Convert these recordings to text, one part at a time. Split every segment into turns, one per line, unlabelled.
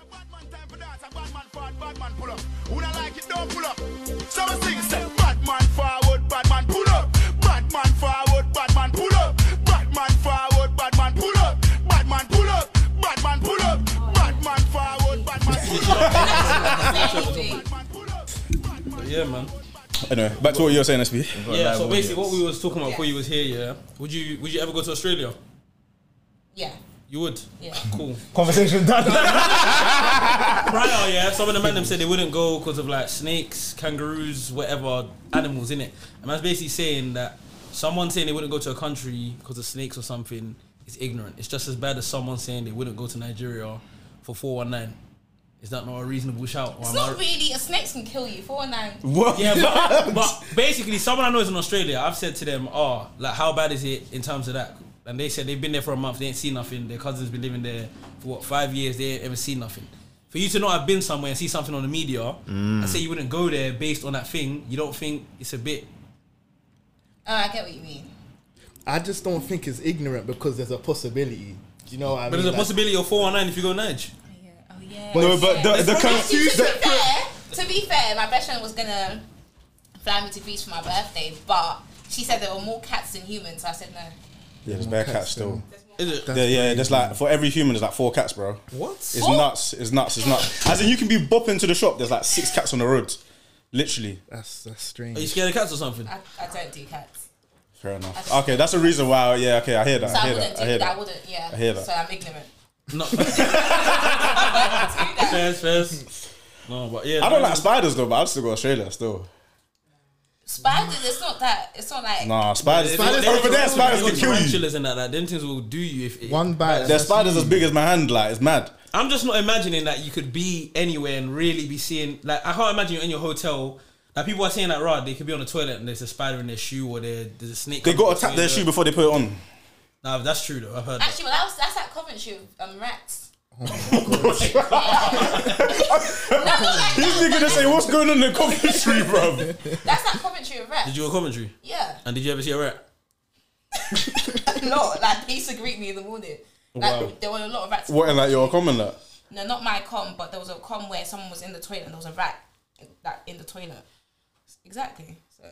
time for dance. A bad man forward, bad man pull up. Who not like it, don't pull up. So I sing, say, bad man forward, bad man pull up. Bad man forward, bad man pull up. Bad man forward, bad man pull up. Bad man pull up. Bad man pull up. Bad man forward, bad man pull up. Bad man pull up. Bad man
Yeah, man.
Anyway, back to what you were saying, SB.
Yeah. So basically, what we was talking about before you was here, yeah. Would you Would you ever go to Australia?
Yeah.
You would.
Yeah.
Cool.
Conversation done.
Prior, yeah. Some of the men them said they wouldn't go because of like snakes, kangaroos, whatever animals in it. And that's basically saying that someone saying they wouldn't go to a country because of snakes or something is ignorant. It's just as bad as someone saying they wouldn't go to Nigeria for four one nine. Is that not a reasonable shout? Or
It's
am I-
not really a snakes can kill you. Four nine.
What?
Yeah, but, uh, but basically, someone I know is in Australia. I've said to them, "Oh, like how bad is it in terms of that?" And they said they've been there for a month. They ain't seen nothing. Their cousins been living there for what five years. They ain't ever seen nothing. For you to know I've been somewhere and see something on the media
Mm.
and say you wouldn't go there based on that thing, you don't think it's a bit.
Oh, I get what you mean.
I just don't think it's ignorant because there's a possibility. Do you know what I
But
mean?
there's a
Like,
possibility of four one nine if you go Nige.
Oh yeah. Oh, yeah.
No, but the, the,
Actually, to be
the,
fair, to be fair, my best friend was gonna fly me to Greece for my birthday, but she said there were more cats than humans, so I said no.
Yeah, there's bare cats still.
Is it?
Yeah, yeah, there's like for every human, there's like four cats, bro.
What?
It's nuts. It's nuts. It's nuts. As in, you can be bopping to the shop. There's like six cats on the road, literally.
that's that's
Are you
strange.
scared of cats or something?
I, I don't do cats.
Fair enough. Okay, that's the reason why. Yeah, okay, I hear that.
So I,
I hear
wouldn't
that. I
do
hear
that. I
that.
wouldn't, yeah.
I hear that.
So I'm ignorant.
No.
I wouldn't do that.
Fairs, fairs. No, but yeah.
I don't like spiders though, but I'd still go Australia still.
Spiders, it's not that. It's not like.
Nah, spiders.
They- they-
over there, spiders
they-
can kill you.
tarantulas and that, that. Them things will do you if it,
One bite.
There's spiders as big as my hand. Like it's mad.
I'm just not imagining that you could be anywhere and really be seeing. Like, I can't imagine you're in your hotel. Like, people are saying that, right, they could be on the toilet and there's a spider in their shoe or there, there's a snake.
They got
coming
to tap
between
their
the-
shoe before they put it on.
Nah, that's true, though. I've heard that.
Actually, well, that was, that's at Coventry with um, rats.
Oh
no, not like
This
that.
nigga just say, "What's going on in the coffee tree, bro?"
That's at Coventry with rats.
Did you go to commentary?
yeah.
And did you ever see a rat?
no, like, they used to greet me in the morning. Like, there were a lot of rats.
What? Like you're a common lot.
No, not my com, but there was a com where someone was in the toilet and there was a rat like in the toilet. Exactly. So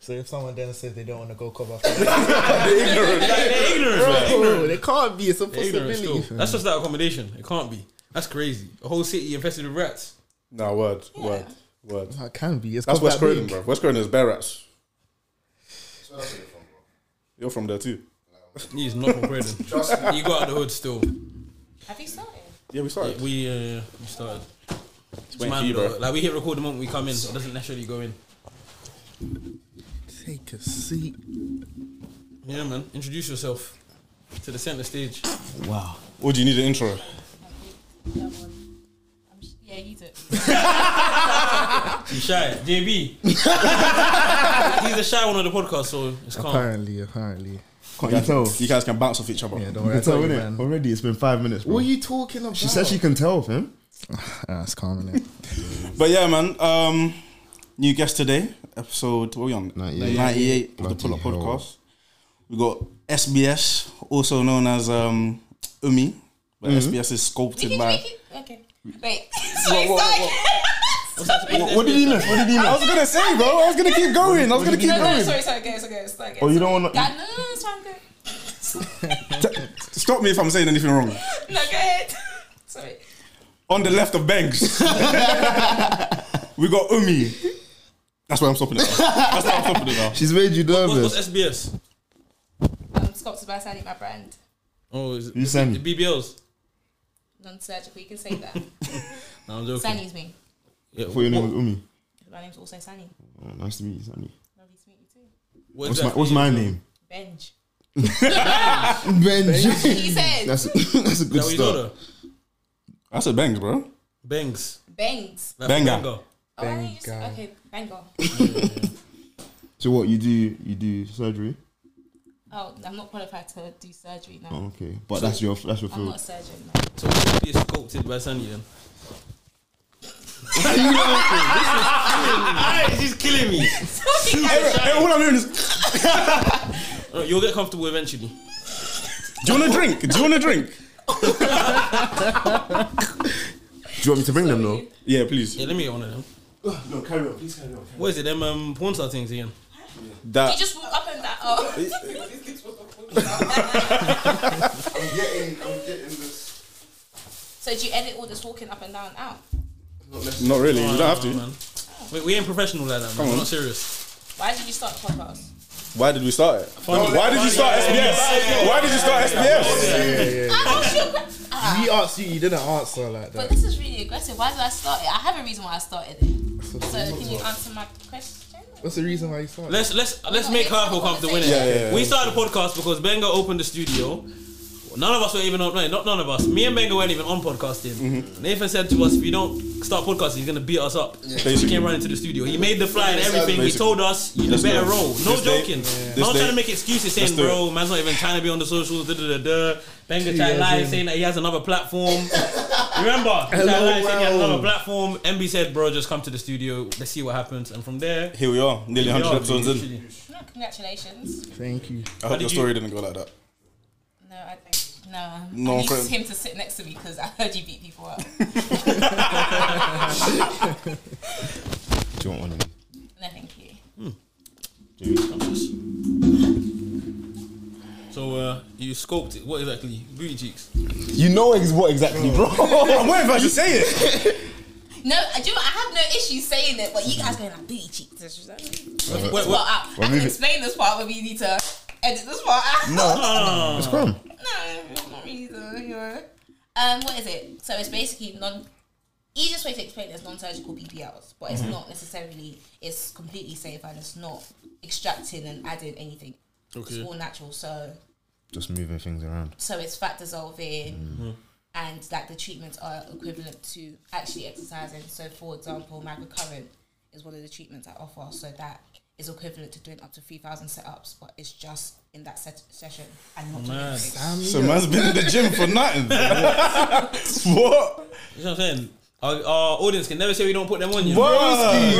So if someone then says they don't want to go cover,
Like, they're ignorant, man.
bro, they can't be. It's a
They're ignorant still.
possibility.
That's just that accommodation. It can't be. That's crazy. A whole city infested with rats.
No word, word, word.
It can be. It's
That's
got
West
that
Croydon,
big.
bro. West Croydon is bear rats. You're from there too.
He's not from Croydon. You got out of the hood still.
have you started?
Yeah, we started.
We, uh, we started. It's
waiting for
mad,
you,
though.
bro.
Like, we hit record the moment we come in, so it doesn't necessarily go in.
Take a seat.
Yeah, man. Introduce yourself to the center stage.
Wow.
Or do you need an intro?
Yeah, you do.
You shy, JB. He's a shy one on the podcast, so it's calm.
Apparently, apparently.
You
Can't you
guys,
tell?
you guys can bounce off each other.
Yeah, don't
You
worry. I
can tell,
told you,
innit?
man.
Already, it's been five minutes, bro.
What are you talking about?
she said she can tell, fam.
Ah, it's calm, innit?
But yeah, man. Um, new guest today, episode what are we on?
98.
98 of the
Bloody
Pull Up
hell.
Podcast. We got SBS, also known as um, Umi, but SBS is
Did
sculpted
you
by.
make it? Okay. Wait. Sorry,
What- what-
sorry.
What did he miss? What did he miss? I was gonna say, bro. I was gonna keep going. I was gonna keep
No, no,
going.
sorry, sorry, go, go, go, go, go.
Oh, you don't
Go,
wanna-
no, no, no, it's fine, go.
Stop me if I'm saying anything wrong.
no, go ahead. sorry.
on the left of Banks. we got Umi. That's why I'm stopping it. Now. That's why I'm stopping it now.
She's made you
What's,
nervous.
what's SBS?
I'm sculpted by Sally, Um, my brand.
Oh, is it
You send me.
the BBLs?
Non-surgical, you can say that.
No, I'm joking.
Sunny's me.
Yeah,
I thought your name was
what,
Umi.
My name's also Sunny.
Oh, nice to meet you, Sunny.
Lovely to meet you too.
what is
What's
that
my,
for
what's
you?
my name?
Benj. He
Benji.
said,
That's a, that's a good
Is that what you know,
start.
though?
I said Banks, bro.
Bangs.
Bangs.
Like
Banger.
Oh, why don't you just,
Bengal.
okay, Bengal.
So what you do? You do surgery?
Oh, I'm not qualified to do surgery now.
Oh, okay, but that's your that's your
I'm not a
field.
surgeon. No.
So it's be sculpted by Sandy then. Alright, she's killing me.
Hey, all I'm doing is,
No, You'll get comfortable eventually.
do you want a drink? Do you want a drink?
you want me to bring them though?
Yeah, please.
Yeah, let me get one of them.
No, carry on, please carry on.
What is it? Them um, porn star things again.
You
That
just walk up and that. Oh,
I'm getting, I'm getting this.
so do you edit all this walking up and down out?
not really. You don't have
Nah,
to.
man. We, we ain't professional like that, man. We're not serious.
Why did you start the podcast?
Why did we start it? Why did you start SBS? Why did you start SBS?
I asked you a que- Ah,
He asked you, you didn't answer like
but
that.
this is really aggressive. Why did I start it? I have a reason why I started it. So can you answer my question?
What's the reason why you started?
Let's let's let's make her feel comfortable. Innit?
Yeah,
yeah, yeah.
We started the podcast because Benga opened the studio. None of us were even on. no, Not none of us. Me and Benga weren't even on podcasting.
Mm-hmm.
Nathan said to us, "If you don't start podcasting, he's gonna beat us up." So he
Basically.
came right into the studio. He made the fly and everything. He
Basically.
told us, "You
This
better
day.
roll." No
This day.
joking.
Yeah. This
Not trying to
day.
make excuses,
Let's
saying,
do it.
"Bro, man's not even trying to be on the socials." Da da da da. Benga tried
years
lying,
in.
saying that he has another platform. Remember, he tried
Hello,
lying, saying he has
world.
another platform. MB said, "Bro, just come to the studio. Let's see what happens." And from there.
Here we are, nearly 100
yeah,
episodes in.
literally.
No, congratulations.
Thank you.
I
How
hope
did
your
you-
story didn't go like that.
No, I think no.
No,
I need
friend.
him to sit next to me because I heard you beat people up.
Do you want one of these?
no, thank you.
So uh, you scoped it. What exactly? Booty cheeks.
You know ex- what exactly, bro.
I'm waiting for you to say it.
No, I do. I have no issue saying it, but you guys going like booty cheeks. It's just- This
Wait,
part
wait,
out. I
move
can
it.
explain this part, but we need to edit this part out.
no, it's gone.
No, not really. though, you know. Um, what is it? So it's basically non. Easiest way to explain it is non-surgical BBLs, but
Mm-hmm.
it's not necessarily. It's completely safe and it's not extracting and adding anything.
Okay.
It's all natural, so
Just moving things around.
so it's fat dissolving, and like the treatments are equivalent to actually exercising. So for example, my recurrent is one of the treatments I offer, so that is equivalent to doing up to three thousand setups, but it's just in that set- session and not doing
Mad.
anything.
So man's been in the gym for nothing. what?
You know what I'm saying? Our, our audience can never say we don't put them on you. Ah.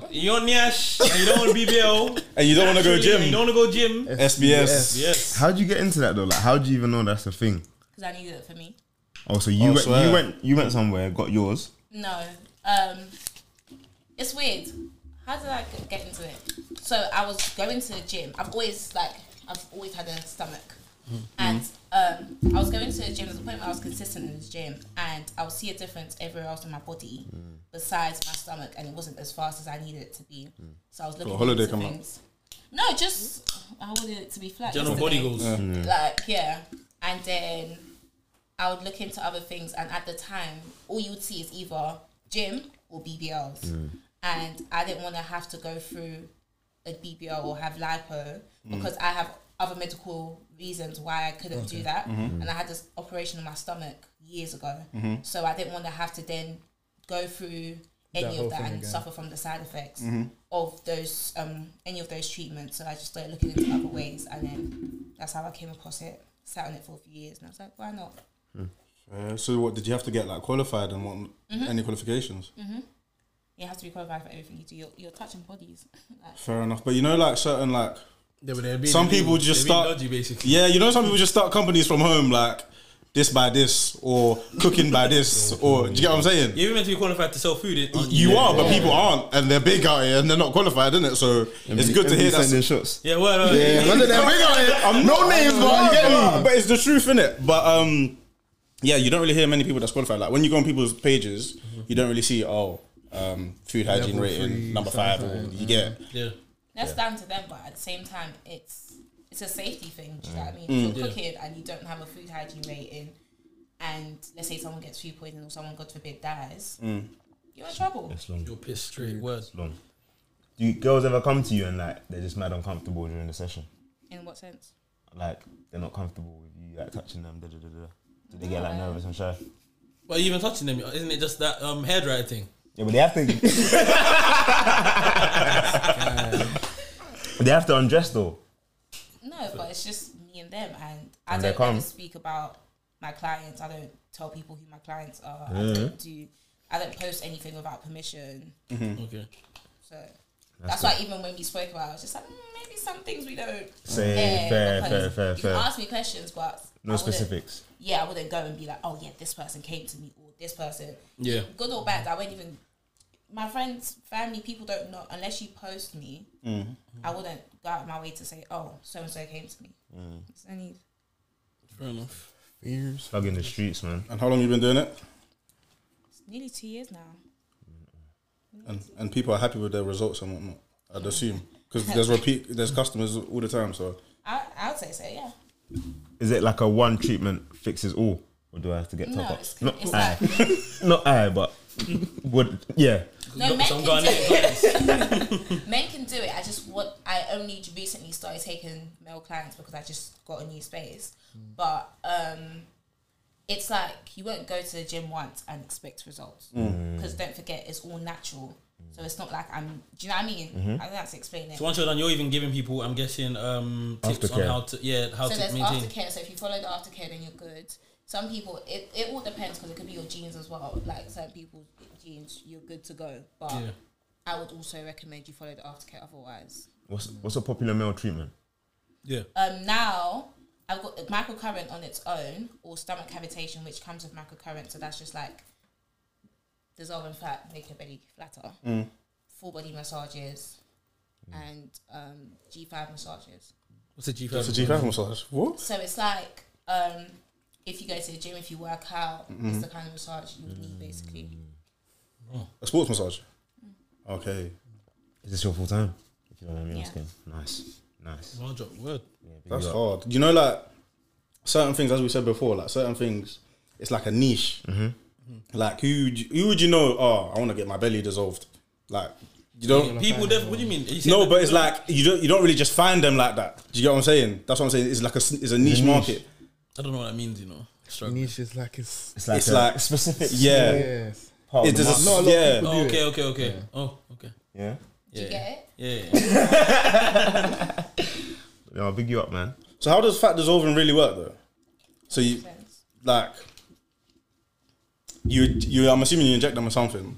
Broski,
what?
You're on Nyash and you don't want BBL.
And you don't want to go
Actually, You
gym.
don't want to go gym.
SBS.
Yes.
How do you get into that though? Like, how do you even know that's a thing?
because I needed it for me.
Oh, so you
Oh,
went,
swear.
you went, you went somewhere, got yours.
No, um, it's weird. How did I g- get into it? So I was going to the gym. I've always like I've always had a stomach, and um, I was going to the gym. There's a point where I was consistent in the gym, and I would see a difference everywhere else in my body besides my stomach, and it wasn't as fast as I needed it to be. So I was looking
a holiday
into
come up.
things. No, just I wanted it to be flat.
General
yesterday
body goals.
like yeah and then i would look into other things and at the time all you would see is either gym or bbls
Mm.
and i didn't want to have to go through a bbl or have lipo
Mm.
because i have other medical reasons why i couldn't do that
Mm-hmm.
and i had this operation in my stomach years ago so i didn't want to have to then go through any
whole
of that
thing
and
again. Mm-hmm.
suffer from the side effects of those um any of those treatments so i just started looking into other ways and then that's how i came across it sat on it for a few years and i was like why not
Uh, so what did you have to get like qualified and what? Any qualifications?
you have to be qualified for everything you do you're, you're touching bodies like,
Fair enough. But you know, like certain like
Yeah, but they're being-
Some
they're being-
people just
they're being
start-
dodgy, basically.
yeah, you know, some people just start companies from home like this by this or cooking by this or do you get what I'm saying?
You're even meant to be qualified to sell food. Aren't
You
you?
are, but people aren't, and they're big out here, and they're not qualified, isn't it? So it's good to hear that.
Sending shots.
Yeah, well, well, yeah.
None of them.
I'm
No names, but you get me.
But it's the truth, innit? But um, yeah, you don't really hear many people that's qualified. Like when you go on people's pages, you don't really see oh, um, food hygiene
Level
rating
three,
number five. Or
something.
you get
yeah.
that's down to them but at the same time it's it's a safety thing do you know what i mean if you're cooking and you don't have a food hygiene rating and let's say someone gets food poisoning or someone god forbid dies you're in trouble
It's long.
You're pissed straight. Word.
It's long. Do you, girls ever come to you and like they're just mad uncomfortable during the session?
in what sense
Like they're not comfortable with you like touching them. Da, da, da, da. Do they get like nervous and shy?
But you even touching them, isn't it just that um, hairdryer thing?
Yeah, but they have to. they have to undress though.
No, but it's just me and them, and I
And they
don't ever
come.
speak about my clients. I don't tell people who my clients
Mm.
are. I don't do. I don't post anything without permission.
Okay.
So That's, why even when we spoke about, it, I was just like, mm, maybe some things we don't
Say,
air
fair,
because
fair, fair,
you
fair.
Can ask me questions, but
No
I wouldn't-
specifics.
Oh, Yeah, I wouldn't go and be like, oh yeah, this person came to me or this person.
Yeah.
Good or bad, I wouldn't even. My friends, family, people don't know unless you post me.
Mm.
I wouldn't go out of my way to say, oh, so and so came to me.
Mm.
It's only
Fair enough.
Years.
Plug in the streets, man.
And how long you been doing it?
it's nearly two years now.
And and people are happy with their results and whatnot. I'd assume because there's repeat, there's customers all the time. So
I I would say so. Yeah.
Is it like a one treatment fixes all, or do I have to get
No,
top
it's-
ups? Not
it's
I, not I, but would yeah.
No, men can,
So I'm going
do
in.
it. men can do it. I just what I only j- recently started taking male clients because I just got a new space. But um, it's like you won't go to the gym once and expect results
Mm.
because don't forget it's all natural. So it's not like I'm. Do you know what I mean? I don't have to explain it.
So once you're done, you're even giving people, I'm guessing, um, tips
Aftercare.
on how to, yeah, how
so
to
there's
maintain.
aftercare. So if you follow the aftercare, then you're good. Some people, it, it all depends because it could be your genes as well. Like certain people's genes, you're good to go. But
Yeah.
I would also recommend you follow the aftercare. Otherwise,
What's what's a popular male treatment?
Yeah.
um, now I've got microcurrent on its own or stomach cavitation, which comes with microcurrent. So that's just like dissolving fat, make your belly flatter. Full body massages and um, G5 massages.
What's a G5?
it's a G five massage. What?
So it's like um, if you go to the gym, if you work out, it's the kind of massage you would need basically.
A sports massage. Okay.
Is this your full time? If you know what I mean,
Yeah.
asking. Nice, nice.
Well, drop word.
Yeah, big
That's
you up.
hard. You know, like certain things, as we said before, like certain things, it's like a niche. Like who would you, who would you know? Oh, I want to get my belly dissolved. Like you don't.
People, def- what do you mean? Are you saying
No,
that-
but it's like you don't you don't really just find them like that. Do you get what I'm saying? That's what I'm saying. It's like a s- it's a niche, market.
I don't know what that means, you know. Struggle.
Niche is like it's.
It's like
it's
a
like-
specific.
Yeah,
Yes.
Part
it
of the
does.
market.
A,
No, a lot of
yeah,
people-
Oh,
do
okay,
it.
okay, okay. Oh, okay.
yeah.
Yeah.
You get it?
Yeah. yeah.
No, big you up, man.
So how does fat dissolving really work though? So you like you you I'm assuming you inject them with something,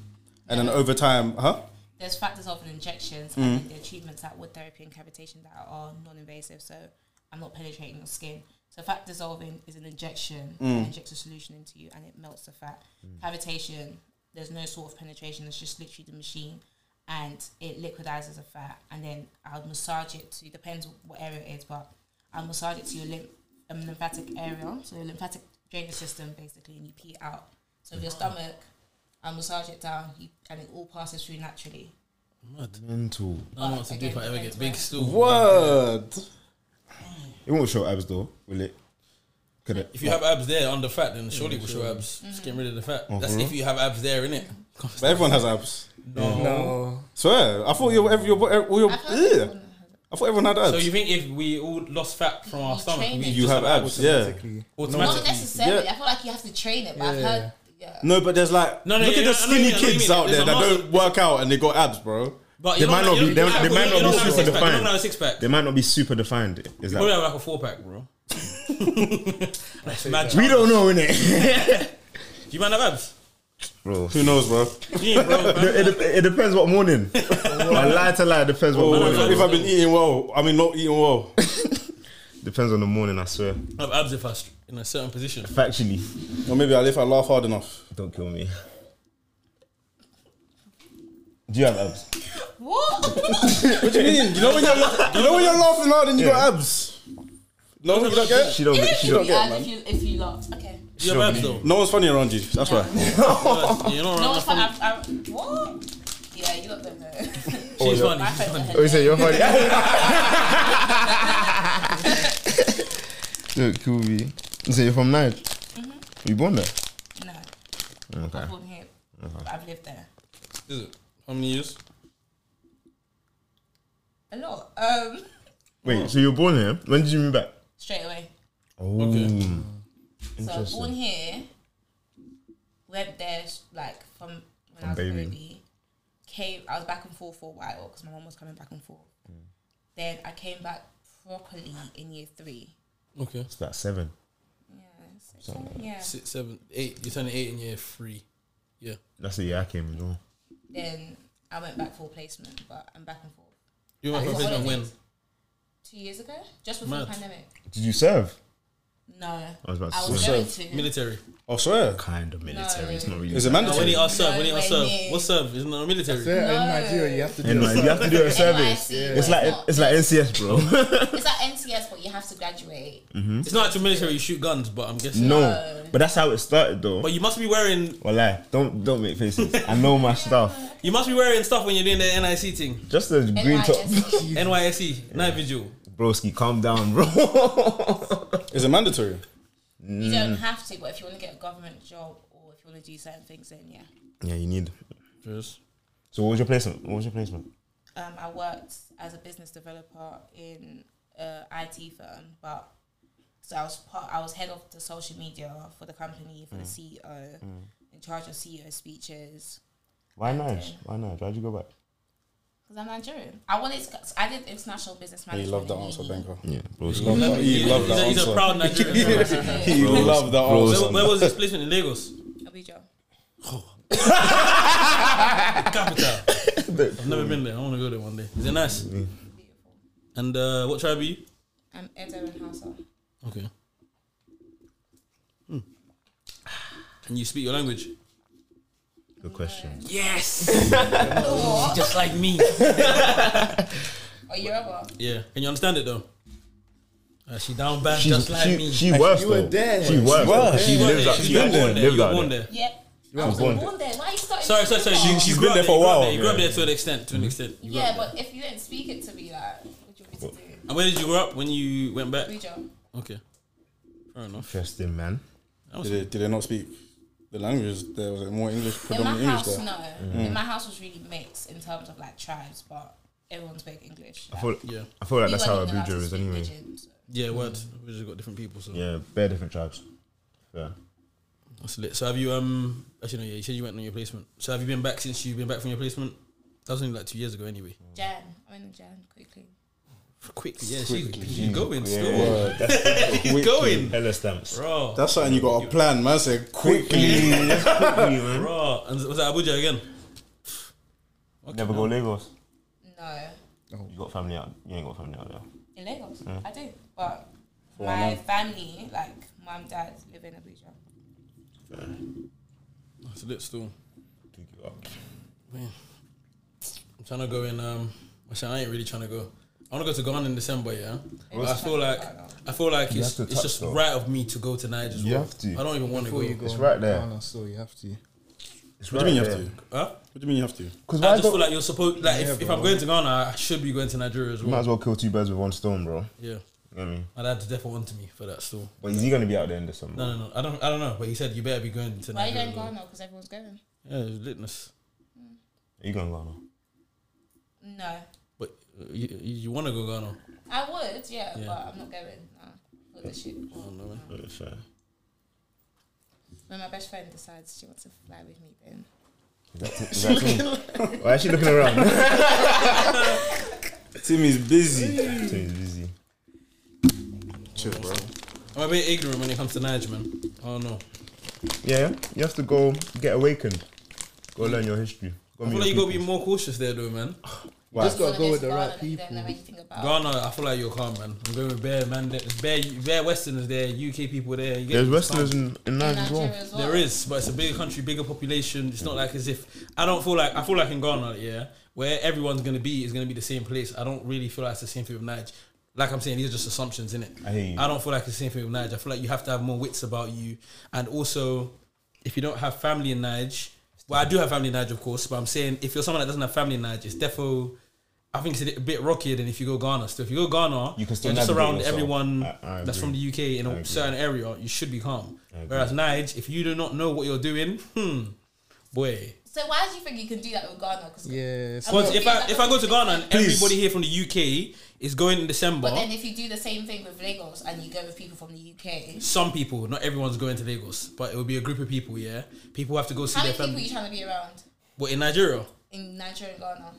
and then over time, huh?
There's fat dissolving injections and then there are treatments like wood therapy and cavitation that are non-invasive, so I'm not penetrating your skin. So fat dissolving is an injection, It injects a solution into you and it melts the fat. Cavitation, there's no sort of penetration, it's just literally the machine and it liquidizes the fat and then I'll massage it to depends what area it is, but I'll massage it to your lymph, um, lymphatic area, so your lymphatic drainage system basically, and you pee it out. So with your stomach, I massage it down, you, and it all passes through naturally.
Mental.
I don't know what to do if I ever get big still.
Word.
It won't show abs though, will it? Could it?
If you have abs there on the fat, then surely we'll show abs.
Mm.
Just getting rid of the fat. That's if you have abs there, innit?
But everyone has abs.
No.
Swear, I thought your every your, your, all your
I feel like
yeah.
everyone
I thought everyone had abs.
So you think if we all lost fat from our
You
stomach,
train
we
it.
you
just
have abs, yeah.
Basically.
Not
automatically?
necessarily.
Yeah.
I feel like you have to train it, but I've
Yeah.
heard. Yeah.
No, but there's like
No, no,
look
yeah,
at the
I know
skinny
what you mean,
kids
I know
out
what you
there
mean.
that
There's a
don't work out and they got abs, bro.
But
They
you're
might not
you're
be- they- they
you're you're
might not be
gonna have a
super
six-pack, You're not
defined.
gonna have a six pack.
They might not be super defined. Is
Probably
that?
have like a four pack, bro. That's mad.
We don't know, innit?
You man have abs?
Bro,
Who knows, bro?
Yeah, bro. man.
it, it, it depends what morning. I lie to lie, it depends what
Oh,
morning.
if, if I've been eating well, I mean not eating well.
Depends on the morning, I swear.
I have abs if I str- in a certain position.
Factually,
or maybe I if I laugh hard enough.
don't kill me. Do you have abs?
What?
What do you mean? You know when you're la- you know when you're laughing hard and you
Yeah.
got abs. No, you don't get.
She
it?
don't.
You
She
can
don't
be
get.
asked if you if you laugh. Okay.
You have abs though.
No one's funny around you. That's why.
But You're not
No one's
around.
fun. I, I, what? Yeah, you lot don't know.
She's
yeah.
funny.
My
She's
friends are
funny.
Oh, you
hilarious.
say you're funny. Don't kill me. You say you're from Nige.
Mm-hmm.
You born there?
No,
Okay.
I'm born here. but I've lived there
Is it? How many years?
a lot. Um,
Wait. So you were born here? When did you move back?
straight away.
Oh.
So I was born
Interesting.
here, went there sh- like from when I was
baby.
a baby. Came, I was back and forth for a while because my mom was coming back and forth. Then I came back properly in year three.
Okay.
It's about seven.
Yeah, six, seven, yeah.
Six, seven, eight. You're turning eight in year three. Yeah.
That's the year I came. You know.
Then I went back for placement, but I'm back and forth.
You went for
That's
placement
what it
when?
is. Two years ago, just before
Mad.
the pandemic.
Did you serve?
No, I
was about to
was
say.
going to.
Military.
I swear.
Kind of military. It's not really.
Is it
No,
that.
when
mandatory?
you are served,
No
when you are
way,
served.
mate.
What's served? Isn't it not military?
Yeah, in Nigeria, you have to do
And like,
this.
you have to do a service.
NYC, but
It's like
not.
it's like NCS, bro.
It's like NCS, but you have to graduate.
It's not actual military, you shoot guns, but I'm
Mm.
guessing.
no, but that's how it started though.
But you must be wearing
Well, like, don't don't make faces. I know my stuff.
you must be wearing stuff when you're doing the NIC thing.
Just a green top,
NYSC.
NYSE, E, night vigil.
broski. Calm down, bro.
Is it mandatory?
you don't
Mm.
have to, but if you want to get a government job or if you want to do certain things, then yeah.
yeah, you need.
Cheers.
So what was your placement? What was your placement?
Um, I worked as a business developer in an IT firm, but so I was part, I was head of the social media for the company
Mm.
for the CEO, in charge of CEO speeches.
Why Nige? Why Nige? Why'd you go back?
Because I'm Nigerian, I wanted to, I did international business
You
management.
love that
in
answer,
uni.
Benko.
Yeah, broski.
Love, you love
he's,
that
a, he's a
answer.
proud Nigerian. man.
You
Bros,
love that
bros.
answer.
where, where was his placement in Lagos?
Abuja.
Capital. I've never been there. I want to go there one day. Is it nice?
Beautiful.
And uh, what tribe are you?
I'm Edo and Hausa.
Okay. Hmm. Can you speak your language?
Good question.
Yes. Just like me.
Or Yoruba.
Yeah. Can you understand it though? Uh, she down bad,
She,
just like me.
she, she worse
you were
though.
there.
She
You
worse.
were
though. She
You were
lives
there.
out.
You
She
were
lives there.
born there. You
Lived
were
out
born
there.
there.
Yeah. I
was
was
born
born, there. Why are you starting?
Sorry,
to
sorry,
speak
sorry.
it?
She,
she's
you
been
grew up
there for a
you grew up
while.
there, You grew up
Yeah.
there to an extent. To an extent. You grew
Yeah,
up there.
but if you didn't speak it to me, like, what do you want me to do?
And where did you grow up when you went back?
Abuja.
Okay. Fair enough.
Interesting, man.
Did they, did they not speak the language? There was more English,
In my
predominant English Mm.
house,
there.
no. In my house was really mixed in terms of like tribes, but everyone spoke English.
I feel,
Yeah.
I feel like that's
We
how
weren't allowed
Abuja
to
is
speak
anyway.
pidgin, so.
Yeah, word. We just got different people, so
Yeah, bare different tribes. Yeah.
that's lit. So have you um actually no, yeah, you said you went on your placement. So have you been back since you've been back from your placement? That was only like two years ago anyway.
Jan, I went to Jan quickly.
Quickly, yeah, she's, she's going still.
Word.
She's going.
Hella stamps.
Bro,
That's something you got to plan, man. Said quickly.
bro. And was that Abuja again?
Never go Lagos.
No,
You got family out. You ain't got family out there.
in Lagos,
Mm.
I do. But my family, like mum, dad, live in Abuja.
That's lit still.
Do give up.
I'm trying to go in. Um, actually, I ain't really trying to go. I want to go to Ghana in December, yeah. But I feel like I feel like it's,
to
it's
touch
just
though.
right of me to go to Niger. as
You
well.
have to.
I don't even want to
Before
go.
you go
It's
on
right there.
Ghana, so you have to.
It's
What do you mean you have to? What
Huh?
do you mean you have to?
Because
I
why
just
don't-
feel like you're supposed. Like
Yeah,
if, if
bro.
I'm going to Ghana, I should be going to Nigeria as
might
well.
as well kill two birds with one stone, bro.
Yeah,
You know what I mean?
my dad definitely wanted me for that still.
But is he gonna be out there in December?
No, no, no. I don't. I don't know. But he said you better be going to.
Why are you going
Nigeria as well."
Ghana? Because everyone's going.
Yeah, it was litness.
Are you going Ghana?
No,
But uh, you, you want to go Ghana?
I would, yeah,
Yeah.
but I'm not going. Nah, fuck the shit.
know, man.
Yeah, fair.
When my best friend decides she wants to fly with me, then
Is that is that Tim? Why is she looking around?
Tim is busy.
Tim is busy.
Chill, bro.
I'm a bit ignorant when it comes to Niger, man. I don't know.
Yeah, you have to go get awakened. Go learn your history. Go
I feel
meet your
like you gotta be
people.
more cautious there, though, man.
Just gotta
Wanna
go with
to
the
Ghana
right
that you don't
people.
know anything about.
Ghana, I feel like you're calm, man. I'm going with bare man. There's bare, bare Westerners there, UK people there. You get-
There's wrestlers in, in
In
Niger as
Nigeria
well.
as well.
There is, but it's a bigger country, bigger population. It's not like as if I don't feel like I feel like in Ghana, yeah, where everyone's gonna be is gonna be the same place. I don't really feel like it's the same thing with Niger. Like I'm saying, these are just assumptions, innit?
I hear you.
I don't feel like it's the same thing with Niger. I feel like you have to have more wits about you, and also if you don't have family in Niger, well, I do have family in Niger, of course, but I'm saying if you're someone that doesn't have family in Niger, it's defo. I think it's a bit rockier than if you go Ghana. So if you go Ghana,
You can still
are just
navigate
around
yourself.
everyone
I- I
that's
agree.
from the UK in
I agree.
a certain area, you should be calm.
agree.
Whereas Nige, if you do not know what you're doing, hmm, boy.
So why do you think you can do that with Ghana? Because
Yeah. so-
Because if I if I go to Ghana and everybody here from the UK is going in December,
But then if you do the same thing with Lagos and you go with people from the UK,
some people, not everyone's going to Lagos, but it will be a group of people. Yeah, people have to go see
how
their
many people are
family.
you trying to be around
But in Nigeria,
in Nigeria and Ghana?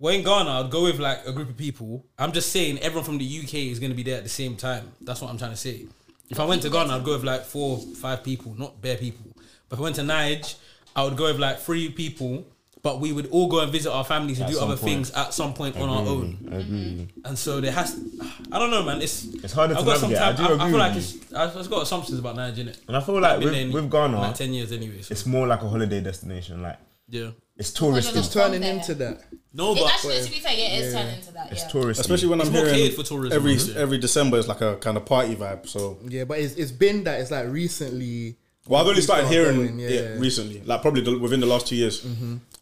well, in Ghana, I'd go with like a group of people. I'm just saying, everyone from the UK is going to be there at the same time. That's what I'm trying to say. If I went to Ghana, I'd go with like four, five people, not bare people. But if I went to Nige, I would go with like three people But we would all go and visit our families and
At
do
some
other
point.
things at some point on our own.
I agree.
And so there has, I don't know, man. It's
It's harder to navigate. I do
I,
agree
feel like
with
it's, I've I've got assumptions about Niger, innit?
And I feel like
Been there
with, with Ghana,
like ten years anyway. So,
it's more like a holiday destination. Like
yeah,
it's touristy.
It's
It's
from
turning
there.
into that.
no,
It
but
actually, to be fair, yeah, it is turning into that.
It's
yeah.
touristy.
Especially when
It's
I'm
more
hearing
catered for tourism,
every
isn't it?
every December is like a kind of party vibe. So
Yeah, but it's, it's been that. It's like recently.
well, I've only
people
started
are
hearing
going, yeah,
it
yeah. Mm-hmm.
recently, like probably the, within the last two years.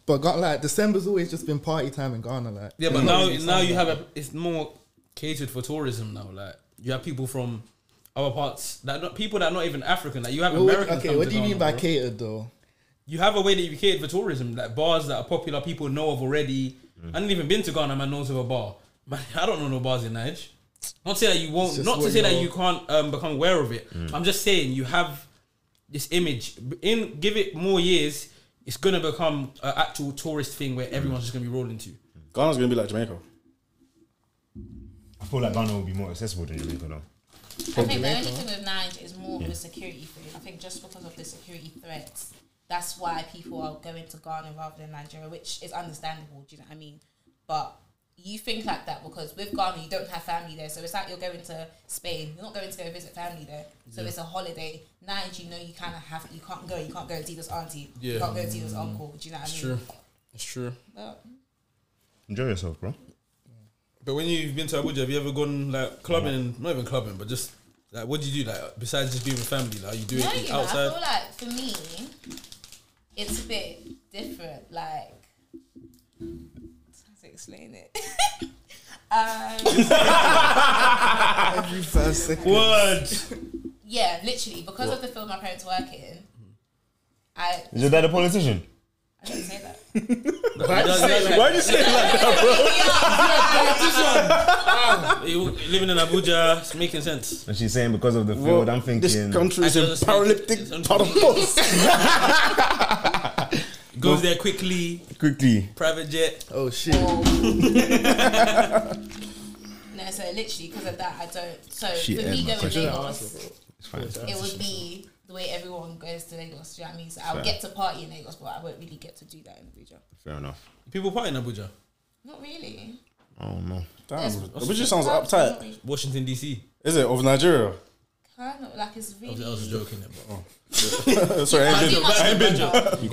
But got like December's always just been party time in Ghana. Like
yeah, but
It's not
now
really
now you
something.
have a, it's more catered for tourism now. Like you have people from other parts that not, people that are not even African. Like you have
Well, what-
Americans.
okay,
come
what
to
do you mean
Ghana,
by
bro.
catered though?
you have a way that you cater for tourism, like bars that are popular, people know of already. I haven't even been to Ghana, man knows of a bar. Man, I don't know no bars in Niger. Not to say that you won't,
It's just
not to
what
say that
you're-
you can't um, become aware of it. I'm just saying you have this image. In give it more years, it's gonna become an actual tourist thing where everyone's just gonna be rolling to.
Ghana's gonna be like Jamaica.
I feel like Ghana will be more accessible than Jamaica though.
I think the only thing with Niger is more of a security thing. I think just because of the security threats, that's why people are going to Ghana rather than Nigeria, which is understandable. Do you know what I mean? But you think like that because with Ghana you don't have family there, so it's like you're going to Spain. You're not going to go visit family there, so it's a holiday. Niger, you know, you kind of have you can't go. You can't go and see this auntie.
Yeah.
You can't go and see this uncle. Do you know what I mean?
It's true.
But
Enjoy yourself, bro.
But when you've been to Abuja, have you ever gone like clubbing? Not even clubbing, but just like what do you do? Like besides just being with family, like you do
No,
it
you know, I feel
outside.
like for me, it's a bit different. Like, how to explain it? um,
Every first second.
Words.
yeah, literally because of the field my parents work in. I,
Is your dad a politician?
I didn't say that.
Why do you say that?
You living in Abuja, it's making sense.
And she's saying because of the field, I'm thinking.
this country is
I
in
just-
paralytic
it's-
paramos.
Goes there quickly,
quickly.
private jet.
Oh shit!
no, so literally because of that, I don't. So
Shit,
for
Ed,
me
my
going to
question.
Lagos,
It's fine.
it would be the way everyone goes to Lagos. Do you know what I mean? So I'll get to party in Lagos, but I won't really get to do that in Abuja.
Fair enough.
People party in Abuja,
Not really.
Oh no.
Damn,
It's-
it just sounds
Not
uptight.
really.
Washington DC.
Is it of Nigeria?
Kind of like it's
I
really.
was, I was joking. there, bro.
Sorry, I ain't been. I ain't been.
Abuja.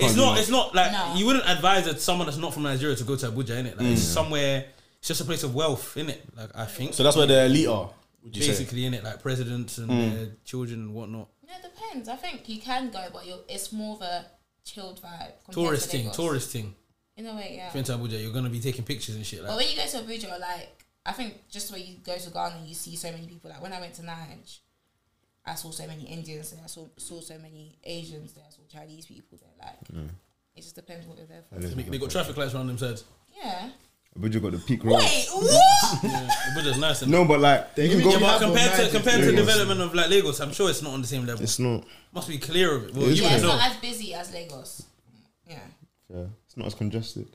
It's not. It's not like
No.
you wouldn't advise that someone that's not from Nigeria to go to Abuja, innit? Like it's somewhere. It's just a place of wealth, innit? Like I think.
So that's where the elite are. Would you say?
basically, innit? Like presidents and their children and whatnot.
No, it depends. I think you can go, but you're, it's more of a chilled vibe. compared
Tourist
to
thing.
Lagos.
Tourist thing.
In a way, yeah.
If you're into Abuja, you're gonna be taking pictures and shit.
But
Like
when you go to Abuja, like I think just where you go to Ghana, you see so many people. Like when I went to Niger, I saw so many Indians there. I saw saw so many Asians there. I saw Chinese people there. Like
Mm.
it just depends what you're there for.
they, they got traffic lights around themselves.
Yeah.
Abuja got the peak road.
Wait, what?
Abuja's nice. And
No, but like you can
really
go.
Yeah, but
have
compared
more
to
Nigerians
compared to
than Lagos.
development of like Lagos, I'm sure it's not on the same level.
It's not.
Must be clear of it. Well,
It is
you
yeah,
would
it's
know.
not as busy as Lagos. Yeah.
Yeah. It's not as congested.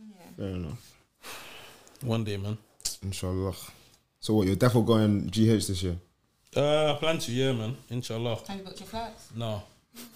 Yeah.
Fair enough.
One day, man.
Inshallah. So what? You're definitely going GH this year.
Uh, I plan to, yeah, man. Inshallah.
Have you booked your flights?
No.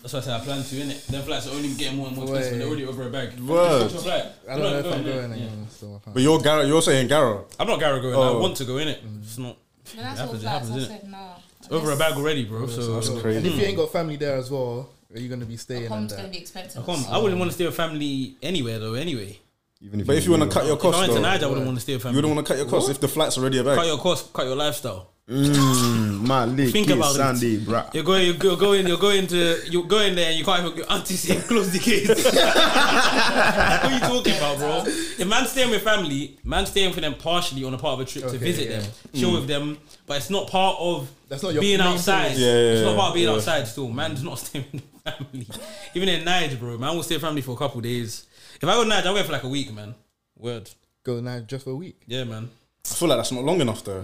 That's why I said I plan to, innit? Them flights are only getting more and more expensive. They're already over a bag.
Word.
What's your flight? You're
I don't know
not
if I'm
yeah?
going.
Yeah.
again, so I can't.
But you're Gara, you're saying Gara.
I'm not Gary going. I
Oh.
want to go, innit? It's not.
No, that's
It
all
happens, it
flights. I
happens,
said no.
Over a
Unless-
bag already, bro. So
That's
And
crazy.
if you ain't got family there as well, are you gonna be staying? And
Com's gonna
that?
be expensive.
come. I wouldn't want to stay with family anywhere, though. Anyway,
Even if.
But if you want to cut your
if I
costs,
went to
though,
Niger, I wouldn't want to stay with family.
you don't want to cut your costs if the flight's already a
cut
bag.
your cost, cut your lifestyle.
Mm, my leg
Think
is
about it.
Sunday, bro.
You're going, you're go- you're going, you're going to, you're going there, and you can't even go, auntie say close the case. what are you talking about, bro? If man's staying with family, man's staying for them partially on a part of a trip to
Okay,
visit
yeah.
them, chill with them, but it's not part of
That's not your
being
main
outside.
thing.
Yeah, yeah,
it's not
yeah,
part of being
yeah.
outside. Still, man's not staying with family. Even in Niger, bro, man will stay with family for a couple days. If I go to Niger, I'm going for like a week, man. Word,
Go now just for a week.
yeah, man,
I feel like that's not long enough, though.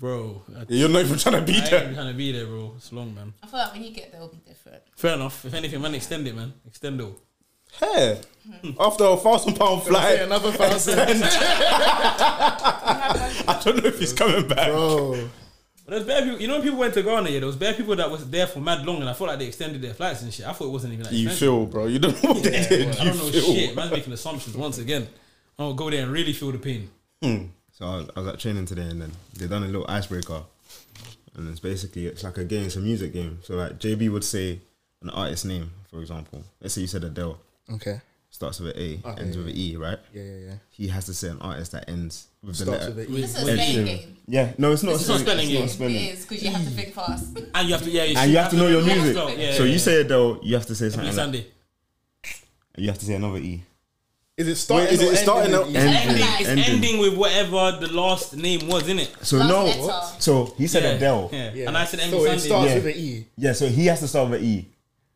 bro. I,
You're not even trying to be
Mm-hmm. I
there.
ain't trying to be there, bro. It's long, man.
I feel like when you get there, it'll be different.
Fair enough. If anything, man, extend it, man. Extend though.
Hey, after a thousand pound
Say
flight,
another thousand. Oh.
I don't know if he's coming back.
Bro,
But there's better people. You know, when people went to Ghana, yeah, there was better people that was there for mad long, and I thought like they extended their flights and shit. I thought it wasn't even. Like,
You
expensive.
feel, bro. You don't know what they did.
I
You
don't know
feel.
shit. Man's making assumptions once again. I'll go there and really feel the pain.
So I was, I was at training today, and then they done a little icebreaker, and it's basically it's like a game, it's a music game. So like JB would say an artist's name, for example. Let's say you said Adele,
Okay.
starts with an A, ends with an E, right?
Yeah, yeah, yeah.
He has to say an artist that ends with the
Starts
letter.
with an E.
This is a
Wait,
spelling
Sheeran.
game.
Yeah, no, it's not.
It's not spelling game.
It is because you have to think fast.
And you have to, yeah,
And you have to know your
Yeah, it's
music.
not-
yeah,
so
yeah,
you say Adele, you have to say
Every
something. Like,
Sunday.
you have to say another E.
Is it starting?
Wait, is
or
it starting
ending
or-
with an E?
End
Ending.
with-
It's
It's ending with whatever the last name was, innit?
So
Last
no.
letter.
So he said
yeah.
Adele.
Yeah.
Yeah.
And I said every
so it
Sunday.
starts
Yeah.
with an E,
Yeah, so he has to start with an E.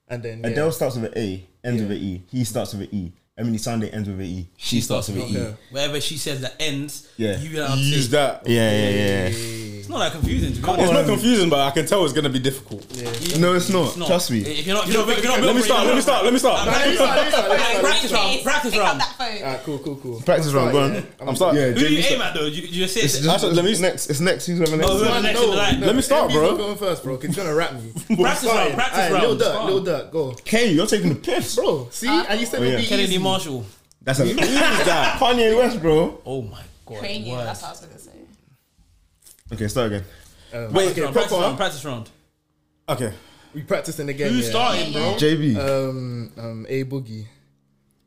and then yeah.
Adele starts with an A, ends with an E. He starts with an E. Emily Sunday ends with an E. She starts with an E.
Okay.
Whatever she says that ends,
Yeah.
you have to
Use that.
E. Yeah, yeah,
It's not that confusing. To be honest.
It's not confusing, but I can tell it's gonna be difficult.
yeah. No, it's not.
It's not.
Trust me.
If you're not, if you're not, if you're not
Let me
built for it,
start. Let me
you're
start. Let me start.
Like,
not- Practice round.
please,
Practice
pick
round. Uh,
Up that phone.
Alright, cool, cool, cool.
Practice round, go on.
I'm starting.
Yeah,
Who do
JB
you aim
start-
at though? You, you just say
It's
it's
just,
Actually, let me-
it's next. It's next. Who's having next?
Oh, whoever next in the line.
Let me start,
MB's
bro.
not Going first, bro. 'cause He's gonna rap me.
Practice round. Practice
Alright, Lil
round.
Durk, Lil Durk, go,
Kay, you're taking the piss,
bro. See, and you said
Oh,
it'd
yeah.
be
Ah. Kennedy
easy.
Marshall.
That's a who's that? Kanye West, bro.
Oh my god.
Cranium.
words.
That's what I was gonna say.
Okay, start again.
Wait,
Practice round, practice round.
proper.
Practice round.
Okay.
We practicing again.
Who's
yeah.
starting, bro?
JB.
Um, um, A Boogie.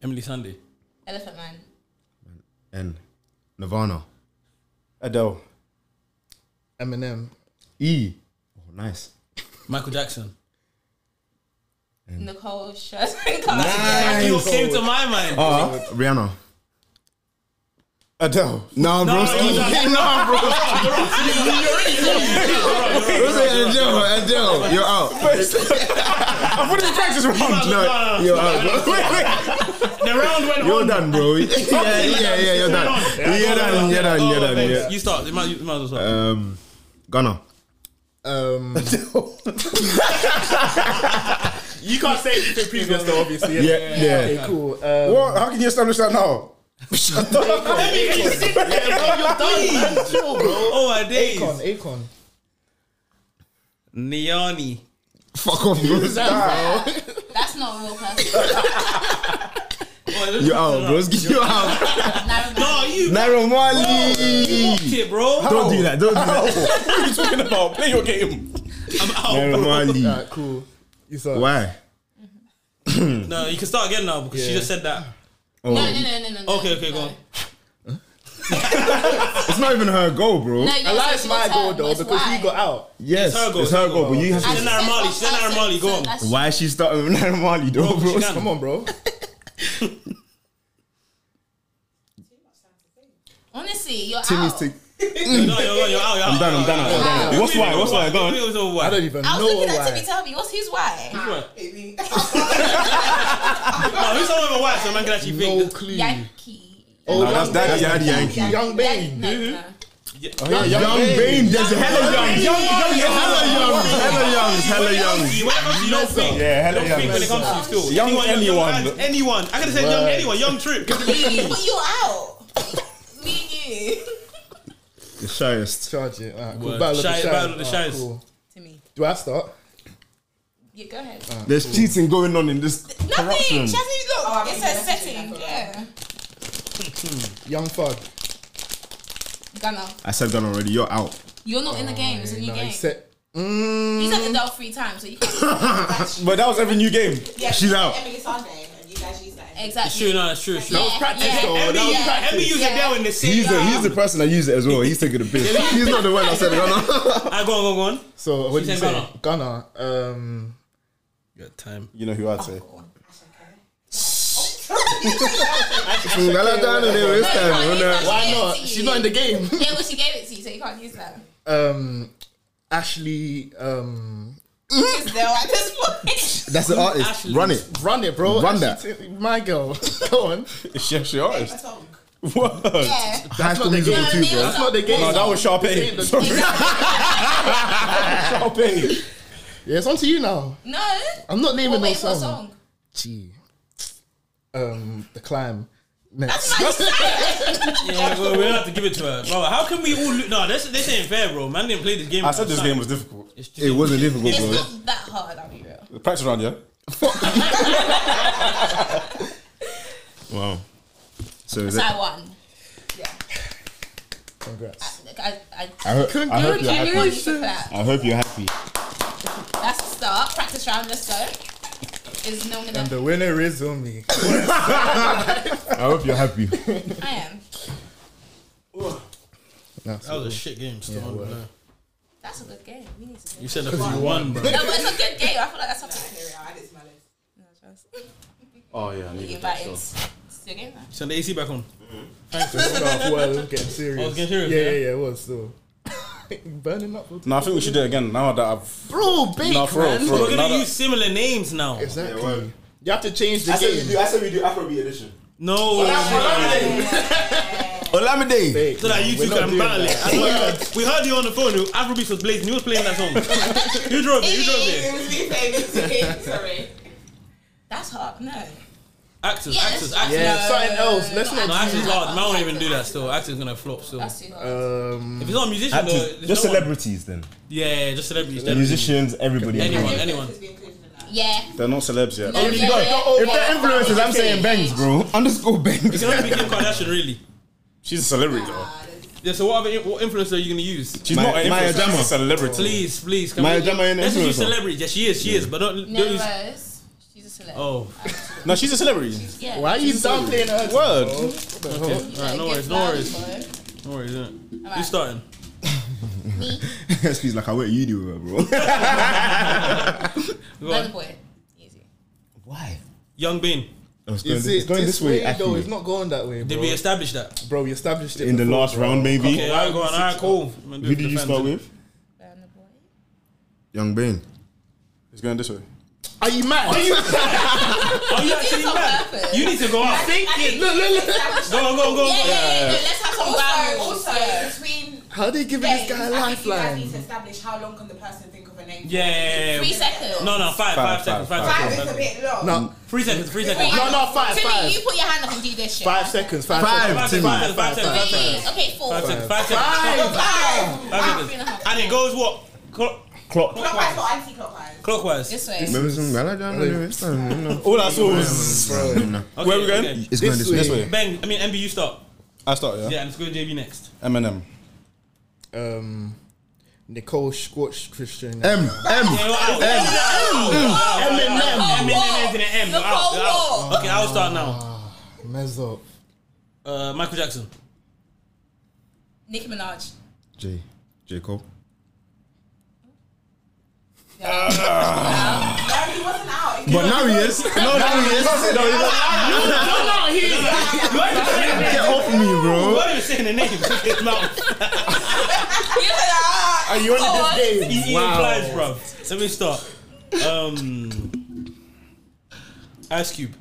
Emily Sunday.
Elephant Man.
N. Nirvana.
Adele.
Eminem.
E. Oh, nice.
Michael Jackson.
Nicole Scherzinger. Nice.
Nice.
You came to my mind.
Uh, Rihanna.
Uh-huh. Adele.
Nah,
No, no,
bro.
no, no,
Nah, bro. What's that? Adele, Adele, you're out.
I'm putting the practice round.
No, you're out, bro.
The round went
You're
on.
done, bro. Yeah, yeah, yeah, you're done. You're done, you're done, you're done.
Babes,
yeah.
You start. You might, you might as well start.
Um, Ghana.
Um,
You can't say anything previous though, obviously.
Yeah, yeah.
okay, cool. Um,
What? How can you establish that now?
oh my days.
Akon, Akon.
Niani.
Fuck off, bro.
That's not a real person.
You're out, bro. You're out.
Narrow man.
No, you
Nairo
fucked
Marley.
it, bro.
Don't do that. Don't do that.
What are you talking about? Play your game.
Nairo Marley.
Alright, cool. You saw.
Why?
No, you can start again now because she
Yeah.
just said that.
Oh,
No, no, no, no, no, no.
Okay, okay, go on.
It's not even her goal, bro.
No, no,
Elias
it's
my
your
goal
turn,
though
it's
because
why.
he got out.
Yes,
It's her goal,
it's her
it's her
goal, but you have
And
to.
She's Narrow Marley, she's Narrow Marley, go on.
that's-
Why is she starting with Nairo Marley, though,
Bro, she
bro?
can't.
Come on, bro.
Honestly, you're
Timmy's
out.
take.
No, you're, you're, you're out, you're out.
I'm done, I'm done, I'm done. What's why? What's why? Go on.
It was
I
over.
don't even
I was
know
looking at Timmy.
why.
Tell me, what's his why?
No, who's someone with white so man can actually
No
think.
clue.
Yankee.
Oh,
No, that's
Young Bane.
Daddy Daddy Yankee.
Young
Yan-
Bane.
no, no.
yeah,
Young Bane, there's a hella young. Hella young, hella young, hella young.
When it comes to you, don't think.
Yeah, hella
don't
young.
think when it comes to you still.
Young anyone.
Young, anyone. I could have said young anyone. Young Trip.
You- But you're out. Me and you.
The shyest.
Charge it. Alright, cool.
Word.
Battle of the
Shy-
Shines.
Battle of the
Alright,
Shines.
cool.
Timmy.
Do I start?
Yeah, go ahead.
There's cheating going on in this
Nothing. She
corruption.
hasn't even looked. it's her setting. Yeah.
Young Thug.
Gunner.
I said that already. You're out.
You're not in the game. It's a new
Nah,
game.
he said.
He's at the door three times, so you can
But that was every new game.
Yeah,
She's out.
Emily Sunday, and you guys use that.
exactly.
True, no, it's true. it's true.
Yeah, yeah.
Emmy,
Yeah.
Emmy used it
Yeah.
there in the same.
He's the he's the person that used it as well. He's taking the piss. He's not the one that said Ghana.
I go on, go on, go on.
So what
She
did you
said
say? Ghana. Um,
Got time.
You know who I'd say.
why not? She's not in the game.
Yeah, well, she gave it to you, so you can't use that.
Um, Ashley. Um,
It's there at this point.
That's the artist.
Ashley.
Run it.
run it, bro.
Run
Ashley T- my girl. Go on.
It's Chef artist. What?
Yeah.
High School
not the
Musical
game.
too, bro.
That's not the game.
No, that was Sharp
Ain't
A.
the-
Sorry, Sharp A.
yeah, it's on to you now.
No.
I'm not naming
Well,
no
wait, what song?
song. Gee. Um, the climb. Next.
That's what I said.
Yeah, well, we have to give it to her, bro. How can we all? Lo- no, this this ain't fair, bro. Man didn't play this game.
I said this
Son,
game was difficult.
it's just-
It wasn't difficult,
It's
bro.
not that hard, I'll be real.
Practice round, yeah.
Wow. So is
So I
that,
won. Yeah.
Congrats.
Like, I, I,
I, ho- I hope you're happy.
Congratulations.
I hope you're happy.
That's the start. Practice round, let's go. Is no one
And
gonna.
the winner is on me.
I hope you're happy.
I am.
That's
That was a shit game, Stone.
well.
bro.
That's a good game. We need to do
you said that you won, bro.
No, but it's a good game. I feel like that's something.
I had it to my list.
No, trust.
Oh yeah, I
You
needed
invited to the game.
Send the AC back on.
well, I'm Oh, getting serious.
I was getting serious,
Yeah,
yeah?
yeah, yeah, it was still. Burning up.
No, I think we should do it again now that I've.
Bro, big
No, for real, for real.
We're
Now
gonna
that-
use similar names now.
Exactly.
Yeah, well.
you have to change the game.
I said we do Afrobeat edition.
No,
Olamide.
Hey,
so that you
we're
two
not
can
doing
battle
that.
it. I swear to God. we heard you on the phone. Afrobeat was blazing. You was playing that song. you drove it. You drove
It
it.
was me saying it. Sorry.
That's hard. No.
Actors,
Yes.
actors, actors.
Yeah, something else. Let's
No,
not.
actors hard. Man won't even do that. Still, actors gonna flop. Still,
That's too hard.
Um,
if it's not a musician, though,
Just,
there's
just
no one.
celebrities then.
Yeah, yeah, just celebrities. definitely.
Musicians, everybody.
Anyone,
Everyone
anyone.
has been included in that.
yeah.
They're not celebs yet.
No, yeah,
God.
yeah.
If they're influencers, I'm saying bangs, bro. Underscore bangs.
You can only be Kim Kardashian, really.
She's a celebrity though.
Yeah. So, what other what influencer are you gonna use?
She's
Maya-
not an
Maya
influencer, she's
Jama.
a celebrity.
Please, please. Can
Maya
we,
Jama ain't an
let's just use
influencer.
celebrity. Yeah, she is. She is. But don't.
No,
don't use,
Rose. She's a celeb.
oh.
No, she's a celebrity.
Yeah.
why are you downplaying her?
Word.
Okay. All right. No worries. No worries.
worries.
No worries. Yeah. You
Alright.
starting?
Me,
She's like, I wear you do, bro.
Go
Burna
on.
Boy. Easy.
Why?
Young Bean.
It's going,
Is
this,
it
it's going this way,
though?
actually.
It's not going that way,
Did
bro.
we establish that?
bro, you established it
In the
before,
last
bro.
round, maybe.
Okay. All right. Go on. All right. Cool. I'm gonna do
Who did you
defense.
start with?
Burna Boy.
Young Bane.
It's going this way.
Are you mad? Are you
Are you actually
on
mad?
purpose.
Oh, You need to go out.
look, look, look.
Go on. Go on. Go
Yeah, yeah,
on.
yeah, yeah. Let's have some ground rules.
Also,
Yeah.
also between
How are they giving this guy a
games, I think you guys
lifeline?
need to establish how long can the person think of a name. for.
Yeah, yeah, yeah,
Three
yeah.
seconds.
No, no. Five. Five
Five,
seconds.
five,
Five
Five is a
seconds.
bit long.
No,
Three seconds. Three seconds.
no, no, five,
Timmy,
five.
you put your hand up and do this shit.
Five seconds, five,
Five,
Five
seconds.
Timmy.
seconds. Five seconds. Five seconds. Five
Three.
seconds.
Okay, four.
Five seconds. Five seconds.
Five.
Five.
Five
Three and
seconds.
a half.
And it goes what? Clock-
Clock.
Clockwise or anti-clockwise?
Clockwise.
This way.
Remember some Gala Jam? No,
All I saw was.
no, no.
Okay,
Where we going?
okay.
It's going
This
this
way.
way.
This way.
Bang. I mean, MB, you start.
I start, yeah?
Yeah, and let's go JB next.
Eminem.
Um, Nicole Schwartz Christian.
M, M.
Yeah, well, out. Eminem. Eminem is in the M.
Look
You're out,
at
you're out. Okay, I'll start now.
Mess up.
Uh, Michael Jackson.
Nicki Minaj.
J. J. Cole.
No, he wasn't out.
But now he is. No, now he is.
You weren't even saying the
Get
name.
off me,
You
bro.
weren't even saying the name. His mouth.
Are you on this game?
He's eating flies, bruv. Let me start. Um, Ice Cube.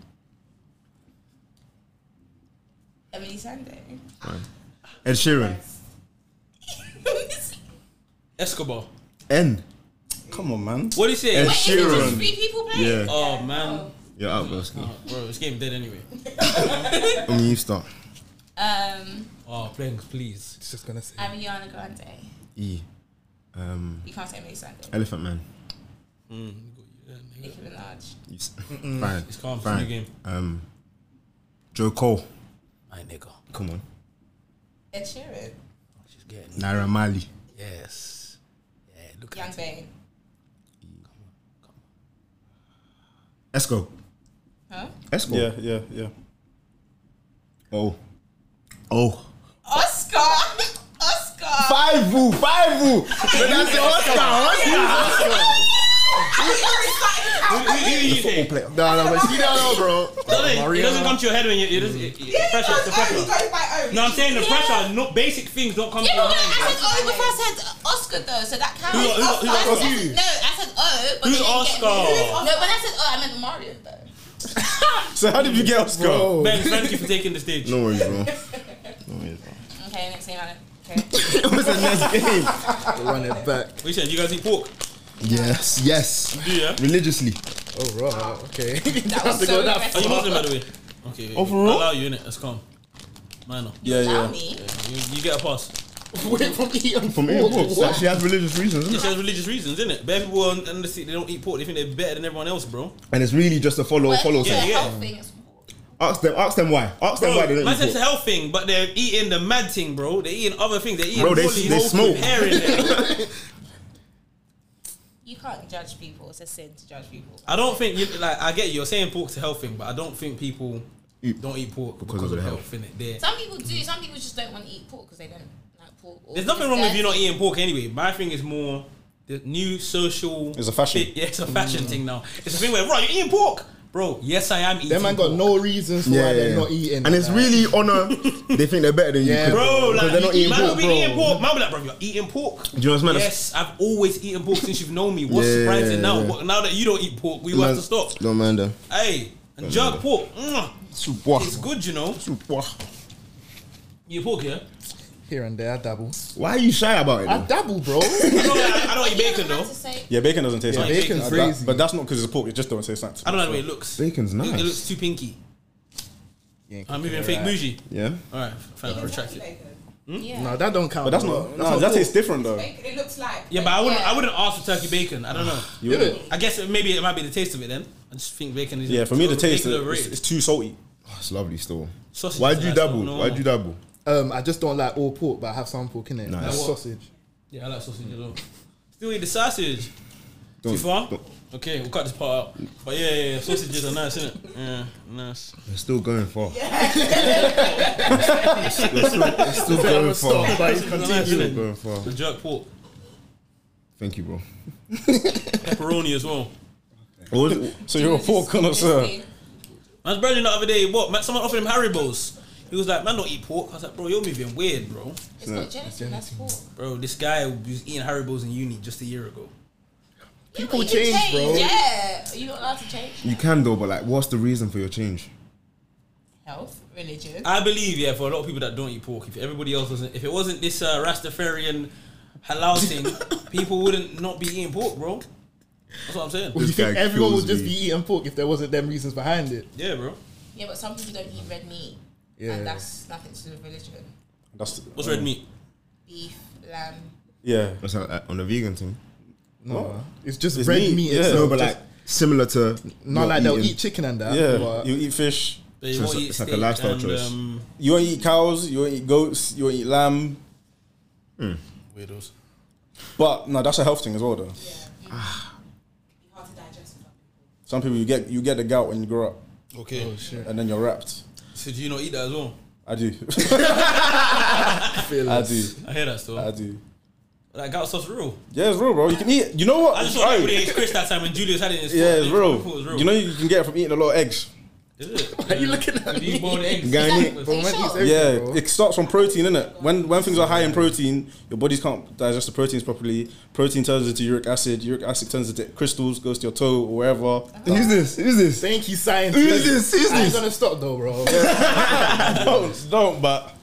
Emily Sunday.
Ed Sheeran.
Escobar.
N.
Come on, man.
What do you say?
Ed
Wait, is it just
Sheeran.
three people playing?
Yeah.
Oh, man.
You're out, Broski.
Bro, this game dead anyway.
I mean, you start.
Um,
Oh, thanks, please.
It's just gonna say.
Ariana Grande.
E. Um,
You can't say Emily Sunday.
Elephant Man.
Nicki Minaj.
You s- Fine.
It's calm. It's a new
Fine.
game.
Um, Joe Cole.
My nigga.
Come on.
Ed Sheeran.
She's getting
Naira Mali.
Yes. Yeah, look
Young
at it.
Bane.
Esco.
Huh?
Esco.
Yeah, yeah, yeah.
Oh. Oh.
Oscar. Oscar.
Five woo, five woo. But that's the Oscar. Oscar.
Who, who, who you say?
Player.
No, no, but she don't know, bro.
No, it- it
Maria.
doesn't come to your head when you. It doesn't, it, it, the pressure. It's the
He
pressure.
goes by own.
No, I'm saying the pressure. No basic things don't come
Yeah,
to
but
your
when
mind.
I said O before I said Oscar though, so that counts.
Who- who- who-
I
who-
said-
who?
No, I said O, but
Who's
they didn't get me.
Oscar?
No, when I said O, I meant Mario though.
So, how did you get Oscar?
Bro.
Ben, thank you for taking the stage.
No worries, bro. No worries, bro.
Okay, next thing I Okay.
What's the next game?
Run it back.
We said you guys eat pork.
Yes, yes.
Do you? Yeah?
Religiously.
Oh, right. Okay.
That was so
Are you Muslim, by the way? Okay. wait,
Overall?
I'll allow you in it. Let's calm. Minor.
Yeah,
Allow
yeah.
me.
You, you get a pass.
Wait from Ian.
From Ian Brooks. Like, she has religious reasons,
It's
isn't it?
just religious reasons, isn't it? Bare people on, on the seat, they don't eat pork. They think they're better than everyone else, bro.
And it's really just a follow,
But
follow
it's
thing.
a
yeah.
health thing. It's-
Ask them, ask them why. Ask them
Bro,
why they don't
man,
eat
it's a
pork.
health thing, but they're eating the mad thing, bro. They're eating other things. They're eating
Bro, they-
bullies
they
with
smoke.
hair in there.
You can't judge people. It's a sin to judge people.
I don't think you like. I get you, you're saying pork's a health thing, but I don't think people don't eat pork because, of, the health. in it. There,
Some people do. Some people just don't want to eat pork because they don't like pork. Or
there's nothing wrong
it's
with you
dirty.
not eating pork anyway. My thing is more the new social.
It's a fashion.
yeah, it's a
Mm.
fashion thing now. It's a thing where right, you're eating pork, bro. Yes, I am eating.
Them man got
pork.
no reasons for why they're not eating.
And it's
like.
really on a. They think they're better than you,
Yeah,
could,
Bro,
because
like
they're not
you-
eating
man will
pork.
be
bro.
eating pork. Man will be like, bro, you're eating pork.
Do you know what's mad?
Yes, I've always eaten pork since you've known me. What's
Yeah,
surprising
yeah,
now?
yeah.
What, now that you don't eat pork, we have to stop.
Don't mind them.
Hey, and jerk pork. Mm, it's good, you know. You pork, yeah.
here and there. I dabble.
Why are you shy about it?
I
though?
dabble, bro.
I don't, like- I don't eat bacon
You don't
though.
have to say-
Yeah, bacon doesn't taste
Yeah,
nice.
bacon's
Uh, that-
crazy.
but that's not because it's pork. It just don't taste nice.
I don't like the way it looks.
Bacon's
It-
nice.
It looks too pinky. I'm moving fake bougie.
Yeah.
All right, fine. I retract it.
Bacon.
Hmm?
Yeah.
No, that don't count.
But that's
bro.
not. no, that tastes different though.
Bacon, It looks like.
Yeah, but I wouldn't.
Yeah.
I wouldn't ask for turkey bacon. I don't know.
You wouldn't?
I guess it, maybe it might be the taste of it. Then I just think bacon is.
Yeah, for me the
it's
taste
overrated.
is it's too salty.
Oh, it's lovely still.
Sausage
Why'd
is
you
nice,
double?
no.
Why'd you double?
Um, I just don't like all pork, but I have some pork in it.
Nice.
Like
What?
sausage.
Yeah, I like sausage as well. Still eat the sausage. Too far? Okay, we'll cut this part out. But yeah, yeah, yeah, sausages are nice, isn't it? Yeah, nice.
They're still going far. they're still, they're still going far.
nice,
Still
isn't it?
going far.
The jerk pork,
Thank you, bro.
pepperoni as well.
What was it?
So you're a pork connoisseur.
Honestly.
Man's brother the other day, what? Man, someone offered him Haribo's. He was like, man, don't eat pork. I was like, bro, you're moving weird, bro.
It's not gelatin. That's pork.
Bro, this guy was eating Haribo's in uni just a year ago.
People
You can
change, bro.
Yeah, you're not allowed to change.
You can though, but like, what's the reason for your change?
Health, religion.
I believe, yeah, for a lot of people that don't eat pork, if everybody else wasn't, if it wasn't this uh, Rastafarian halal thing, people wouldn't not be eating pork, bro. That's what I'm saying.
You
This
think
guy
everyone
kills
would just
me.
be eating pork if there wasn't them reasons behind it?
Yeah, bro.
Yeah, but some people don't eat red meat,
Yeah.
and that's nothing to do with religion.
That's
What's red meat?
Beef, lamb.
Yeah.
What's that, like, uh, on the vegan thing?
No, it's just
It's
red
meat,
meat.
yeah.
itself,
no, but
just-
like similar to
not like they'll
eating.
eat chicken and that.
Yeah.
but-
You eat fish.
They
So
won't
it's-
eat
it's like a
steak
lifestyle
and,
choice.
Um,
You won't eat cows. You won't eat goats. You won't eat lamb.
Weirdos.
But no, that's a health thing as well though.
It's Hard to digest. with that.
Some people you get you get the gout when you grow up,
Okay.
and then you're wrapped.
So do you not eat that as well?
I do.
feel
I
it.
do.
I hear that still.
Uh,
I do.
Like gout sauce real.
Yeah, it's real, bro. You can eat. It. You know what?
I just
It's
thought
right.
everybody ate Chris that time when Julius had it in his
Yeah,
food.
it's
They
real.
thought it was
You know you can get it from eating a lot of eggs.
Is it? Why
you looking at
You boiled eggs.
Guy,
Is
Any-
that-
But when
Are you
it's
sure?
every-
Yeah,
bro.
it starts from protein, innit? When when things are high in protein, your bodies can't digest the proteins properly. Protein turns into uric acid. Uric acid turns into crystals, goes to your toe or wherever.
Who's this? Who's this?
Thank you, science.
Who's this? Who's
I ain't
this?
gonna stop though, bro.
don't, don't, but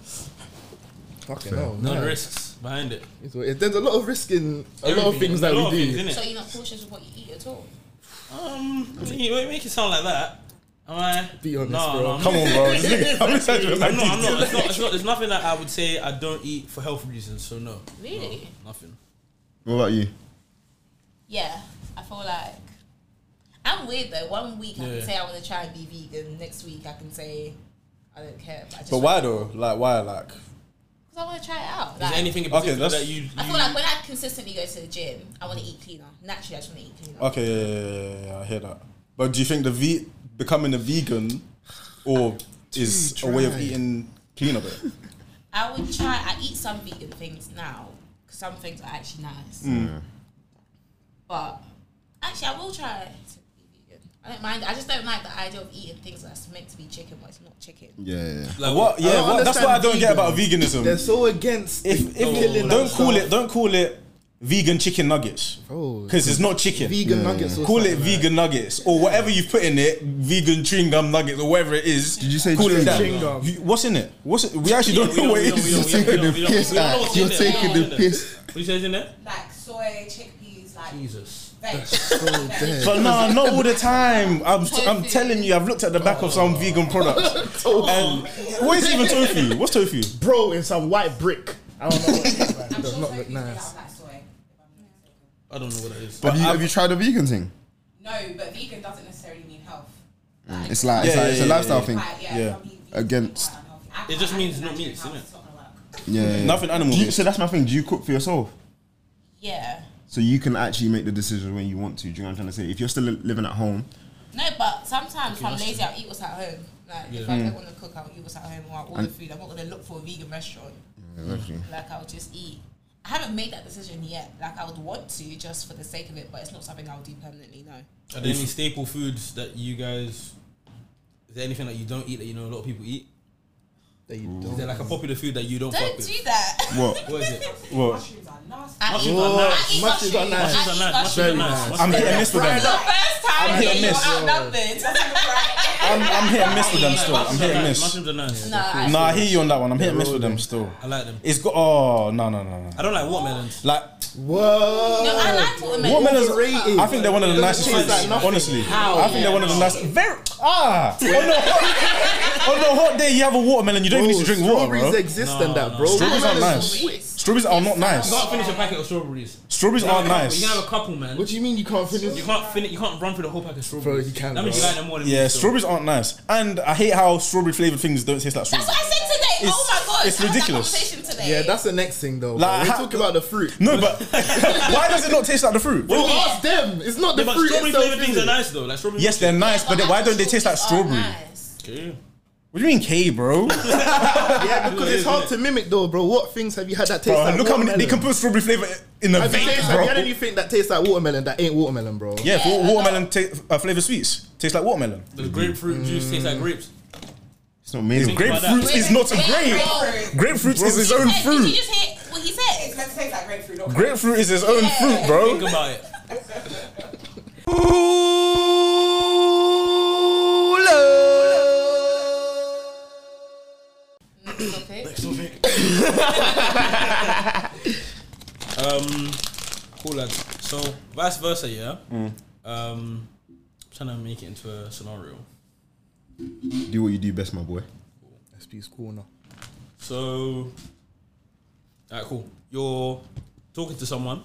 Fucking hell,
No
man.
risks behind it.
It's what- it- There's a lot of risk in a lot of
Everything,
things
a
that
lot
we
of
do.
things,
So
innit?
you're not cautious of what you eat at all.
Um, I mean, you don't make it sound like that. Am I?
Be honest,
no,
bro.
No, I'm
come
not-
on, bro. This nigga- I'm exaggerating like
I'm not, I'm
this.
not, it's not, it's not, there's nothing that I would say I don't eat for health reasons, so no.
Really?
Nothing.
What about you?
Yeah, I feel like I'm weird though. One week I
Yeah.
can say I want to try and be vegan. Next week I can say I don't care. But, I just
But why though? Like why? Like
Because I want to try it out.
Is
Like,
there anything in
Okay,
particular
that's-
that you, you
I feel like when I consistently go to the gym, I want to eat cleaner. Naturally, I just want to eat cleaner.
okay, yeah, yeah, yeah, yeah, I hear that. But do you think the ve- becoming a vegan or is a way of
dry.
eating cleaner? Bit?
I would try. I eat some vegan things now. 'cause Some things are actually nice. But actually, I will try to be vegan. I don't mind. I just don't like the idea of eating things that's meant to be chicken, but it's not chicken.
Yeah, yeah.
like
What? Yeah,
don't
what, that's what I don't get about veganism.
They're so against
if, if
killing
don't
us,
call
so-
it don't call it vegan chicken nuggets
Bro.
because it's not chicken.
Oh. vegan nuggets. or
Call it
something like
vegan nuggets or whatever you put in it, vegan chewing gum nuggets or whatever it is. Did
you say
call
chewing
it that?
chewing gum?
You- what's in it? What's it? We actually
Yeah,
don't
we
know what
we
it
we
is.
we
taking
don't-
the
we don't- we
piss
don't know
out.
what's
You're
in there.
taking the piss.
What you says in there?
Like soy, chickpeas, like
Jesus.
Veg.
So dead.
But no, not all the time. I'm, I'm telling you, I've looked at the back of some vegan products. and what is even tofu? What's tofu?
Bro, in some white brick. I don't know what it is, man. It
I'm
does
sure
not
tofu
look
is made
nice.
out of black soy, if I'm not mistaken.
I don't know what that is.
But
Have you,
I-
have you tried the vegan thing?
No, but vegan doesn't necessarily mean health.
It's like, it's,
Yeah,
like
yeah,
it's a
yeah,
lifestyle
yeah.
thing.
Quite, yeah,
Yeah.
some people eat
Against-
quite unhealthy. I-
It just
I
means
live in
not
Nigerian
meats,
house,
innit?
it's not gonna work.
Yeah, yeah, yeah.
Nothing animal
Do you-
based.
so that's my thing. Do you cook for yourself?
Yeah.
So you can actually make the decisions when you want to. Do you know what I'm trying to say? If you're still li- living at home,
No, but sometimes if I'm
that's
lazy, I'll eat what's at home. Like, if
Mm.
I don't want to cook, I'll eat what's at home or I'll order food. I'm not going to look for a vegan restaurant. Like, I'll just eat. I haven't made that decision yet. Like, I would want to just for the sake of it, but it's not something I'll do permanently, no.
Are there any staple foods that you guys? Is there anything that you don't eat that you know a lot of people eat?
They
Is there
don't.
like a popular food that you don't, fuck
Don't
with?
do that.
what?
What is it?
What?
Mushrooms are nasty.
I eat
Mushrooms are nice.
I eat
Mushrooms are nice.
Mushrooms are
I eat
nice. Mushrooms are
Very
nice.
nice.
Mushrooms
I'm hit and miss with them. hit and miss. I'm, I'm hit and
It's the first time that you're outnumbered.
miss with them still.
are
I'm hit and
nice.
miss.
Mushrooms are nice.
Nah, I-
Nah, I hear you on that one. I'm hit and miss with them still.
I like them.
It's got. Oh, no, no, no, no.
I don't like watermelons.
Like,
Whoa.
No, I like watermelon.
watermelons.
Overrated.
I think they're one of the nicest
taste
foods.
like nothing.
honestly, I think they're one of the nicest. Very. Ah! On the hot, on the hot day, you have a watermelon, you don't even need to drink water,
Strawberries
bro.
exist and that, bro.
Strawberries aren't nice.
Strawberries.
Strawberries are not
You
nice.
can't finish a packet of strawberries.
Strawberries
You can
aren't
have a couple-
nice.
You can have a couple, man.
What do you mean you can't finish?
You can't finish. You can't run through the whole pack of strawberries.
Bro, you can,
That means you
bro.
like them more than me,
Yeah,
so-
strawberries aren't nice. And I hate how strawberry flavored things don't taste like
That's
strawberry.
what I said today.
It's-
oh my
it's
god, I had that
ridiculous.
conversation today.
Yeah, that's the next thing though.
Like,
Like, we
how-
talk about the fruit.
No, but why does it not taste like the fruit?
Bro, ask them. It's not the
Yeah, but
fruit.
strawberry
itself,
flavored
is
things
it?
are nice though. Like strawberry.
Yes, they're nice, but then why don't they taste like
Strawberries
strawberry?
are nice.
Okay.
What do you mean, K, bro?
Yeah, because it's hard to mimic though, bro. What things have you had that taste
bro
like
look how many they
watermelon?
can put strawberry flavor in a
Have you, taste,
vape,
have you
bro.
had anything that tastes like watermelon that ain't watermelon, bro?
Yeah, for watermelon ta- uh, flavored sweets taste like watermelon.
Does grapefruit juice taste like grapes?
It's not made of grape.
Grapefruit
that.
is not a
Wait,
grape.
wait,
Grapefruit is his own
Hey, Did you
fruit.
just hear what he
It's
said?
meant to taste like grapefruit. Not
Grapefruit is his own fruit,
Think
bro.
about it.
Stop it.
Um, cool lads. So vice versa, yeah. Um, trying to make it into a scenario.
Do what you do best, my boy.
SP's corner.
So, alright, cool. You're talking to someone.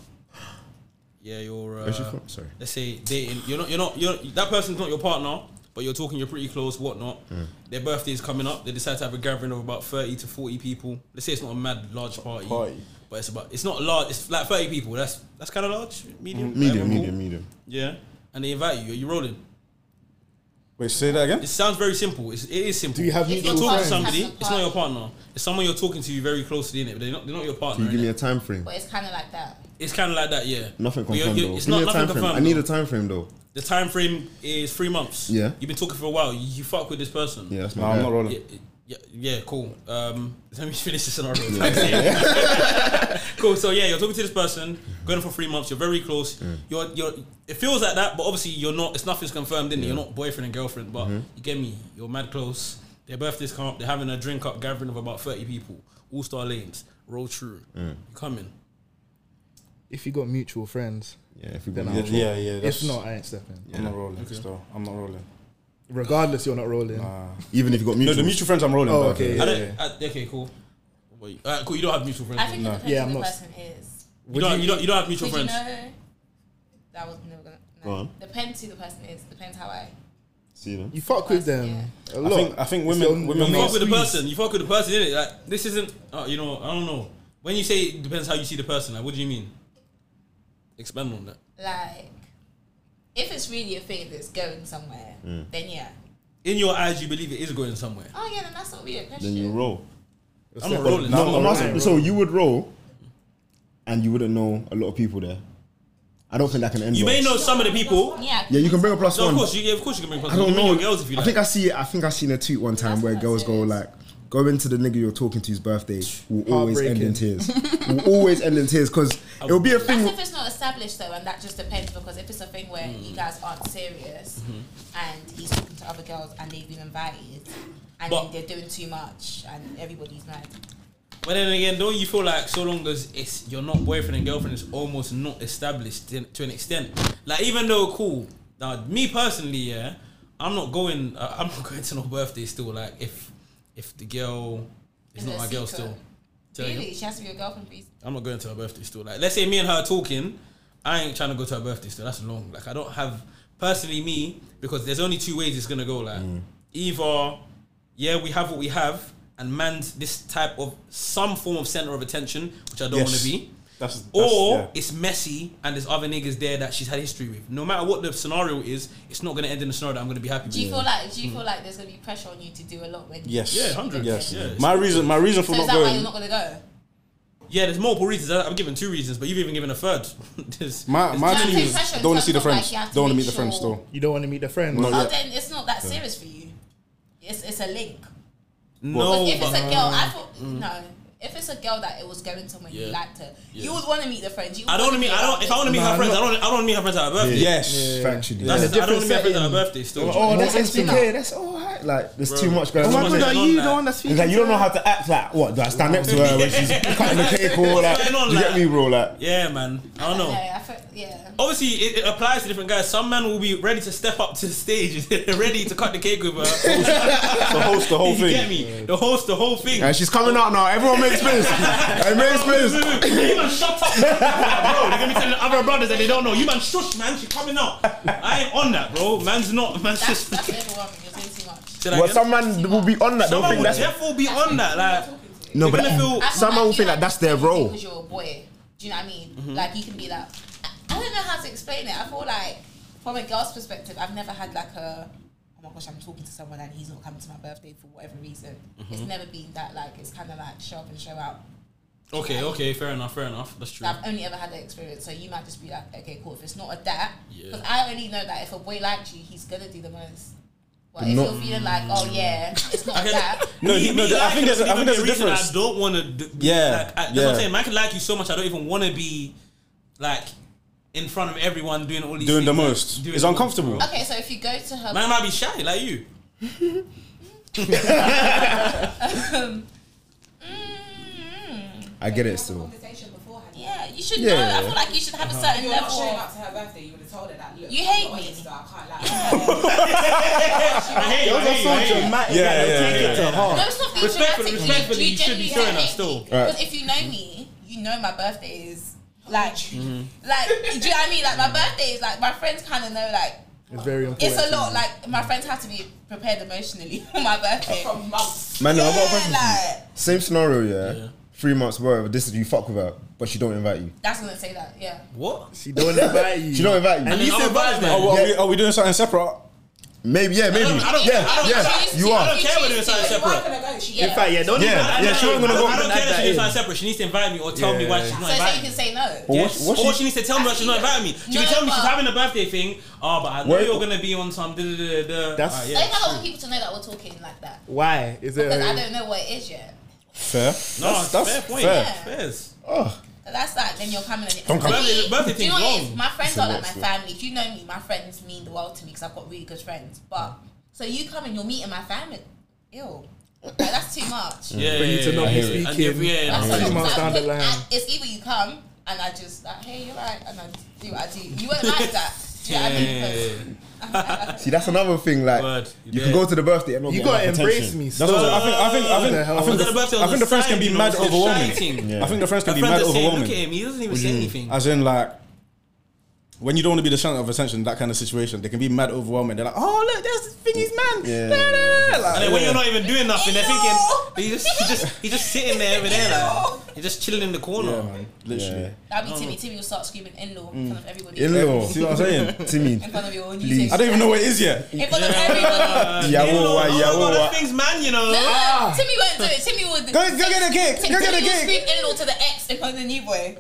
Yeah, you're. Uh,
Where's she from? Sorry.
Let's say dating. You're not. You're not. You're that person's not your partner, but you're talking. You're pretty close. Whatnot. Their birthday is coming up. They decide to have a gathering of about thirty to forty people. Let's say it's not a mad large party,
Party.
but it's about. It's not large. It's like thirty people. That's that's kind of large. Medium.
Medium,
whatever,
medium,
cool.
medium.
Yeah. And they invite you. Are you rolling?
Wait, say that again.
It sounds very simple. It's, it is simple.
Do you have
If you're
mutual
talking to
friends?
somebody, it's not your
Has a
partner. It's someone you're talking to very closely in it, but they're not, they're not your
Can
partner.
you give
innit?
me a time frame?
But it's kind of like that.
It's kind of like that, yeah.
Nothing
But you're-
confirmed
you're-
though.
It's
Give me
not
a
nothing
time frame.
confirmed.
I need
though.
a time frame though.
the time frame is three months.
Yeah.
you've been talking for a while. You, you fuck with this person.
Yeah, that's my
No, I'm
guy.
not
Yeah,
rolling.
yeah, yeah, cool. Um, let me finish this scenario. cool. So yeah, you're talking to this person, going for three months. You're very close. You're you're. It feels like that, but obviously you're not. It's nothing's confirmed. Then you're not boyfriend and girlfriend, but you get me. You're mad close. Their birthdays come up. They're having a drink up gathering of about thirty people, all star lanes, roll through, coming.
If you got mutual friends,
Yeah, if we
then
got
I'll
yeah,
roll.
yeah, yeah, that's-
If not, I ain't stepping.
I'm not rolling. Still, I'm not rolling.
Regardless, you're not rolling.
even if you got
No,
mutual.
the mutual friends I'm rolling.
Oh,
bro.
okay,
I don't, I, okay, cool. Wait, uh, cool. You don't have mutual friends.
I think it depends
Yeah,
who
I'm
the
not-
person is.
you, don't, you, don't, you don't have mutual
Did
friends.
you know? That was never gonna. No.
Go on.
Depends who the person is. Depends how I.
See them.
You fuck with them a lot.
think- I think women-
It's your-
women
your
You
know-
main
fuck with the
squeeze.
person. You fuck with the person, innit? Like this isn't. Oh, you know, I don't know. When you say it depends how you see the person, like what do you mean? Expand on that.
like if it's really a thing that's going somewhere, then yeah.
In your eyes, you believe it is going somewhere.
Oh yeah, then that's not really a question.
Then you roll.
I'm not rolling.
No,
I'm
I'm
not
asking- so you would roll, and you wouldn't know a lot of people there. I don't think that can end.
You may
well.
know some of the people.
yeah.
Yeah, you can bring a plus
So
one.
of course, you, yeah, of course you can bring.
I don't know.
girls if you
I
like.
think I see. I think I seen a tweet one time
That's
where
not
girls go
serious.
like, "Go into the nigga you're talking to's birthday will always end in
Heartbreaking.
tears. will always end in tears because it'll be a
That's
thing.
if it's not established though, and that just depends because if it's a thing where you guys aren't serious and he's talking to other girls and they've been invited and then
But-
they're doing too much and everybody's mad.
But then again, don't you feel like so long as it's you're not boyfriend and girlfriend, it's almost not established in- to an extent. Like even though cool, now me personally, yeah, I'm not going. Uh, I'm not going to no birthday still. Like if if the girl is
Is
not
it
my
a
girl
secret?
still, Tell you-
Really? She has to be your girlfriend, please.
I'm not going to her birthday still. Like, let's say me and her talking, I ain't trying to go to her birthday still. That's long. Like, I don't have personally me because there's only two ways it's gonna go. Like,
Mm.
either yeah, we have what we have, and man's this type of some form of center of attention, which I don't want
Yes.
to be.
That's, that's
Or
yeah.
it's messy and there's other niggas there that she's had history with. No matter what the scenario is, it's not gonna end in a scenario that I'm gonna be happy with.
Do you feel like do you feel like there's gonna be pressure on you to do a lot when
yes,
Hmm. Yeah, 100.
Yes,
Yeah.
my reason, my reason for
So is
not
that why you're
going,
not gonna go?
yeah, there's multiple reasons. I- I've given two reasons, but you've even given a third. There's-
my
there's
my
Trying to
thing
take
is
pressure in
don't want to
terms
see the
of, like,
friends,
you have to
don't want to meet
make
the friends
sure-
still.
You don't want to meet the friends.
No,
Oh,
yeah.
then it's not that serious for you. It's it's a link.
no,
Because if it's
but-
a girl, I thought
Mm.
no. If it's a girl that it was going to when you
Yeah.
liked her,
Yeah.
you would want to meet the friends. You
I don't want to meet. I don't. If I want to meet her
Nah,
friends, I
no.
don't. I don't want to meet her friends at her birthday.
Yes,
Factually.
That's, I
Yeah.
don't want to meet her friends at her
Different
birthday. Still.
Oh,
More
that's
intimate.
SDK. That's all right. Like, there's
Bro.
too much going
Oh
on.
my
Someone
god,
said
are you
none
the
that.
one that's
It's
speaking?
like you don't know how to act. Like, what? Do I stand next to her when she's cutting the cake or like?
What's going on,
you get
like?
me, bro? Like,
yeah, man. I don't know.
I feel, yeah.
Obviously, it, it applies to different guys. Some man will be ready to step up to the stage, ready to cut the cake with her.
the host, the whole
you get
thing.
me? The host, the whole thing.
and she's coming out now. Everyone make space. Hey, make space.
you man, shut up, bro. They're gonna be telling other brothers that they don't know. You man, shush, man. She coming out. I ain't on that, bro. Man's not. Man's
That's
just.
that's overwhelming. You're doing too much.
Should I
Well,
get-
some man will be on that. They'll
Someone
think
will
that's
definitely be on that. Like,
no, but
gonna feel-
I feel
someone will
you
think that
have to
that's their
explain it
role. Mm-hmm.
Because you're a boy, do you know what I mean? Like you can be like, I I don't know how to explain it. I feel like from a girl's perspective, I've never had like a, oh my gosh, I'm talking to someone and he's not coming to my birthday for whatever reason.
Mm-hmm.
It's never been that like it's kind of like show up and show out.
okay, okay, fair enough, fair enough. That's true.
I've only ever had that experience, so you might just be like, okay, cool. If it's not a that,
Yeah.
because I only know that if a boy likes you, he's gonna do the most. But if
not-
you're feeling like, oh yeah, it's not a
Okay.
that.
No, he- no, I think there's a- I think there's a difference.
I don't want to. D-
Yeah,
like, I, that's
yeah.
what I'm saying. Man, I can like you so much. I don't even want to be like in front of everyone doing all these
Doing the
things, like,
most.
doing
It's
the most,
uncomfortable.
bro.
Okay, so if you go to her,
Man, I might be shy like you.
Mm,
I get it
Have a
still.
conversation beforehand.
yeah, you should
Yeah,
know.
yeah, Uh-huh.
I feel like you should have a
If
certain
you're not
level.
showing
of-
up to her birthday, you would have told her that. Look,
You
I'm
hate
not
me.
honest, though, I can't lie.
I hate you. I
Those are
hate you. I
so
hate you.
dramatic.
Yeah,
Yeah, yeah,
yeah,
take
yeah,
it to
No,
heart.
it's not being
Respectfully-
dramatic.
respectfully, you should be
genuinely
showing up
hate
still.
me. Because if you know me, you know my birthday is like,
Mm-hmm.
like, do you know what I mean? Like my birthday is like my friends kind of know like
It's very important.
it's a lot. Like my friends have to be prepared emotionally for my birthday.
From months.
Man, no, I've got a question. for you.
like
Same scenario, yeah.
Yeah.
Three months, whatever. This is you fuck with her, but she don't invite you.
that's gonna say that. Yeah.
What?
She don't invite you.
She don't invite you.
And
you
then
said
other brothers,
vibes,
man.
Oh, well, are,
Yeah.
we, are we doing something separate?
Maybe, yeah, maybe.
I don't- I don't-
yeah,
I don't-
yeah.
I don't-
you are.
I don't care whether it's like
If
separate.
you are gonna go, she
Yeah.
In fact, yeah, don't
Yeah,
invite
I-
yeah,
I-
she wasn't gonna
I-
go
I don't
back
care
that
that she needs
in.
to separate. She needs to invite me or tell me why she's
So,
not
so you
inviting.
can say no.
But
Yes.
what- what
or
she-
she needs to tell me that she's not inviting me. She
No,
can tell me
but-
she's having a birthday thing. Oh, but I know
Where-
you're gonna be on some. Da, da, da, da.
That's-
Ah,
I
yeah.
think I don't want people to know that we're talking like that
Why? Is it?
because I
a-
don't know what it is yet.
Fair.
No,
that's, that's
fair point.
fair.
Yeah.
Fairs.
That's like then you're coming and
Don't come.
For me,
Birthday- birthday
do you know what
thing's
it is?
wrong.
My friends
It's a
are like
lot,
my
it's
family. If you know me, my friends mean the world to me because I've got really good friends. But so you come and you're meeting my family. Ew, like, that's too much.
Yeah,
For you to not be
yeah. And if-
speaking.
yeah,
That's
no,
too
Two
much.
months
So I
down the
put-
line.
I- It's either you come and I just like, hey, you're right, and I do what I do. You won't like that. Do you know what I mean?
Yeah.
'Cause-
See, that's another thing. Like,
Word.
you
Yeah.
can go to the birthday and not
You
get
gotta
enough
embrace
attention.
me.
That's what I think. I think. I think.
the
I
hell?
think,
Was that about
the,
to
I think the friends
decide,
can be
you know,
mad
it's just
overwhelming.
shouting?
I think the friends
My
can be
friends
mad
are saying, look
overwhelming.
at him. He doesn't even
Mm-hmm.
say anything.
As in, like, when you don't want to be the center of attention, that kind of situation, they can be mad overwhelming. They're like, oh, look, there's thingy's man.
Yeah.
Da, da, da, da. Like,
And then when
yeah.
you're not even doing nothing, they're thinking
Ew.
he's just he's just he's just sitting there over there like he's just chilling in the corner.
Yeah, man, literally.
Yeah.
That'll be
Oh.
Timmy. Timmy will start screaming in law in front of everybody.
Mm. In-law.
See what I'm saying?
Timmy.
In front of your new
Please.
I don't even know what it is yet.
In front of everybody.
Yeah,
You know,
whoa, why,
oh,
yeah,
my God,
whoa,
that
why.
thing's man, you know.
No, no, no, Timmy won't do it. Timmy would.
Ah. Go- go get a cake.
Tim-
Go get a
Timmy will
cake.
scream in law to the ex in front of the new boy.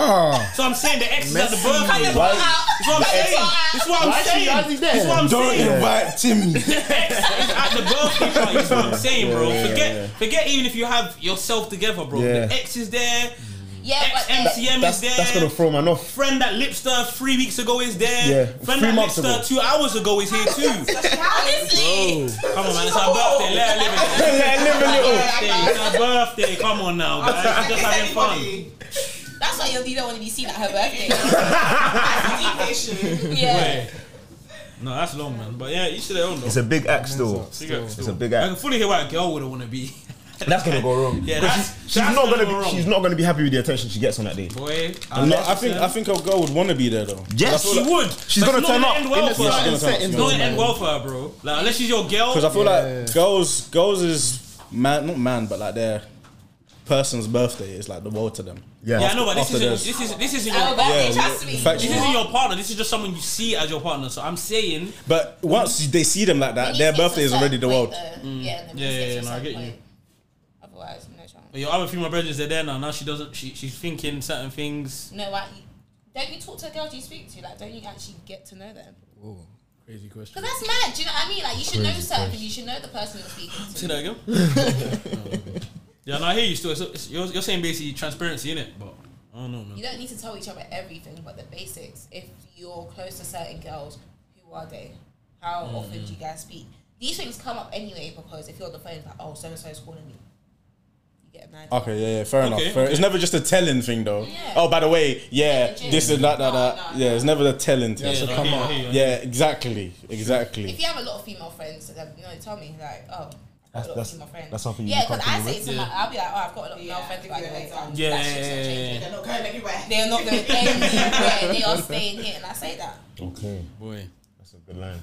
Ah.
So I'm saying the ex is at the
Come
birthday.
and
That's what
sort out.
I'm
Come and
saying.
sort out.
That's what I'm saying. That's what I'm
Don't
saying.
invite Timmy.
Ex is at the birthday party. That's what I'm saying, bro. Forget, forget. Even if you have yourself together, bro.
Yeah.
The ex is there.
Yeah,
Ex
but then-
MCM
That's,
is there.
that's gonna throw man off.
Friend that Lipster three weeks ago is there.
Yeah,
Friend
three
that
months
Lipster
ago.
two hours ago is here too.
Honestly,
Come on, man. It's our birthday. Let her live it.
Let her live a little.
oh.
It's our birthday. Come on now, guys. We're just having fun.
That's why your BBL want to be seen at her birthday. yeah.
Wait. No, that's long, man. But yeah, each to their own, though.
It's a big act still.
Big act
It's a
still.
big
I can
act.
fully hear why a girl wouldn't want to be.
That's gonna go wrong.
Yeah,
'Cause
that's-
she's, she's
that's
not gonna,
gonna go
be.
wrong.
She's not gonna be happy with the attention she gets on that day.
Boy,
No, I think I think a girl would want to be there though.
Yes,
she would.
She's
But
gonna
it's not
turn
gonna
up.
end well
In the
Oh,
for
yeah,
her.
she's gonna turn
It's
settings,
up.
not gonna end well for her, bro. Like unless she's your girl.
Because I feel
Yeah.
like girls, girls is man, not man, but like their person's birthday is like the world to them.
Yeah.
yeah, I know, but this
After
isn't.
this.
This is this isn't
Our
your.
birthday,
Yeah,
trust me.
fact-
This isn't your partner. This is just someone you see as your partner. So I'm saying,
But once they see them like that, their birthday is already the world.
Yeah, then
Mm. Yeah,
it's
yeah,
gets
yeah,
to
no, I
some
get you.
point. Otherwise, no chance.
but your other female brothers are there now. Now she doesn't. She she's thinking certain things.
No, like, don't you talk to the girls you speak to? Like, don't you actually get to know them?
Whoa, crazy question.
Because that's mad. Do you know what I mean? Like, you should know certain things. You should know the person you're speaking to.
Say that again. yeah, no, I hear you still. It's, it's, you're, you're saying basically transparency in it, but I don't know, man.
You don't need to tell each other everything, but the basics. If you're close to certain girls, who are they? How
Mm-hmm.
often do you guys speak? These things come up anyway because if you're on the phone, it's like, oh, so and so is calling me. You get an
Oh.
idea.
Okay, yeah, yeah, fair enough.
Okay,
fair- It's never just a telling thing though.
Yeah.
Oh, by the way, yeah,
Yeah,
this and that, that,
No,
that.
no,
yeah,
no.
it's never the telling thing.
Yeah,
Yeah,
no, I
come
hear you,
on.
I hear you, I
yeah, exactly, exactly.
If you have a lot of female friends, then, you know, tell me like, oh. I've got a lot of
That's-
female friends.
that's something you
Yeah,
can
because I
come
say to
with.
my, I'll be like, oh, I've got a lot of female
Yeah,
friends. who I know
yeah,
it's on.
yeah.
That shit's not changing.
They're not going anywhere.
They're not going anywhere. They are staying here, and I say that.
Okay,
Boy,
that's a good line.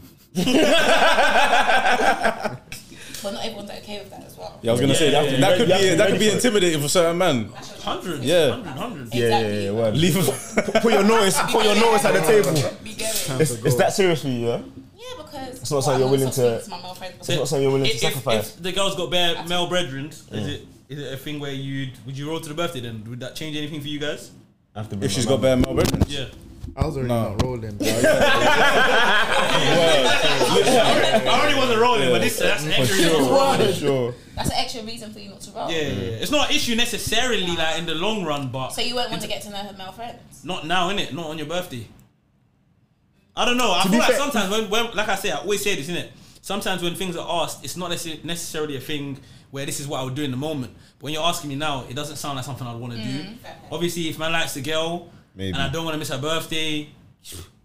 But not everyone's okay with that as well.
Yeah, I was gonna say
Yeah,
that,
yeah,
that
yeah.
could
You have
be
to be
that
ready
could be
for it.
intimidating for certain man.
hundreds,
Yeah.
hundred, hundred.
Yeah, yeah,
Exactly.
yeah. Well,
Leave. him-
put your notice. Put your notice at the table.
Be going.
It's, it's that serious for you, yeah?
Yeah, because
not something you're
I'm
willing
not
to-
speaking my male friends.
It's not something you're willing to
If, if,
sacrifice.
if the girl's got bare male brethren, is it is it a thing where you'd would you roll to the birthday then? Would that change anything for you guys?
After
If she's got bare male brethren.
Yeah.
I was already
No.
not rolling.
I already wasn't rolling, but this that's an extra reason to roll.
for sure.
That's an extra reason for you not to roll.
Yeah, yeah, yeah. It's not an issue necessarily like in the long run, but
So you won't want to get to know her male friends.
not now, innit? Not on your birthday. I don't know. I feel like sometimes when, when like I say, I always say this, innit? Sometimes when things are asked, it's not necess- necessarily a thing where this is what I would do in the moment. But when you're asking me now, it doesn't sound like something I'd want to do. Obviously, if man likes the girl
Maybe.
and I don't want to miss her birthday,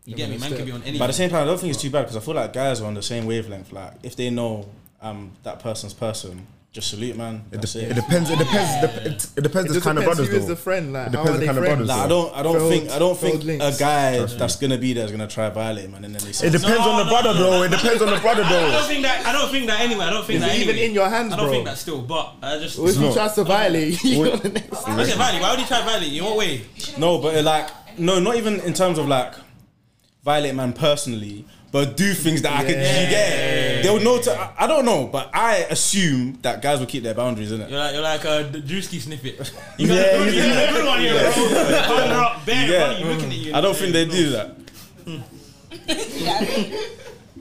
you get me. Man could be on any.
But at the same time, I don't think it's too bad because I feel like guys are on the same wavelength. Like if they know um that person's person, just salute, man.
It,
That's
de-
it.
it depends. It depends. dep- it- it depends.
It
the
just
kind of
depends
brothers
who is
though.
the friend, like,
it
how
depends
are
the
they
kind of
friends?
brothers.
Like, I
though.
don't. I don't
Failed-
think. I don't
failed
think a
links.
guy that's gonna be there is gonna try violate him, and then they say,
It depends
No,
on the
no,
brother
no,
though.
no.
It depends on the brother
I don't
though.
think that. I don't think that anyway. I don't think
It's
that
even
anyway.
in your hands,
I don't
bro.
think that still. But I just.
Or if
not.
you try to violate, you
What-
on the next.
I said, Valley, why would you try Valley? In what way?
No, but uh, like no, not even in terms of like violate man personally, but do things that I could you get. They'll know. To, I- I don't know, but I assume that guys will keep their boundaries, innit?
You're like you're like a Drewski snippet. You got
Yeah,
a good,
you
you got a good one here, bro. Partner up, bang,
Yeah.
buddy, looking at you.
I don't think they do that.
You know what I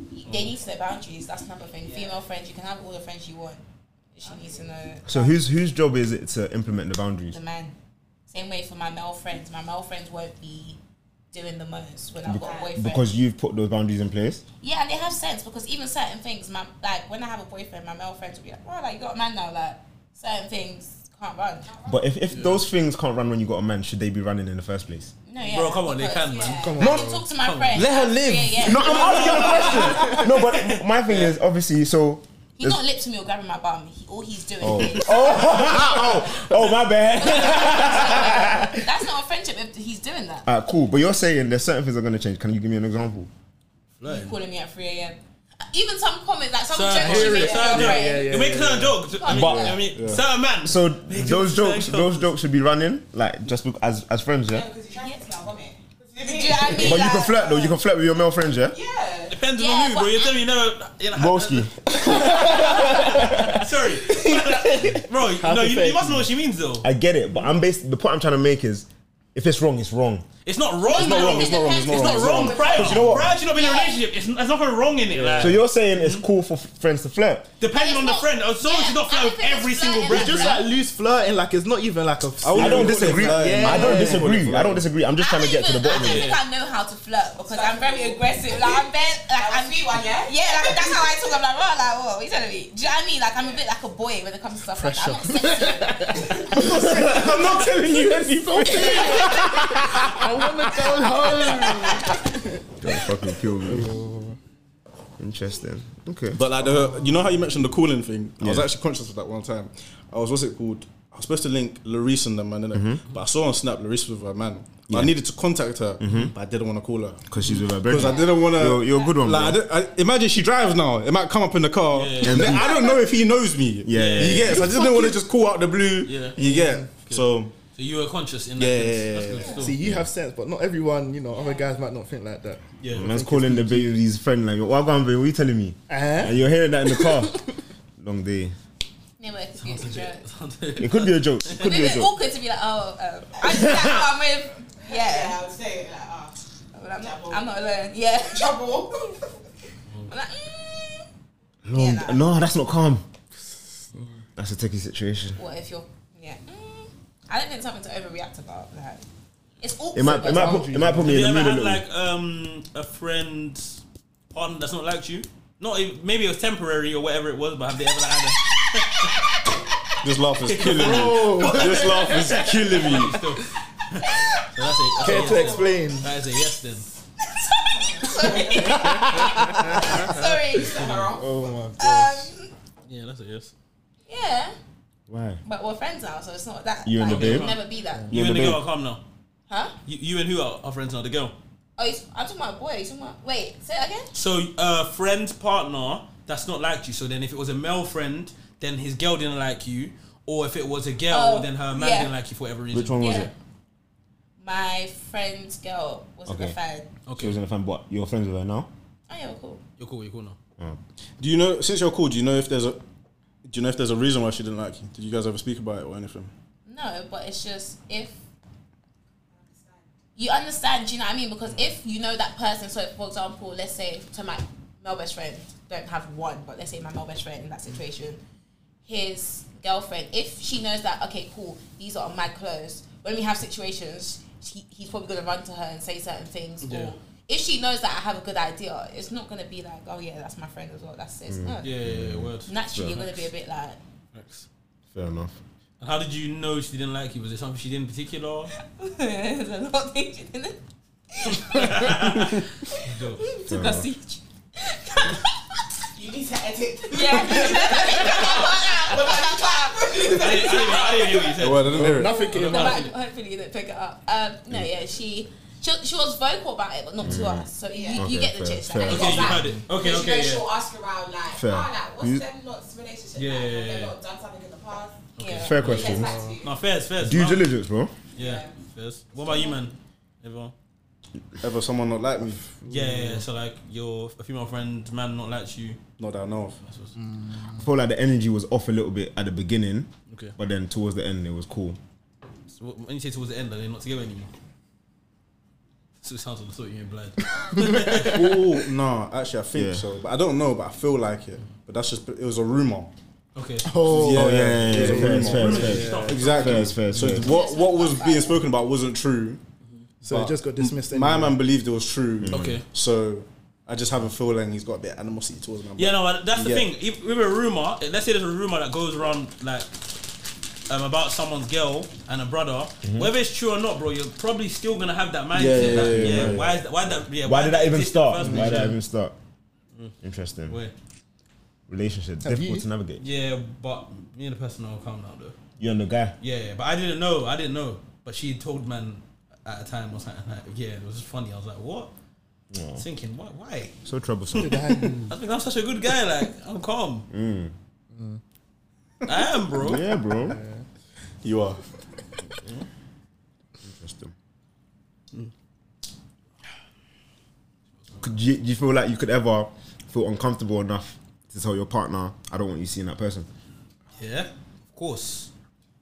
mean? they need to know boundaries. That's another thing. Female friends, you can have all the friends you want. She needs to know
So whose whose job is it to implement the boundaries?
the man. Same way for my male friends. My male friends won't be doing the most when I've got a boyfriend.
Because you've put those boundaries in place.
yeah, and they have sense because even certain things, my like when I have a boyfriend, my male friends will be like, "Oh, like you got a man now." Like certain things can't run.
But if, if those things can't run when you got a man, should they be running in the first place?
No, yeah,
Bro, come on, they
because,
can,
yeah.
man.
Come on, I can talk to my friends.
Let her live.
Yeah, yeah.
No, I'm asking a question. No, but my thing is obviously so.
He's not lip to me or grabbing my bum. He, all he's doing is
Oh, oh, my bad.
that's not a friendship if he's doing that.
Alright, Ah, cool. But you're saying there's certain things that are gonna change. Can you give me an example?
You calling me at 3 a.m. Even some comments, like some
Certain
jokes she
lyrics,
makes about
certain jokes.
friends.
yeah,
You make certain jokes. I mean,
But-
I mean, certain man.
So
Make
those
it
jokes,
stand
those
up.
jokes should be running like just look as as friends, yeah.
Because you try to tell me,
Do you know what I mean?
But you can
Like,
flirt though. You can flirt with your male friends, yeah.
Yeah.
Depends
Yeah,
on who, bro.
but
You're telling me you never. You know,
Broski.
Sorry, bro. No, you, you must know what she means though.
I get it, but I'm based. The point I'm trying to make is, if it's wrong, it's wrong.
It's not wrong. It's
not wrong, it's not wrong, it's not
It's
wrong,
not
it's not
wrong.
wrong.
Brad,
Because
you know what?
Brad, you not been in a
Yeah.
relationship. It's, there's nothing wrong in it. Like,
So you're saying it's cool for f- friends to flirt?
depending on the friend. As long as you're not
Yeah, I
flirting
think it's
with every
flirting. It's
single Brad.
It's just like loose flirting. Like it's not even like a.
I don't disagree.
flirt.
I don't
Yeah.
disagree. I don't disagree. I'm just trying to
don't
get to the
even-
bottom of
I don't
it.
think I know how to flirt because I'm very aggressive. Like I'm very, like
I'm
I'm
sweet one, yeah?
yeah, like that's how I talk. I'm like, oh, like what? What are you telling me? Do you know what I mean? Like I'm a bit like a boy when it comes to stuff like that. I'm
I'm not
not sexy.
telling you anything.
I want to go home.
Don't fucking kill me. Interesting. Okay.
But like the, you know how you mentioned the calling thing. I was actually conscious of that one time. I was what's it called? I was supposed to link Larice and them man, innit?
Mm-hmm.
but I saw on Snap Larice with her man. I needed to contact her, but I didn't want to call her.
Because she's with her
Because I didn't want to.
Mm-hmm. You're, you're a good one,
Like, I
bro.
didn't- I- imagine she drives now. It might come up in the car. Then I don't know if he knows me.
Yeah, yeah,
you
yeah.
get. it? So I just didn't want to just call out the blue.
Yeah.
you get. it? So
So you were conscious in that
Yeah,
sense.
yeah,
That's
yeah,
good still.
See, you have sense, but not everyone. You know, other guys might not think like that.
Yeah.
Man's calling the baby's friend like, "What going, baby? What you telling me?"
Uh-huh.
And you're hearing that in the car. Long day.
Yeah, but it could be a joke.
It could be a joke. It could be a
It's
joke.
awkward to be like, oh, um, I just like, oh, I'm with,
Yeah,
yeah,
I would say like, ah,
but I'm not, I'm not alone. Yeah,
trouble.
I'm like, mm.
Long,
Yeah, nah.
no, that's not calm. That's a tricky situation.
what if you're, yeah, mm. I don't think it's something to overreact about. Like, it's awkward.
It might, it
but-
might, put, it might put me
Have you
in the
ever
mood a
had like
little.
um, a friend partner that's not like you? Not if- maybe it was temporary or whatever it was, but have they ever like, had a
this laugh is killing me. this laugh is killing me.
still? So that's it.
Care
That's
to
a yes.
explain?
That is a yes then.
Sorry.
Oh my god.
Um,
Yeah, that's a yes.
yeah,
Why?
but we're friends now, so it's not that.
You and
like,
the
it'll
babe?
Never be that.
You and the
but
girl
babe-
are calm now.
Huh?
You, you and who are, are friends now? The girl.
Oh, he's, I'm talking about a boy. He's talking about, wait, say it again.
So uh, friend partner that's not like you. So then if it was a male friend, then his girl didn't like you, or if it was a girl,
Oh,
then her man
yeah.
didn't like you for whatever reason.
Which one was
Yeah.
it?
My friend's girl was in a
Okay.
fan.
She was in a fan, but you're friends with her now.
Oh yeah, cool.
You're cool. You're cool now.
Do you know? Since you're cool, do you know if there's a? Do you know if there's a reason why she didn't like you? Did you guys ever speak about it or anything?
No, but it's just if you understand, do you know what I mean? Because if you know that person, so for example, let's say to my male best friend, don't have one, but let's say my male best friend in that situation, his girlfriend, if she knows that, okay, cool, these are my clothes, when we have situations, he, he's probably going to run to her and say certain things.
Yeah.
Or if she knows that I have a good idea, it's not going to be like, oh yeah, that's my friend as well, that's this. No.
Yeah, yeah, yeah, word.
Naturally, you're going to be a bit like,
Facts.
Fair enough.
And how did you know she didn't like you? Was it something she did in particular?
there's a lot of things you didn't
Yo,
to besiege.
You need to edit.
Yeah. Hopefully
I didn't, I didn't, I didn't hear what you said.
Well, I didn't hear it.
Nothing came out.
you didn't pick it up. Um, no, yeah, she, she she was vocal about it, but not to us. So you,
Yeah.
you
Okay,
get the
fair,
gist.
fair.
Like,
Okay, you heard it. Okay,
Because, you
okay,
know,
yeah.
She'll ask around like,
Fair.
ah, like, what's
You-
them lot's relationship
Yeah,
like? Have
yeah,
they
yeah.
not done something in the past?
yeah.
Fair
It gets
question.
back to you.
No, fairs, fairs.
Due
no.
diligence, bro.
Yeah, fairs. What about you, man? Everyone.
Ever someone not like me?
Yeah, yeah, yeah. So like your a female friend, man, not like you.
Not that I know of.
I feel like the energy was off a little bit at the beginning,
Okay.
but then towards the end it was cool.
So what- when you say towards the end, are they not together anymore? So it sounds like the sort you ain't blind.
oh no, actually I think
Yeah.
so, but I don't know. But I feel like it. But that's just it was a rumor.
Okay.
Oh,
yeah,
yeah,
it was a
fair,
rumor.
fair,
Rumors
fair.
is stuff.
Exactly.
Fair, fair,
so
fair.
what what was being spoken about wasn't true.
so it just got dismissed.
My
anyway.
man believed it was true.
Mm.
Okay.
So I just have a feeling he's got a bit of animosity towards my man.
Yeah, no, but that's the
Yeah.
thing. If, with a rumor, let's say there's a rumor that goes around like um, about someone's girl and a brother,
Mm-hmm.
whether it's true or not, bro, you're probably still gonna have that mindset.
Yeah, yeah,
that,
yeah,
yeah,
yeah, yeah.
why is that? Why that? Yeah,
Why did that even
exist in the
start?
first Hmm.
Why
place?
did that even start? Interesting.
Wait.
Relationship
Have
difficult
you-
to navigate.
Yeah, but me and the person are calm now though.
You and the guy.
Yeah, yeah, but I didn't know. I didn't know. But she told man at a time or something. Like, yeah, it was just funny. I was like, what? Thinking, why? Why?
So troublesome.
I think I'm such a good guy. Like I'm calm. I am, bro.
Mm. yeah, bro.
You are.
Hmm.
Interesting. Could you, do you feel like you could ever feel uncomfortable enough to tell your partner, "I don't want you seeing that person"?
Yeah, of course.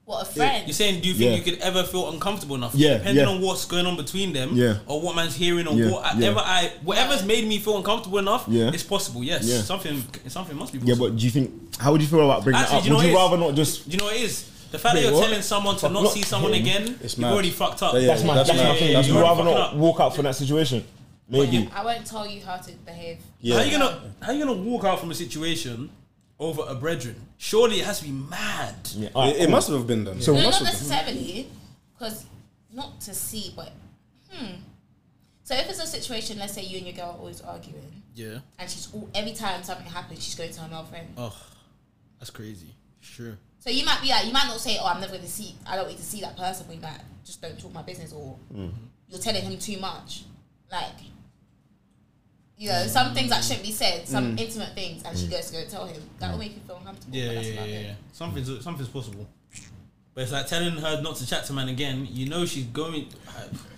What a friend.
You're saying, do you think
Yeah.
you could ever feel uncomfortable enough?
Yeah,
Depending
yeah.
on what's going on between them,
Yeah.
or what man's hearing, or
Yeah,
what
yeah.
whatever I whatever's made me feel uncomfortable enough,
Yeah.
it's possible. Yes,
Yeah.
something something must be
Yeah,
possible.
but do you think? How would you feel about bringing
Actually, do
it up?
you know
Would you
what it is?
rather not just?
do you know what it is? The fact
Wait,
that you're
what?
telling someone to not
Not
see someone
him.
again,
It's
you've
mad.
already fucked up.
Yeah, yeah,
That's my. That's
yeah,
my
yeah,
thing.
yeah,
That's
you're
would
already
rather
fucking
not
up.
walk out from that situation. Maybe.
I won't tell you how to behave.
How you gonna how you gonna walk out from a situation over a brethren? Surely it has to be mad.
Yeah, alright,
It, it
cool.
must have been done.
So
No,
what's
not
the-
necessarily, because not to see, but hmm. So if it's a situation, let's say you and your girl are always arguing,
Yeah.
and she's all, every time something happens, she's going to her male friend.
Oh, that's crazy. Sure.
So you might be like, you might not say, "Oh, I'm never going to see. I don't need to see that person." But you might just don't talk my business, or
Mm.
you're telling him too much. Like, you know, some things that shouldn't be said, some
Mm.
intimate things, and she goes to go tell him. That will make you feel uncomfortable.
Yeah,
but
yeah,
that's
yeah,
about
yeah,
it.
yeah. Something's something's possible. But it's like telling her not to chat to man again. You know she's going.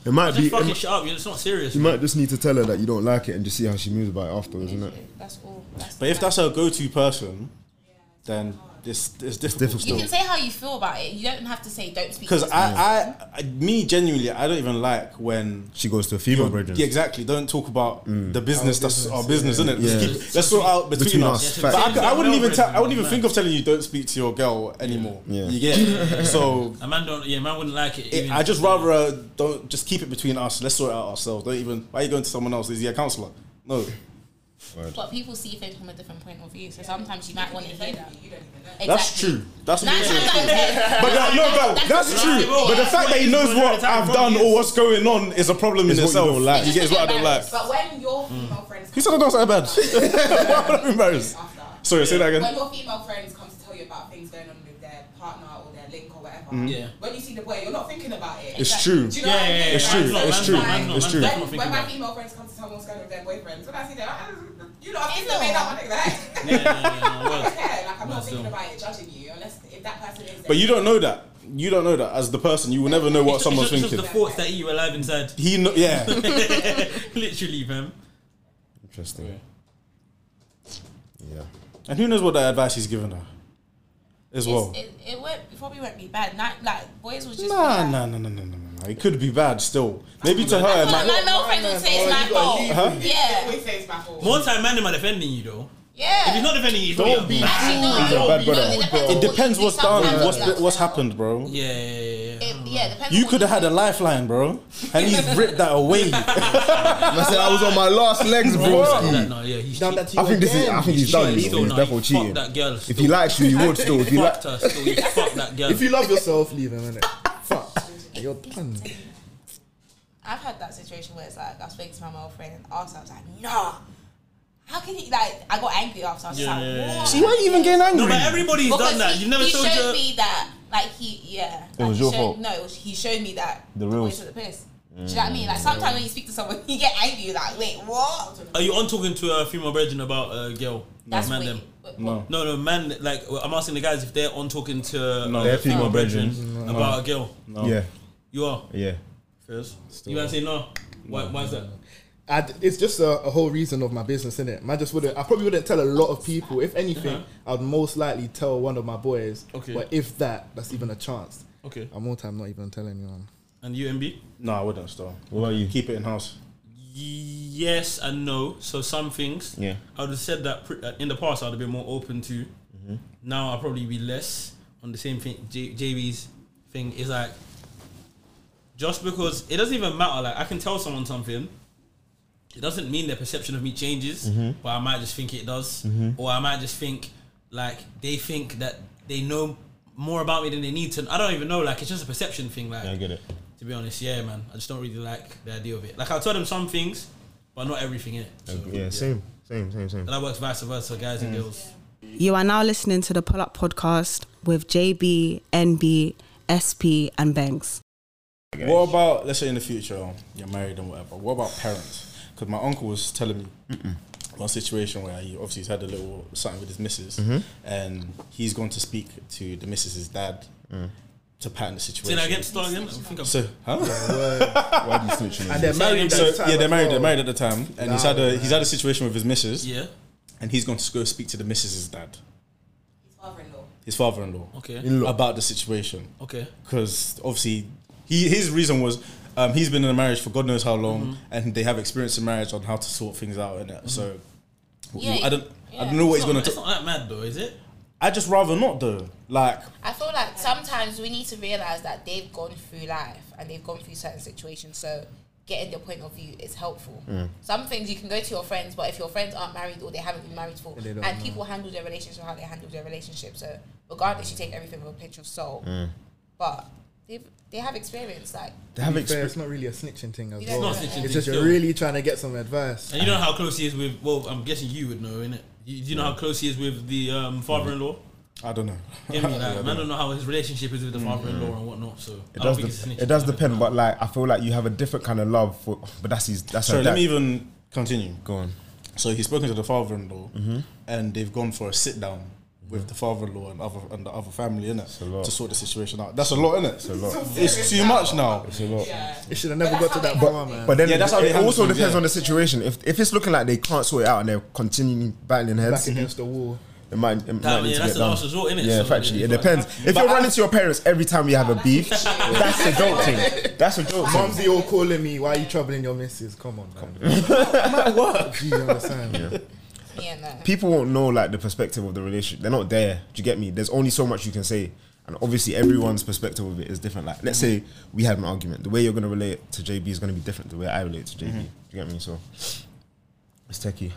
It might
Just
be.
fucking
You
shut up. It's not serious.
might just need to tell her that you don't like it and just see how she moves about it afterwards, isn't it?
That's all. That's
But if that's her go-to person, then it's it's difficult.
difficult.
you can say how you feel about it. You don't have to say don't speak.
Because
to this person."
I, I, I, me genuinely, I don't even like when
She goes to a female
You're- Yeah, exactly. Don't talk about the business. that's
Our business,
our business,
yeah.
isn't it? Just
Mm. Yeah.
keep, let's sort out between,
Between
us.
us,
Yeah,
facts.
But I, could- I wouldn't even. tell I wouldn't even
Yeah.
think of telling you don't speak to your girl anymore.
Yeah.
You get it? so.
a man don't. Yeah, man wouldn't like it.
It,
even-
I just rather uh, don't just keep it between us. Let's sort it out ourselves. Don't even. Why are you going to someone else? Is he a counselor? No.
But people see things from a different point of view, so sometimes you might want to hear that.
You don't even know.
That's
Exactly.
true. That's
Nine
true.
times out of ten.
But that, no, bro, that's,
That's- that's-
true.
that's-
But the fact that he knows what I've done or what's going on is a problem in
It's what you
itself.
don't like.
You get it's what I don't like.
Embarrassed.
But when your female friends
Who said I don't sound bad? Why would I be embarrassed?
after,
Sorry, say that
when
again.
your female friends come to tell you about things going on with their partner or their link or whatever,
Yeah.
when you see the boy, you're not thinking about it.
Mm. It's true.
Do you
Yeah,
know what I
yeah,
mean?
yeah,
Like,
It's true,
man's not-
it's
man's
true.
not- man's not-
It's
man's
true.
not
When,
thinking
when my
about it.
female friends come to tell me what's going on with their boyfriends, when I see them, I, you know,
It's
I'm made
not.
up one that.
Yeah, yeah, yeah,
I
no,
don't
word.
care. Like I'm not
That's
thinking
dumb.
about it, judging you, unless if that person is.
But you don't know that. You don't know that as the person. You will never know what
It's just-
someone's
it's just
thinking.
the thoughts that you alive inside.
He know, yeah.
Literally, fam.
Interesting. Yeah.
and who knows what that advice he's given her as well.
It's- It, it won't. It probably won't be bad. Not, like boys will just.
Nah,
be like,
nah, nah, nah, nah, nah, nah. It could be bad still. Maybe to her,
"Oh,
it might,
my male friends will say it's my fault. Yeah,
always say it's my fault.
More time, man, them are defending you though. If he's
yeah.
not defending you, he's not your
Don't be
man.
Actually, no,
rude.
no,
bad
no,
brother.
on
it
what
depends
you
what's
do sometimes
done, what's
with
what's
yourself.
happened, bro.
Yeah, yeah, yeah, yeah.
It, yeah, depends.
You
on
could have
what
had a lifeline, bro, and he's ripped that away.
I said I was on my last legs, bro.
That, no, yeah, he's
Done that to
I
you
think this is.
again.
I think he's
He's
done.
cheating.
He's,
Still,
he's
no,
definitely
he fucked
cheating.
that girl
if
still.
he likes you, he would still. If he like,
fucked her, still, you fucked that girl.
If you love yourself, leave him, innit? Fuck. You're done.
I've had that situation where it's like I was speaking to my male friend and asked, her, I was like, nah. How can you like? I got angry after. I was just
Yeah,
like,
yeah, yeah.
what?
See, why are you even getting angry?
no, but everybody's
Because
done that.
He,
You've never
he
told
showed
your.
me that, like he, yeah. It
was your fault.
No, it was, he showed me that.
The reals.
boys are the piss. Do you know what
Mm.
I mean? Like sometimes when you speak to someone, you get angry. You're like, wait, what?
Are you on talking to a female virgin about a girl?
That's
man,
weird.
them.
But-
No.
No, no, man. Like I'm asking the guys if they're on talking to
No.
uh,
Their
female
brethren
brethren.
about a girl.
No.
yeah,
You are.
yeah.
Fizz? You gonna say no? Why? Why is that?
I d it's just a, a whole reason of my business, innit? Man, just wouldn't. I probably wouldn't tell a lot of people. If anything, I'd most likely tell one of my boys.
Okay.
But if that, that's even a chance.
Okay.
I'm all time not even telling anyone.
And you, MB?
No, I wouldn't still.
What about you?
Keep it in house.
Yes and no. So some things.
Yeah.
I would have said that pr- uh, in the past. I'd have been more open to.
Mm-hmm.
Now I'll probably be less on the same thing. J- JB's thing is like, just because it doesn't even matter. Like I can tell someone something. It doesn't mean their perception of me changes,
Mm-hmm.
but I might just think it does, or I might just think like they think that they know more about me than they need to. I don't even know. Like it's just a perception thing. Like
I get it.
to be honest, yeah, man. I just don't really like the idea of it. Like I'll tell them some things, but not everything in it. So,
Yeah, same, same, same, same.
And that works vice versa, guys and girls.
You are now listening to the Pull Up Podcast with JB, NB, SP, and Banks.
What about let's say in the future you're married and whatever? What about parents? Because my uncle was telling me one situation where he obviously he's had a little something with his missus,
Mm-hmm.
and he's gone to speak to the missus's dad
Mm.
to pattern the
Say
situation.
that again, start again. I think I'm
So, huh?
Why do you snitch on
And
me?
they're married.
So,
at the time
yeah, they're
as
married. They're
well.
married at the time, and he's had
Nah,
a he's had a situation with his missus,
yeah.
and he's going to go speak to the missus's dad.
father-in-law.
his father-in-law
Okay.
in-law, about the situation
Okay.
because obviously he his reason was um, he's been in a marriage for God knows how long, and they have experience in marriage on how to sort things out in it. So
Yeah,
I don't I
yeah.
don't know what
It's
he's
not,
gonna.
it's
T-
not that mad though, is it?
I just rather not though. Like
I feel like sometimes we need to realize that they've gone through life and they've gone through certain situations. So getting their point of view is helpful. Some things you can go to your friends, but if your friends aren't married or they haven't been married for,
They
and
don't know.
people handle their relationship how they handle their relationship. So regardless, you take everything with a pinch of salt. But they they have experience. Like
They have
To be fair,
experience.
it's not really a snitching thing as
It's
well.
not a snitching
it's
thing,
just
still.
you're really trying to get some advice.
And you know how close he is with. Well, I'm guessing you would know, innit? You, do you know how close he is with the um, father-in-law?
I don't know.
Get me? Like, man, I don't know how his relationship is with the father-in-law and whatnot. So
It
I don't
does,
think it's
de-
snitching.
it does depend, but like I feel like you have a different kind of love for. But that's his. That's
Sorry,
her
let
dad.
me even continue.
go on. Mm-hmm.
So he's spoken to the father-in-law, and they've gone for a sit-down with the father-in-law and other and the other family in it
a lot.
to sort the situation out. That's a lot, innit? It's a
lot.
It's too much now.
It's a lot.
Yeah.
It should have never got to that far, man.
But then
Yeah, that's how they
it
handle
also
things,
depends
yeah.
on the situation. If if it's looking like they can't sort it out and they're continuing battling
back
heads,
against the wall.
it might, it might
Damn,
need
yeah, that's
to get
the
done.
last resort, innit? So,
Yeah, factually,
yeah,
it
fuck.
depends. If you're running to your parents every time you have a beef, that's a dope thing. That's a dope thing.
Mumsy all calling me, why are you troubling your missus? Come on, man. I'm at work. Do you understand?
yeah, no.
people won't know like the perspective of the relationship. They're not there. Do you get me? There's only so much you can say, and obviously everyone's perspective of it is different. Like, let's say we had an argument. The way you're gonna relate to JB is gonna be different. to The way I relate to JB.
Mm-hmm.
Do you get me? So it's techie.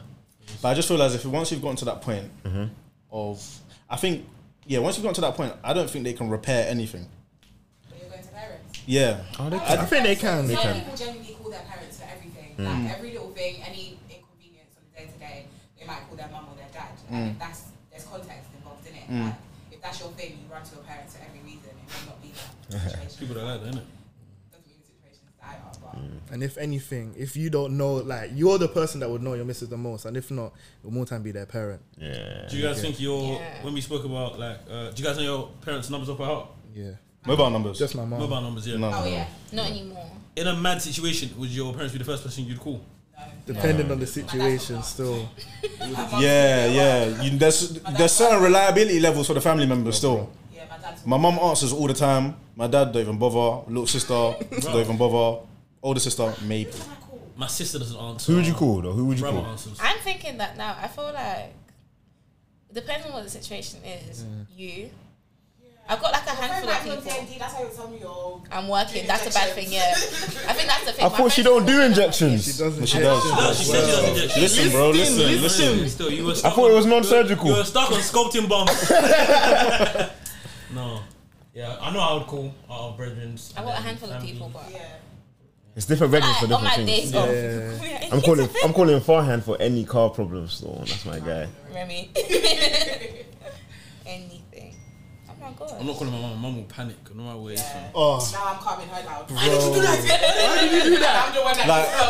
But I just feel as if once you've gotten to that point of, I think, yeah, once you've gotten to that point, I don't think they can repair anything.
But you're going to parents.
Yeah,
I think Oh, they can.
Some
They can.
people genuinely call their parents for everything. Like every little thing, any inconvenience on the day to day, they might call their mum or their dad. And if that's there's context involved in it. Like if that's your thing, you run to your parents for every reason. It may not be that situation.
People are like that, innit?
Doesn't mean the situation's dire, but
And if anything, if you don't know, like you're the person that would know your missus the most, and if not, it'll more time be their parent.
Yeah.
Do you guys think your
Yeah.
when we spoke about like uh, do you guys know your parents' numbers off by heart?
Yeah,
mobile numbers.
just my mom.
Mobile numbers, yeah.
Oh yeah.
Not anymore.
In a mad situation, would your parents be the first person you'd call?
Depending on the situation, still.
Yeah, yeah. You, there's there's certain reliability levels for the family members still.
Yeah, my dad's
My mum answers all the time. My dad don't even bother. Little sister don't even bother. Older sister maybe.
My sister doesn't answer.
Who would you call though? Who would you
Brother
call?
answers.
I'm thinking that now. I feel like depending on what the situation is, you. I've got like a handful of people.
That's how you tell me your
I'm working. That's a bad thing, yeah. I think that's the thing.
I
My
thought she
friends-
don't do injections.
Doesn't
She does.
No, she said she doesn't get shit.
Listen, bro. Listen, listen.
Still, you were
I
stuck
thought it
on-
was non-surgical.
You were stuck on sculpting bombs. no. Yeah, I know I would call our brethren.
I've got a handful of people, but
yeah.
It's different regulations for
like, on
different
my
things.
days off,
I'm calling. I'm calling farhand for any car problems. So that's my guy.
Remy. Anything. Oh my
I'm
god.
not calling my mum. My mum will panic. No matter where it is from.
Oh,
Now I'm calming her down.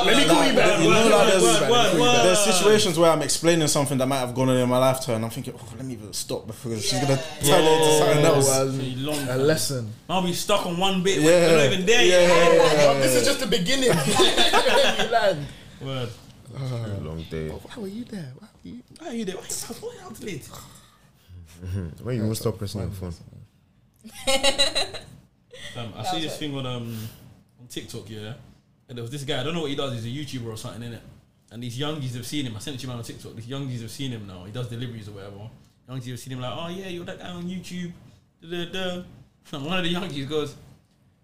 Let me call you back. You know,
Word,
like,
word,
there's,
word, word.
there's situations where I'm explaining something that might have gone on in my life to her, and I'm thinking, oh, let me even stop because she's gonna turn it into something
that was
else.
a,
Long
a lesson.
I'll be stuck on one bit.
Yeah.
We're not even there yet.
Oh,
this is just the beginning.
Word.
Long day.
Why were you there? Why were you?
Why are you there? Why is that? Why are you late?
Why you won't stop pressing your phone?
Um, I see this thing on um on TikTok, yeah. And there was this guy, I don't know what he does, he's a YouTuber or something, innit? And these youngies have seen him. I sent it to you man on TikTok. These youngies have seen him now. He does deliveries or whatever. Youngies have seen him like, oh yeah, you're that guy on YouTube. Da, da, da. And one of the youngies goes,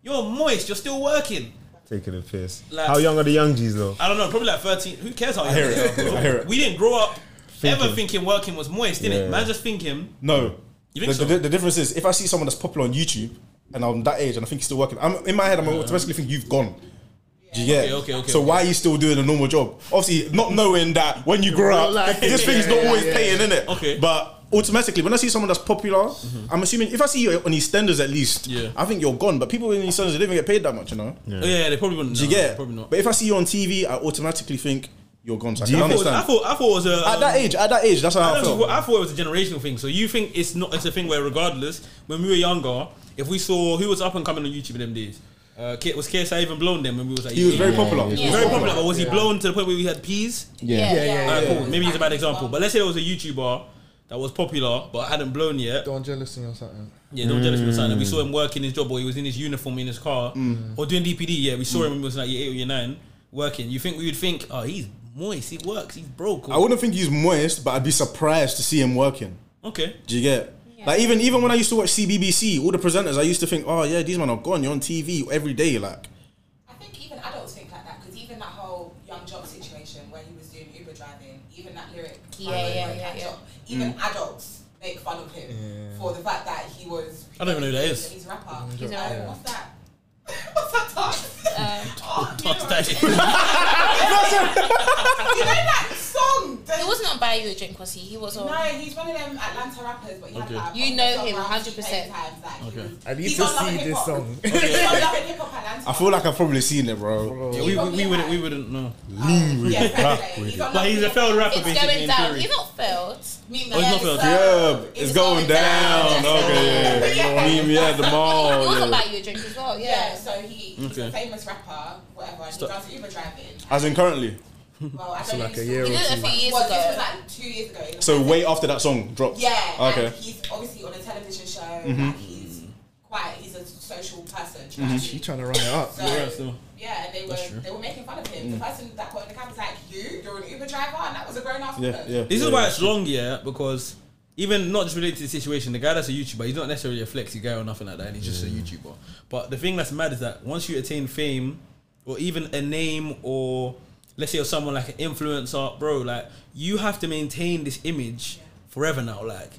You're moist, you're still working.
Taking a piss.
Like-
How young are the young G's though?
I don't know, probably like 13. Who cares how young
hear
you
it.
are, bro?
I hear it.
We didn't grow up ever
Thinking.
thinking working was moist, didn't
Yeah.
it? Man just thinking
No.
You think
the,
so?
the, the difference is if I see someone that's popular on YouTube and I'm that age and I think he's still working, I'm in my head I'm automatically think you've gone. Do you get it?
Okay, okay, okay,
So
okay.
why are you still doing a normal job? Obviously, not knowing that when you grow up,
life,
this
yeah,
thing's not
yeah,
always
yeah.
paying, in it.
Okay. Mm-hmm.
But automatically, when I see someone that's popular, I'm assuming if I see you on EastEnders at least,
Yeah.
I think you're gone. But people in EastEnders they don't even get paid that much, you know.
Yeah, yeah they probably wouldn't.
Do you
no,
get? it?
Probably not.
But if I see you on TV, I automatically think you're gone. So I
you
can
I, thought,
understand.
I thought I thought it was a
at that age, at that age, that's how I,
I,
felt.
don't know, I thought it was a generational thing. So you think it's not? It's a thing where, regardless, when we were younger, if we saw who was up and coming on YouTube in them days, uh, K- was KSI even blown then when we was like,
he was very
yeah.
popular.
He was very popular, but was he blown to the point where we had peas?
Yeah, yeah,
Alright, cool. Maybe it's a bad example, but let's say there was a YouTuber that was popular but hadn't blown yet.
Don't jealous in your something.
Yeah, they were jealous of something. We
Mm.
saw him working his job, or he was in his uniform in his car, or doing DPD. Yeah, we
Mm.
saw him when he was like year eight or year nine working. You think we would think, oh, he's moist, he works, he's broke. Or,
I wouldn't think he's moist, but I'd be surprised to see him working.
okay,
Do you get? Like even even when I used to watch CBBC, all the presenters, I used to think, oh yeah, these men are gone. You're on TV every day, like.
I think even adults think like that because even that whole young job situation where he was doing Uber driving, even that lyric,
Yeah,
"I won't
yeah,
work
yeah,
at
yeah.
job," even
Mm.
adults make fun of him for the fact that he was.
I don't even know who that is.
He's a rapper.
He's a
Um,
rapper.
What's that? What's that
Uh,
dance?
Um,
oh, you
That's
know-
that shit.
You know that song? The-
He wasn't on Buy You a Drink, was he? He was on.
No, he's one of them Atlanta rappers, but he had like a
You know
song
him,
around
100%.
10 Times, like, he was-
I need
he's
to
on Love
see
and Hip
this
Hop.
song.
He's on Love and Hip Hop Atlanta.
I feel like I've probably seen it, bro.
Yeah, we, we, we wouldn't we wouldn't know.
lean with
it, rap with it.
But he's a failed rapper,
It's
basically.
going
in
down.
theory.
He's not failed.
Me,
Oh, he's
yeah,
not failed.
so-
Yeah, it's,
it's
going
going
down.
down.
Okay, yeah. Meet me at the
he
Oh,
was
mall.
on
Yeah.
Buy You a Drink as well,
Yeah,
yeah.
so he, he's a
Okay.
famous rapper, whatever, and he does Uber driving.
As in currently,
Well, I don't know.
like
if
a
he's-
year
He did it a few years
Well, this was
ago.
like two years ago.
so way after that song dropped.
Yeah.
Okay. Mm-hmm.
And he's obviously on a television show. Like he's quite. He's a social person. do you know what I
She
mean?
trying to run it up.
So,
Yeah, so-
yeah, and they were they were making fun of him.
Mm.
The person that got in the cab was like, "You, you're an Uber driver," and that was a grown ass
Yeah,
woman.
yeah.
This
yeah.
is why it's long, yeah, because even not just related to the situation, the guy that's a YouTuber, he's not necessarily a flexy guy or nothing like that, and he's just a YouTuber. But the thing that's mad is that once you attain fame, or even a name, or let's say you're someone like an influencer, bro, like you have to maintain this image forever now. Like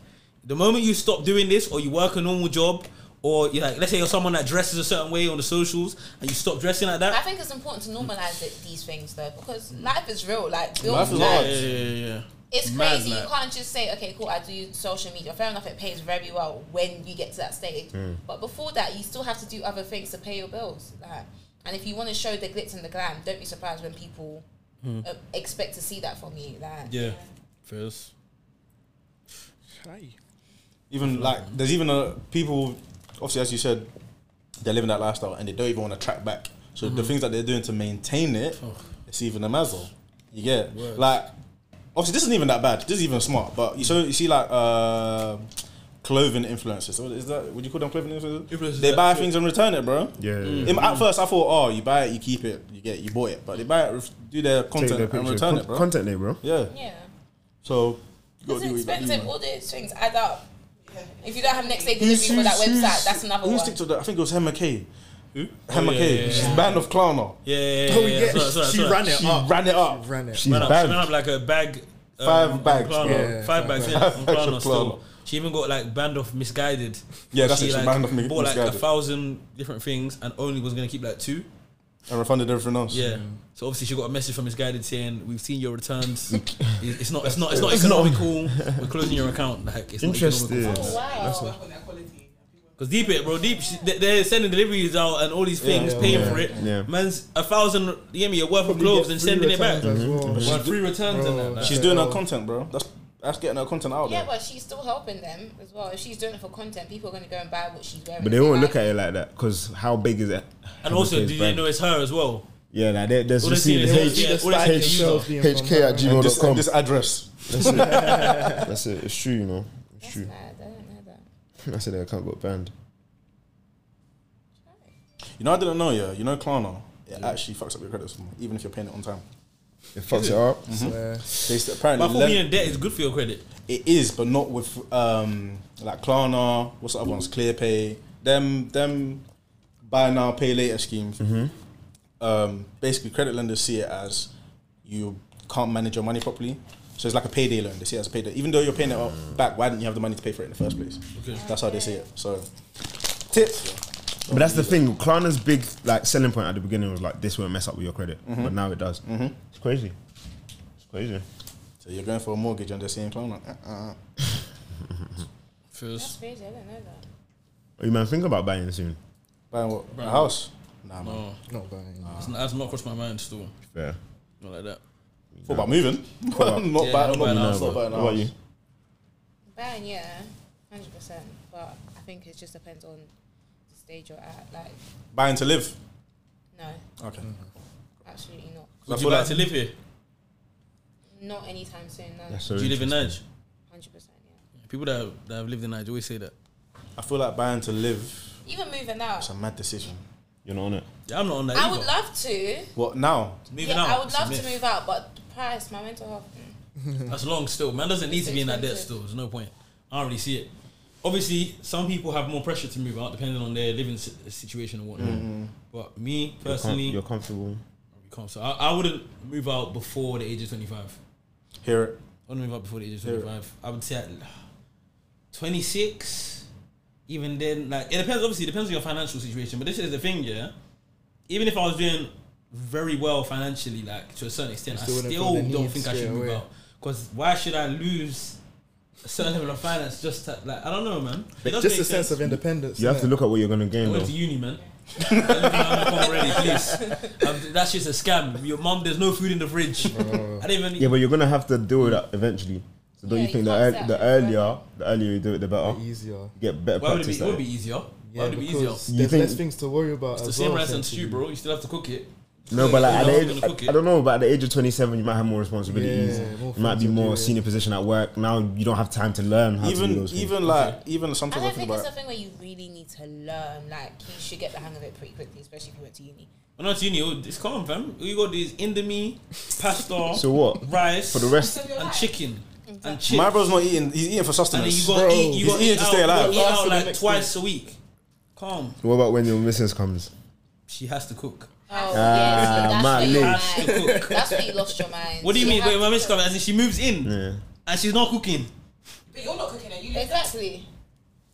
the moment you stop doing this, or you work a normal job. Or you are like, let's say you're someone that dresses a certain way on the socials, and you stop dressing like
I
that.
think it's important to normalize it, these things though, because life is real. Like, real
Life is
life.
hard.
Yeah, yeah, yeah.
It's
Mad,
crazy.
like.
You can't just say, okay, cool, I do social media. Fair enough, it pays very well when you get to that stage.
Mm.
But before that, you still have to do other things to pay your bills. Like, and if you want to show the glitz and the glam, don't be surprised when people
Mm.
uh, expect to see that from you. Like,
Yeah, first.
even like there's even a people obviously as you said they're living that lifestyle and they don't even want to track back so the things that they're doing to maintain it it's even a mazel you get it? like obviously this isn't even that bad this is even smart but you so you see like uh clothing influencers What is that would you call them clothing influencers,
Influencers
they
that
buy
fit.
things and return it bro
Yeah, yeah, yeah.
In- at first I thought oh you buy it you keep it you get it, you bought it but they buy it ref- do their
Take
content
their
and
picture.
return
Con-
it bro
Content there, bro.
yeah
yeah.
so you gotta
It's
do what you gotta do, man.
expensive. All those things add up. If you don't have next day delivery for that website, that's another
who's
one.
TikTok that- I think it was Hema K. Who?
Oh,
Hema
yeah,
K.
yeah, yeah.
She's banned of Klarna.
Yeah, yeah, yeah.
Oh
yeah.
yeah,
Sorry, sorry,
she
sorry.
ran it
She
up.
ran it up.
She ran it.
She's
She ran up, she
banned.
ran up like a bag. um,
Five
on
bags,
Klarna.
bro.
Yeah,
five
five
bags.
bags.
Yeah, on
Five bags
Klarna
of Klarna.
still. She even got like banned off misguided.
Yeah, that's
she,
it, she
Like,
banned off mi-
bought like a
Misguided.
thousand different things and only was gonna keep like two.
And refunded everything else.
Yeah. So obviously she got a message from misguided saying, "We've seen your returns. It- it's not. It's not. It's not economical. We're closing your account. Like it's
Interesting.
not
Oh, wow.
Work on their quality.
Because deep it, bro. Deep. she- they- They're sending deliveries out and all these things,
yeah,
paying
yeah.
for it.
Yeah.
Man's a thousand. You hear me? A worth of
Probably
clothes
get
and
free
sending it back.
returns as well.
Well, free returns and
Bro,
that. like.
She's
Yeah.
doing her
Oh.
content, bro. That's that's getting her content out
Yeah,
there.
but she's still helping them as well. If she's doing it for content, people are going to go and buy what she's wearing.
But they won't
Like,
look at it like that because how big is it?
And also,
Okay,
did you
brand.
know it's her as well?
Yeah, like there- there's
All they
just see
see is-
the H.
yeah, all they see is
H-
you.
Shells being from
HK at
Bangladesh.
And this, and
gmail.com.
this address.
That's it. That's it. It's true, you know. It's
That's
true.
mad. I don't know that.
I said their account got banned.
You know, I didn't know, yeah. You know, Klarna, it actually fucks up your credit score, even if you're paying it on time.
It fucks it up.
Swear.
They s-
But
apparently,
I thought
lend-
being in debt is good for your credit.
it is, but not with um like Klarna. What's the other ones? ClearPay. Them them buy now pay later schemes. Um, basically, credit lenders see it as you can't manage your money properly. So it's like a payday loan. They see it as a payday. Even though you're paying it off back, why didn't you have the money to pay for it in the first place? That's how they see it. So tips.
But that's the thing. Klarna's big like selling point at the beginning was like this won't mess up with your credit, but now it does. It's crazy. It's crazy.
So you're going for a mortgage and they're seeing Klarna. Uh-uh.
That's crazy. I don't know that.
Oh, you man, think about buying soon.
Buying what? A house? Nah, man. Uh,
No,
Not buying.
that's not, that's not crossed my mind still.
Fair.
Not like that.
What about moving? not
Yeah,
buying.
not
Not,
buying a
not,
house.
not buying a
What about you?
house.
Buying, yeah, hundred percent. But I think it just depends on the stage you're at. Like,
Buying to live.
no,
Okay.
absolutely not.
I
Would
feel
you like
like-
to live here?
Not anytime soon. No,
That's so
Do you live in Nudge?
hundred percent. Yeah.
People that have, that have lived in Nigeria always say that.
I feel like buying to live
Even moving out.
is a mad decision.
You're not on it.
Yeah, I'm not on that.
I
either.
would love to.
What now?
Moving
Yeah,
out,
I would
it's a
love to
myth.
move out, but the price, my mental health. mm.
That's long still. Man doesn't need to be in that debt
expensive.
still. There's no point. I don't really see it. Obviously, some people have more pressure to move out depending on their living si- situation and whatnot. But me personally,
You're comfortable.
can't- so I, I wouldn't move out before the age of 25.
Hear it.
I wouldn't move out before the age of 25. I would say at 26. Even then, like it depends. Obviously, it depends on your financial situation. But this is the thing, yeah. Even if I was doing very well financially, like to a certain extent,
still
I
wouldn't
still
feel the
don't
need
think I should
straight
move
away.
out. Because why should I lose a certain level of finance just to, like I don't know, man. It does
Just
make
a sense of independence.
You have to
innit?
look at what you're gonna
I
gain
went
though.
to uni, man. Don't think I'm not already, please. Um, that's just a scam. Your mum, there's no food in the fridge. I didn't even.
Yeah, but you're gonna have to deal with that eventually. So don't
Yeah,
you
you
think the,
can't
ear-
set
the
it forever.
earlier the earlier you do it, the better.
easier.
Get better
why would it be?
practice.
It would
at
be
it.
easier.
Yeah,
why would it be
because
easier?
You
There's
think-
less things to worry about.
It's the
as
same
well,
rice and
essentially.
stew, bro. You still have to cook it.
No, but like
Yeah,
at the
I was
age,
gonna cook
I,
it.
I don't know. But at the age of 27, you might have more responsibilities.
Yeah, more
you might be
things to
more
do, yeah.
senior position at work. Now you don't have time to learn how to do
Even
those things.
even like even
I
sometimes I
don't
think
think it's
about
something where you really need to learn. Like you should get the hang of it pretty quickly, especially if you went to uni.
When I was uni, oh, it's calm, fam. You got these indomie, pasta,
So what?
rice,
For the rest,
and chicken and chips.
my bro's not eating. He's eating for
and then
sustenance.
you got to eat. You
He's
got
eating
eat
to
out,
stay alive.
You got
Last
eat
to the
out like
next
twice a week. Calm.
what about when your missus comes?
She has to cook.
Oh yeah,
Ah, Matt
see, that's
Lynch.
where you mind. That's where you lost your mind.
What do you mean?
have
Wait, my
to
miss
cook.
comes as in she moves in
Yeah.
and she's not cooking.
But you're not cooking and you live
Exactly.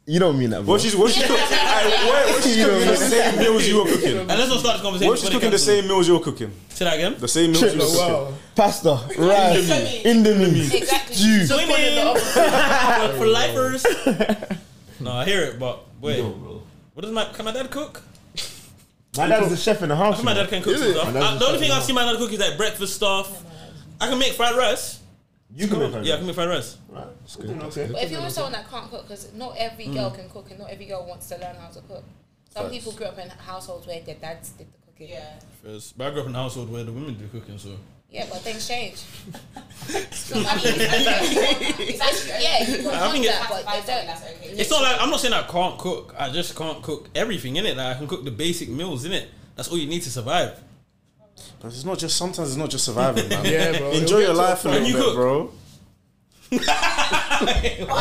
You don't mean that, bro.
What she's what she's cooking? Aye, what- what she's
You know
cooking the
what I
same meals you were cooking.
And let's not start this conversation.
What she's
before
cooking
they
the same meals you're cooking.
cancel. Say that again.
The same meals
Oh,
you were
Shit.
cooking.
Wow.
Pasta, rice, indomie,
Exactly.
stew.
So for, for lifers. no, I hear it, but wait. What does my can my dad cook?
My dad's the chef in the house.
My
you know.
dad can cook some stuff. Uh, the only thing I've seen my dad cook is like breakfast stuff. I can make fried rice.
You can make
Yeah, I can make fried rice.
But if you're someone that can't cook, because not every girl
Mm.
can cook, and not every girl wants to learn how to cook. Some people grew up in households where their dads did the cooking.
Yeah.
But I grew up in a household where the women do cooking, so
Yeah, but things change.
I mean, it's actually okay.
Yeah, you would
I
want
think
that,
That's
but they
fine,
don't.
that's okay.
it's not like I'm not saying I can't cook. I just can't cook everything in it. Like I can cook the basic meals in it. That's all you need to survive.
But it's not just sometimes it's not just surviving, man.
Yeah, bro.
Enjoy your life a
Can
little
you
bit,
cook?
bro.
How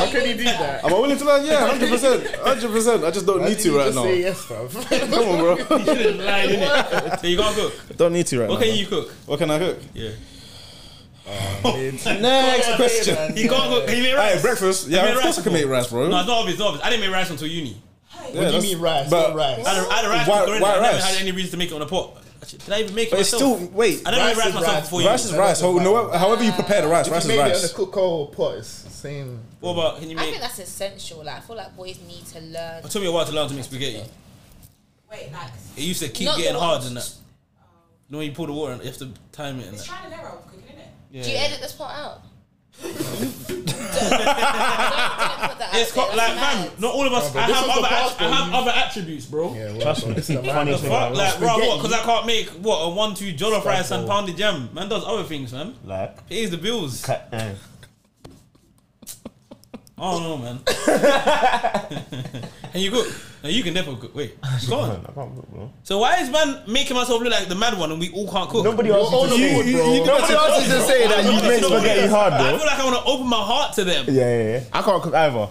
can you do that?
Am I willing to like? Yeah, hundred percent, hundred percent. I just don't need to right
just Say
now.
yes, fam.
Come on, bro.
You didn't lie, innit? So you can't cook.
Don't need to right
What
now.
can you cook?
What can I cook?
Yeah.
Next question.
You can't cook. Can you make rice?
Hey, breakfast.
I
Yeah,
made
of course
rice
I can make
before.
rice, bro.
No, it's not obvious. It's not obvious. I didn't make rice until uni.
What do you mean rice?
but-
What rice?
I had, a, I had a rice
Why-
cooker in
why
there. I never
rice?
had any reason to make it on a pot. Actually, did I even make it
But it's
myself?
still wait.
I never made
rice
rice
is
myself
rice.
before you.
Rice is rice. How- no, however you prepare the rice, rice is
Maybe on the
rice.
cook or pot. It's the same.
What about can you
I
make?
think that's essential. Like I feel like boys need to learn.
It took me a while to learn to make spaghetti.
Wait, like,
It used to keep
Not
getting
the
hard
ones-
and that. You know when you pour the water and you have to time it and
it's
that.
trial and error of cooking, innit?
Do you
Yeah.
edit this part out? don't, don't put that
It's
out
called,
there,
like
that's
man,
mad.
not all of us.
but
I
this
have
was the
other
past
att- I have
one.
other attributes, bro.
Yeah, Trust me. It's the
The
funniest
fuck, like, bro, what?
Spaghetti.
Because I can't make what a one-two jollof rice and pounded jam. Man does other things, man.
Like,
Pays the bills. I
cut- eh.
don't know, man. and you cook? No, you can never cook. Wait, you
I
can't.
can't cook, bro.
So why is man making myself look like the mad one and we all can't cook?
Nobody else
all
is
of
you,
it, bro.
you, you, nobody else is to say that you make spaghetti hard,
I
bro.
feel like I want to open my heart to them.
Yeah, yeah, yeah. I can't cook either.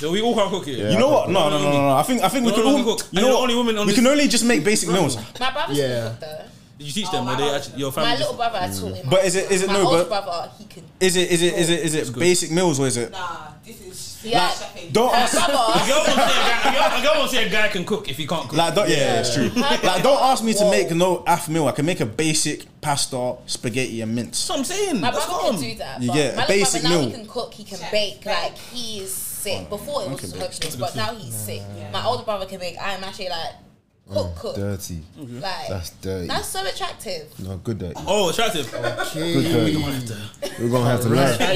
So we all can't cook it.
Yeah.
You know what? No, no, no, no. no. I think I think we
No,
can
no,
all.
no, cook.
You
And
know
you're the
what?
only woman on
We
this-
can only just make basic meals.
My brother's
Yeah.
yeah. cook though.
Did you teach them? Or they actually, your
My
family?
little brother, I taught him.
But is it- is it
my
no,
older
but-
brother? He can.
Is it is it is it is it basic meals or is it?
Nah, this is
Yeah.
chefing.
Don't
My
ask.
A
brother.
girl won't say a guy- a girl- a girl won't say a guy can cook if he can't cook.
Like don't, yeah, yeah, it's true. Like don't ask me to make no half meal. I can make a basic pasta, spaghetti, and mince.
That's what I'm saying.
My
That's
brother
calm.
can do that.
You
but
get
my little
basic
brother, now
meal.
he can cook. He can
Chef.
bake. Like he is sick. Before it was just hopeless, but now he's sick. My older brother can bake. I'm actually like cook,
Mm,
cook.
Dirty.
Like
That's
that's,
dirty.
so attractive.
no, good dirty.
Oh, attractive.
Good dirty. We're gonna have to learn. my,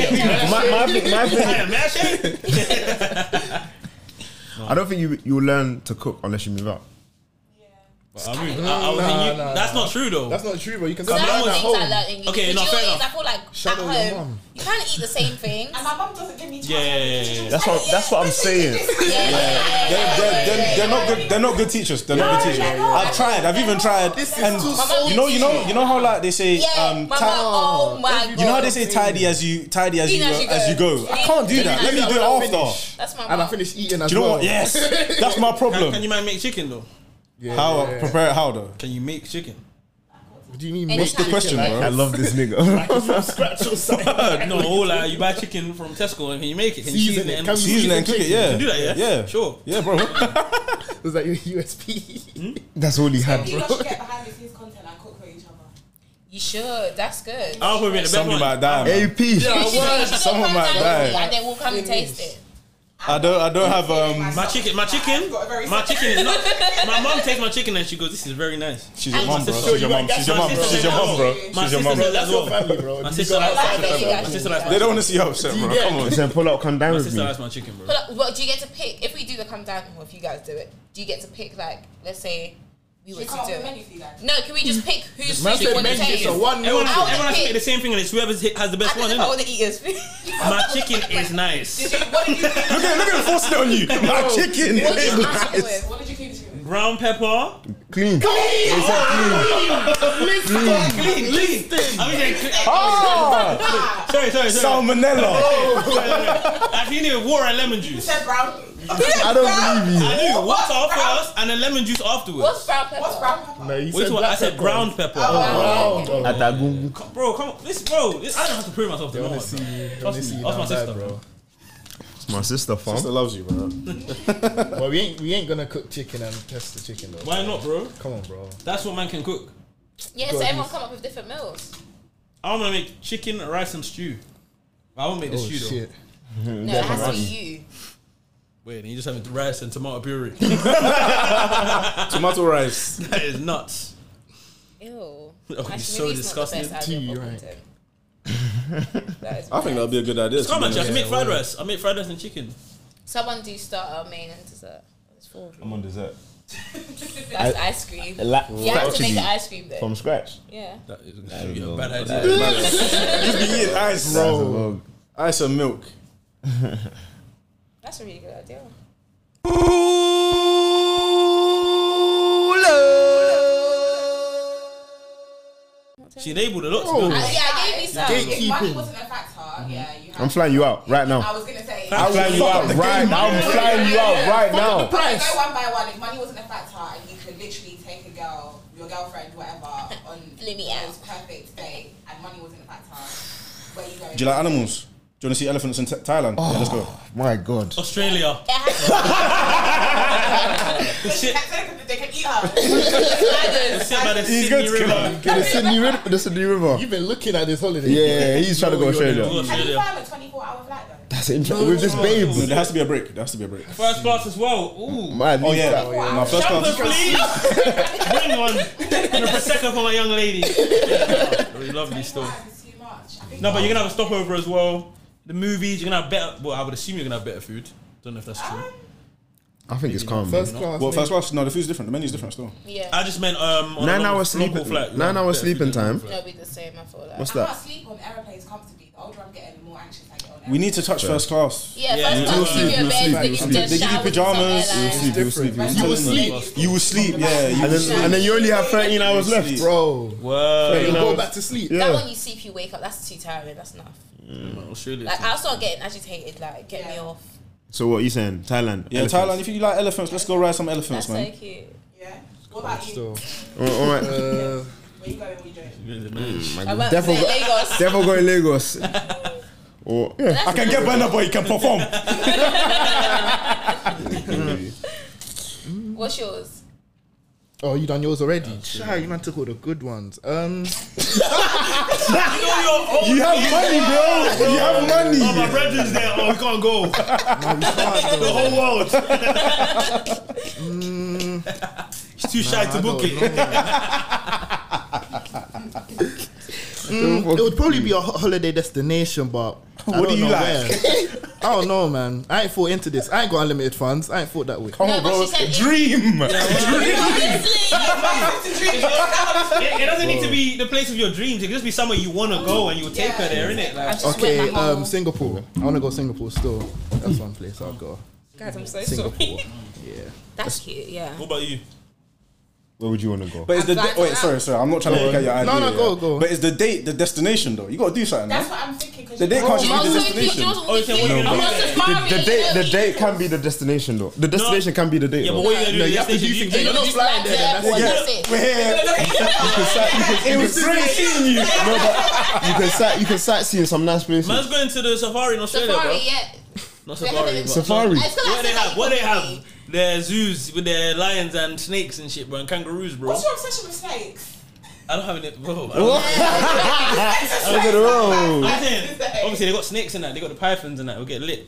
my, thing- my thing,
Damn, that shit.
I don't think you you will learn to cook unless you move out.
But I, mean, I, I was
Nah,
in uni-
nah,
that's
nah.
not true though.
That's not true, bro. You can
So
come
that's
down
the
at
things I
home.
learned in uni.
Okay,
Do
no,
you know
fair
what it is? I
enough.
feel like
Shadow your
at home,
mum.
you kind of eat the same things.
And my mum doesn't give me chance.
yeah, yeah, yeah, yeah.
That's what that's what I'm saying.
yeah, yeah,
They're, they're, they're, they're not good. They're not good teachers. They're not good teachers.
they're not.
I've tried. I've even tried.
This is
and
too
you know, you know, you know how like they say,
yeah.
um,
my
ti-
mum, oh my god.
you know how they say tidy as you tidy as you
Clean
go, as you go. I can't do
Clean
that.
as
Let me
you
do
go.
it after.
When I finish-
That's my mom.
And I finished eating as
Do you know
well.
what? Yes, that's my
Can, can
problem.
you man make chicken though?
Yeah,
How
yeah.
prepare it? How though?
Can you make chicken?
What do you mean?
What's the
mate?
question,
Like,
bro?
I love this nigga.
No, like you buy chicken from Tesco and can you make it? Can you
Season
season
it.
it? and-
Can we
Season it and cook it. Yeah,
Can do that, yeah?
yeah,
Sure.
yeah, bro.
Was that your USP?
That's all he had,
You
bro.
lot should get behind the scenes content and cook for each other.
You should. That's good.
I'll probably be the best
Something
one.
about that. man.
AP.
Someone might die.
And they will come and taste it.
I don't. I don't have. Um,
My chicken, my chicken,
got a very
my chicken is not. My mom takes my chicken and she goes, "This is very nice."
she's your mum, bro. She's your mum. She's your
My
mum.
sister
She's your
said
mum, bro.
that. My
She's your
sister
mum.
said that as well.
Family, bro.
My sister likes
That's
my
what you
chicken. My
guys
sister
need.
likes my
They don't want to see you upset, bro. Come on.
Listen, pull out, come down
My
with
sister
me.
likes my chicken, bro.
But like, what do you get to pick? If we do the come down, well, if you guys do it, do you get to pick like, let's say, we were
They
to
come
do
up with menu
it?
for you guys.
No, can we just pick who's
Man
food you
said
want to
men
taste?
just a
I
one meal.
Everyone
I would
everyone has to
pick-
pick the same thing and it's whoever has the best
don't know if I
one, innit?
want to eat his food.
My chicken is nice.
What did you cook
Look at look at him forcing it on you. My chicken
What do you
is
want to
nice.
with?
What did you cook this with?
Brown pepper.
Clean. It's a
Clean, clean. I mean, they're clean.
Ah,
Sorry, sorry, sorry.
salmonella.
I cleaned it with water and lemon juice.
Said brown.
I don't believe you.
I do water first and then lemon juice
What's
afterwards.
brown pepper?
What's brown pepper?
No, you
Wait,
said
what? I
black
said
pepper.
brown pepper.
Brown.
clean. Adagun.
Bro, come on. This, bro, this, I don't have to prove myself to no
wanna
one.
see
bro.
you- they wanna
Trust
see
me.
you
That's my
down bad,
sister, bro.
My sister, fam.
Sister loves you, bro.
Well, we ain't we ain't gonna cook chicken and test the chicken though.
Why not, bro?
Come on, bro.
That's what man can cook.
Yeah, so everyone come up with different meals.
I'm gonna make chicken, rice, and stew. I won't make the
Oh
stew though.
shit.
No, it has to be you.
Wait, and you just having rice and tomato puree.
Tomato rice.
that is nuts. Oh,
Ew.
it's
Actually,
so
maybe it's not the
disgusting.
best idea
Tea,
of all
right.
time. That is
I think that'd be a good idea.
Come on,
to be
just
honest.
make fried rice. I make fried rice and chicken.
Someone do starter, main, and dessert. It's four of you.
I'm on dessert.
That's ice cream.
La-
You have to make
actually,
the ice cream though.
from scratch.
Yeah.
That is gonna be a bad idea.
Just be eating ice, bro. Oh. Ice and milk.
That's a really good idea.
She labelled a lot. To be honest.
Yeah, I gave you some.
If money wasn't a factor, yeah, you
I'm
have.
flying you out right
I
now.
was gonna say.
I'm flying you out right now. I'm flying you out right now.
Go one by one. If money wasn't a factor, and you could literally take a girl, your girlfriend, whatever, on
Let me
it was
out.
perfect day, and money wasn't a factor, where you going?
Do you like animals? Do you want to see elephants in Th- Thailand? Yeah, let's go.
My God.
Oh,
Australia.
It has to
The shit.
They can eat her.
The shit by the
He's
Sydney
good.
River.
Get the Sydney River. The Sydney River.
You've been looking at this holiday.
Yeah, he's trying to go
No, you're
Go
Australia.
Can
Australia.
you find a 24 hour flight though?
That's interesting. With this babe.
No, there has to be a break. There has to be a break.
First class as well. Ooh.
My
Oh yeah,
God.
my first
Champagne,
class.
please. Bring one. And a prosecco for my young lady. Really lovely
Twenty-four
stuff.
hours is too much. I think
No, but you're gonna have a stopover as well. The movies, you're gonna have better. Well, I would assume you're gonna have better food. Don't know if that's true.
I think it's calm.
First
man.
class.
Well,
mate.
first class. No, the food's different. The menu's different still.
be. Yeah.
I just meant um on a
Nine
long-
hours
local
sleeping.
flight, you
Nine
know,
hours
better food
sleeping
than-
time.
It'll be the same. I feel like.
What's
I
that?
can't sleep on airplanes comfortably. The older I'm getting, the more anxious I get
We
on airplanes.
need to touch first class.
yeah,
Yeah,
first
you'll
class give
sleep,
you a
you'll
bed,
sleep,
they
you'll
give
sleep.
you
They give you pajamas,
You
you'll sleep,
you'll sleep,
You
you'll
will
First
sleep.
class.
You will sleep. Yeah. You
And
will
then, and then you only have 13 hours left.
sleep.
bro.
Whoa,
You'll
hours.
go back to sleep.
Yeah.
That one you sleep, you wake up. That's too tiring. That's enough.
Australia.
Like I'll start getting agitated. Like get me
Yeah.
off.
So what are you saying? Thailand?
Yeah,
Elephants.
Thailand. If you like elephants, let's go ride some elephants,
That's
man.
so cute.
Yeah. What about you?
So,
All- all right.
uh,
Where you going? What you doing?
I went to
Devil go-
Lagos.
Devil go in Lagos. or yeah.
I can get better, but you can perform.
What's yours?
oh, you done yours already? Shy, you man took all the good ones. Um,
You have money, bro. You have
Oh, my
money.
brethren's there. Oh, we can't go. the whole world. He's too shy to
Mm. I
book
don't
it.
Mm, it would probably be a ho- holiday destination, but I
What do
don't
you
know
like?
where. I don't know, man. I ain't thought into this. I ain't got unlimited funds. I ain't thought that way.
Come
No,
on,
but
bro.
she said it-
Dream.
Honestly,
It, it doesn't need to be the place of your dreams. It could just be somewhere you want to go and you'll take her there, innit? Like,
just
Okay,
wet my
um,
mouth.
Singapore. I want to go Singapore still. That's one place I'll go.
Guys, I'm so
Singapore.
sorry.
Yeah.
That's cute. Yeah.
what about you?
Where would you want to go?
But it's the
I'm
da-
glad
wait.
for
Sorry, sorry. I'm not trying to look at your idea.
No, no,
yeah.
go, go.
But it's the date, the destination though. You gotta do something.
That's
Huh?
what I'm thinking. 'cause
The date
you-
can't just
I'm
be the
so cute.
destination.
Yours
Oh,
will
you
be
said what
cute.
you
I'm
gonna
not
do
just
then?
married, you
The date,
know,
the
you
date
two.
can be the destination though. The destination can be the date.
Yeah,
though.
but what are you gonna do?
No,
in the station?
you have to do things
You
that you're
gonna
not
just like
flying there.
that,
That's it.
what
Yeah.
that's it.
We're
It
here.
was great seeing you.
No, but you can sight, you can sightsee in some nice places.
Man's going to the safari in Australia,
Safari,
bro.
yeah.
Not
They have
safari,
it in-
but
Safari.
I still
What they
have
have? What they have? Their zoos with their lions and snakes and shit, bro, and kangaroos, bro.
What's your obsession with snakes?
I don't have any, bro. I don't I'm saying, obviously they got snakes and that. They got the pythons and that. We'll get lit.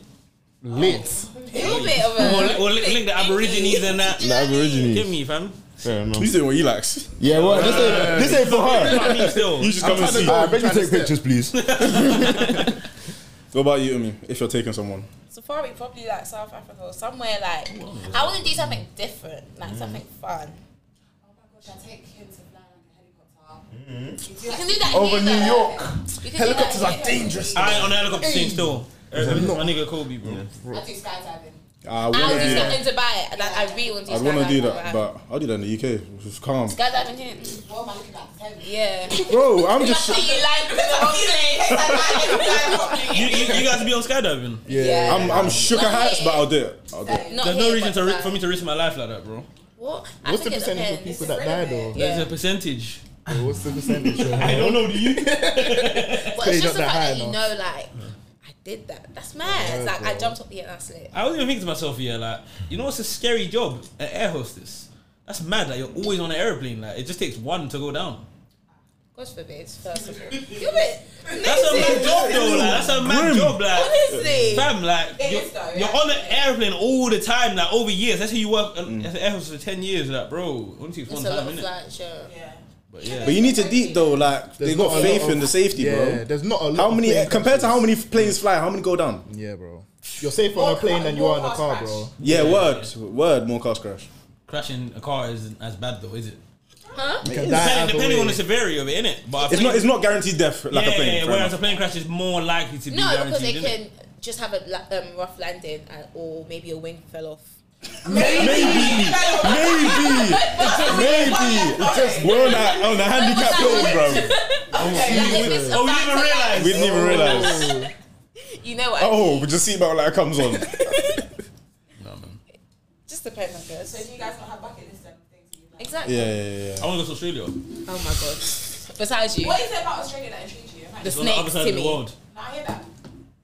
Lit.
A little bit of
Or,
a.
or link, link the aborigines and that.
The Aborigines.
Give me, fam.
Fair enough.
He's doing what he likes.
Yeah, well, this ain't, this ain't for
You know what I
her.
mean? Still.
You just come and see.
Alright, make me
trying to
take
step.
pictures, please.
What about you, Umi? If you're taking someone,
Safari probably like South Africa or somewhere like.
I want to do something different, like something fun.
Oh my gosh, I take him to fly on a helicopter.
You can do that
Over
here,
New
though.
York.
You can helicopters do that here.
dangerous.
I on the helicopter scene still. Eric, my nigga Kobe, bro.
I do skydiving.
I want
I
to
would
do
do
that.
something to buy it, and I, I really want to do
I want to do
skydiving,
that, but I'll do that in the UK. It's just calm.
skydiving here.
What am I looking at? Tell me.
Yeah.
Bro, I'm just.
you like the whole
You, you, you guys be on skydiving.
Yeah.
I'm I'm shook at heights, but I'll do it. I'll do it.
Not
There's no
here,
reason
but
to ri-
like-
for me to risk my life like that, bro.
What? I
What's the
think it
percentage of
depends.
people that die though?
Yeah.
There's a percentage.
Bro, What's the percentage? I
don't know, do you?
But it's
Clearly
just the fact
not that
that
high
you
enough.
know, like, I did that. That's mad. like, I jumped up the air and that's lit.
I was even thinking to myself, yeah, like, you know, it's a scary job, an air hostess. That's mad. Like, you're always on an airplane. Like, it just takes one to go down.
God forbid, first of all. You're it.
That's a mad job, though. Like, that's a mad job. Like,
Honestly.
Fam, like
It
you're,
is though,
you're
yeah.
on an airplane all the time, like over years. That's how you work uh,
Mm.
as an air hostess for ten years, like bro. Only takes
It's
one
a lot
time,
of
innit?
flights, yeah.
Yeah.
But yeah,
But you need to deep though. Like they got faith in the safety,
yeah,
bro.
There's not a lot.
How
of
many
plane
compared to
crashes.
how many planes fly? How many go down?
Yeah, bro. You're safer on a
More
plane
car-
than you are in
more
a car,
cars
bro.
Yeah, word, word. More cars crash.
crashing a car isn't as bad though, is it?
You can die
Depending,
either
depending
way.
on the severity of it, innit? But I
It's
think-
not. It's not guaranteed death like
yeah,
a plane. fair
whereas
enough.
a plane crash is more likely to be
No, because they
guaranteed. innit?
can just have a la- um, rough landing and, or maybe a wing fell off.
Maybe, maybe. It's just we're on that on a handicap plane, bro.
Like, if it's a factor,
Oh, we didn't even
like,
realize.
We didn't even realize.
You know what? I mean?
Oh, we just see about like comes on.
Just depends, I guess.
So do you guys not have bucket lists and things? that you like?
Exactly.
Yeah, yeah, yeah.
I want to go to Australia. It's
Oh my god. Besides you,
What is it about Australia that intrigues you?
the
Like,
on the
snakes,
other side of the
Timmy.
world.
no, I hear that.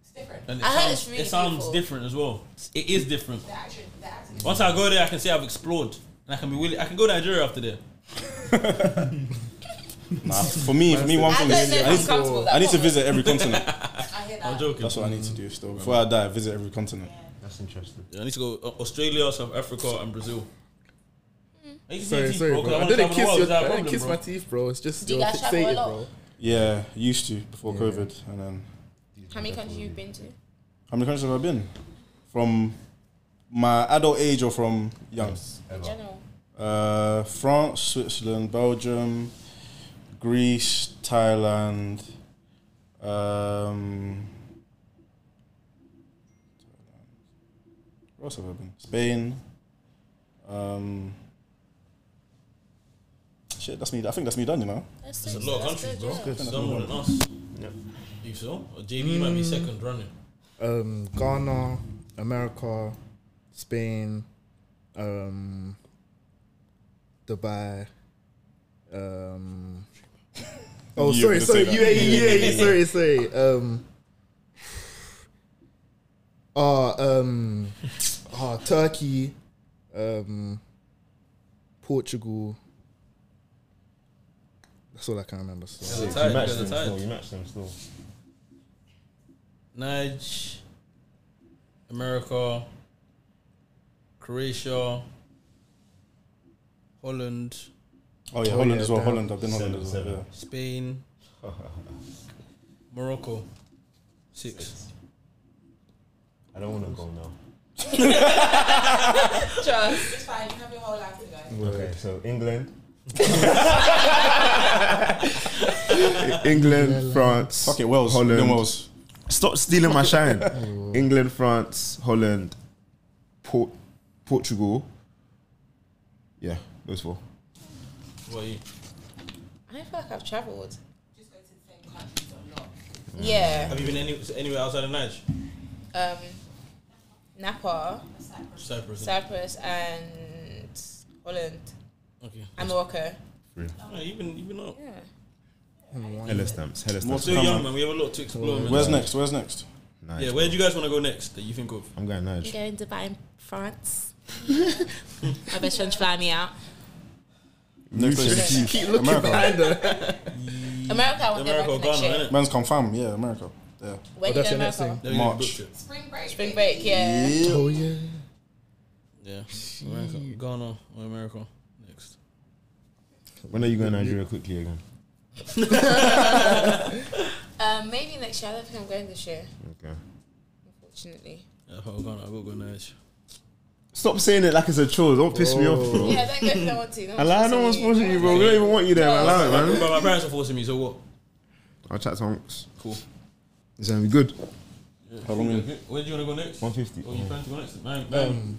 It's different. The
And it
I heard
sounds,
it's really
it sounds
beautiful.
different as well. It is different.
action, the action.
Once I go there, I can say I've explored, and I can be willing. I can go to Nigeria after there.
Nah, for me, for me, one
I
thing
don't know
is I
if I'm
need,
comfortable with that.
I need to visit every continent.
I hear
I'm
that.
joking.
That's what I need to do still before I die. Visit every continent.
That's interesting.
Yeah, I need to go uh, Australia, South Africa, and Brazil. I need to
Sorry,
see
sorry,
people, 'cause
bro. I
wanna travel the
didn't kiss
world,
your.
is that a
I didn't
problem,
kiss
bro?
my teeth, bro. It's just
Do you
you're
guys travel a
fixated,
lot?
bro.
Yeah, used to before COVID, and then
How many countries you've been to?
how many countries have I been? From my adult age or from young?
In general.
Uh, France, Switzerland, Belgium, Greece, Thailand. Um, where else have I been? Spain. Um, shit, that's me. I think that's me done. You know. Oh,
That's,
It's a lot of countries, bro. It's done more than us. You so? Or JB might be second running.
Um, Ghana, America, Spain, um, Dubai. Um, oh,
You were
sorry,
gonna say
sorry,
that.
UAE, UAE, sorry, sorry. Um, oh, um, oh, Turkey, um, Portugal. That's all I can remember. So.
Because
You matched
of
them
tired.
still. You matched them still.
Nige, America, Croatia, Holland,
Oh yeah,
Oh,
Holland
yeah,
as well.
damn.
Holland. I've been Holland as well.
Seven,
yeah.
Spain, Morocco. Six.
I don't want to go now.
Trust.
It's fine. You have your whole life to go.
Okay, so England.
England, France.
Fuck it, Wales.
Holland.
Then Wales.
Stop stealing my shine. England, France, Holland, Port- Portugal. Yeah, those four.
What are you?
I don't feel like I've travelled.
Just go to the same countries a lot.
Yeah.
Have you been any, anywhere outside of Nige?
Um, Napa,
Cyprus.
Cyprus, and Holland
okay.
and Morocco.
Oh, you've been, you've been out.
Yeah.
Hella stamps. Hella
What's
stamps.
Still
Come
young,
on.
man. We have a lot to explore, man.
Where's next? Where's next?
Nice.
yeah, where do you guys want to go next that you think of?
I'm going
You
Nige.
going to buy in France? My best friend fly me out.
Next place.
Keep looking behind her.
America, I want to
America or
America next
Ghana,
year.
innit?
Man's confirmed. Yeah, America. Yeah.
When
Oh,
you
that's
go to
your next
America?
thing.
Let me do a book
March.
trip.
Spring break.
Spring break, yeah.
Oh yeah.
Yeah, America, Ghana or America next.
When are you going to Nigeria quickly again?
Um, maybe next year. I don't think I'm going this year,
Okay.
unfortunately.
Yeah, if I were Ghana, I would go Nige.
Stop saying it like it's a chore. Don't piss me off, bro.
Yeah, don't go if I want to.
I lie, no one's forcing you, bro. We don't even want you there. I lie, man.
But my parents are forcing me, so what?
I'll chat to Honks.
Cool.
It's gonna be good.
Where do you want to go next?
150.
Oh, you plan to go next? Man, man.
Um,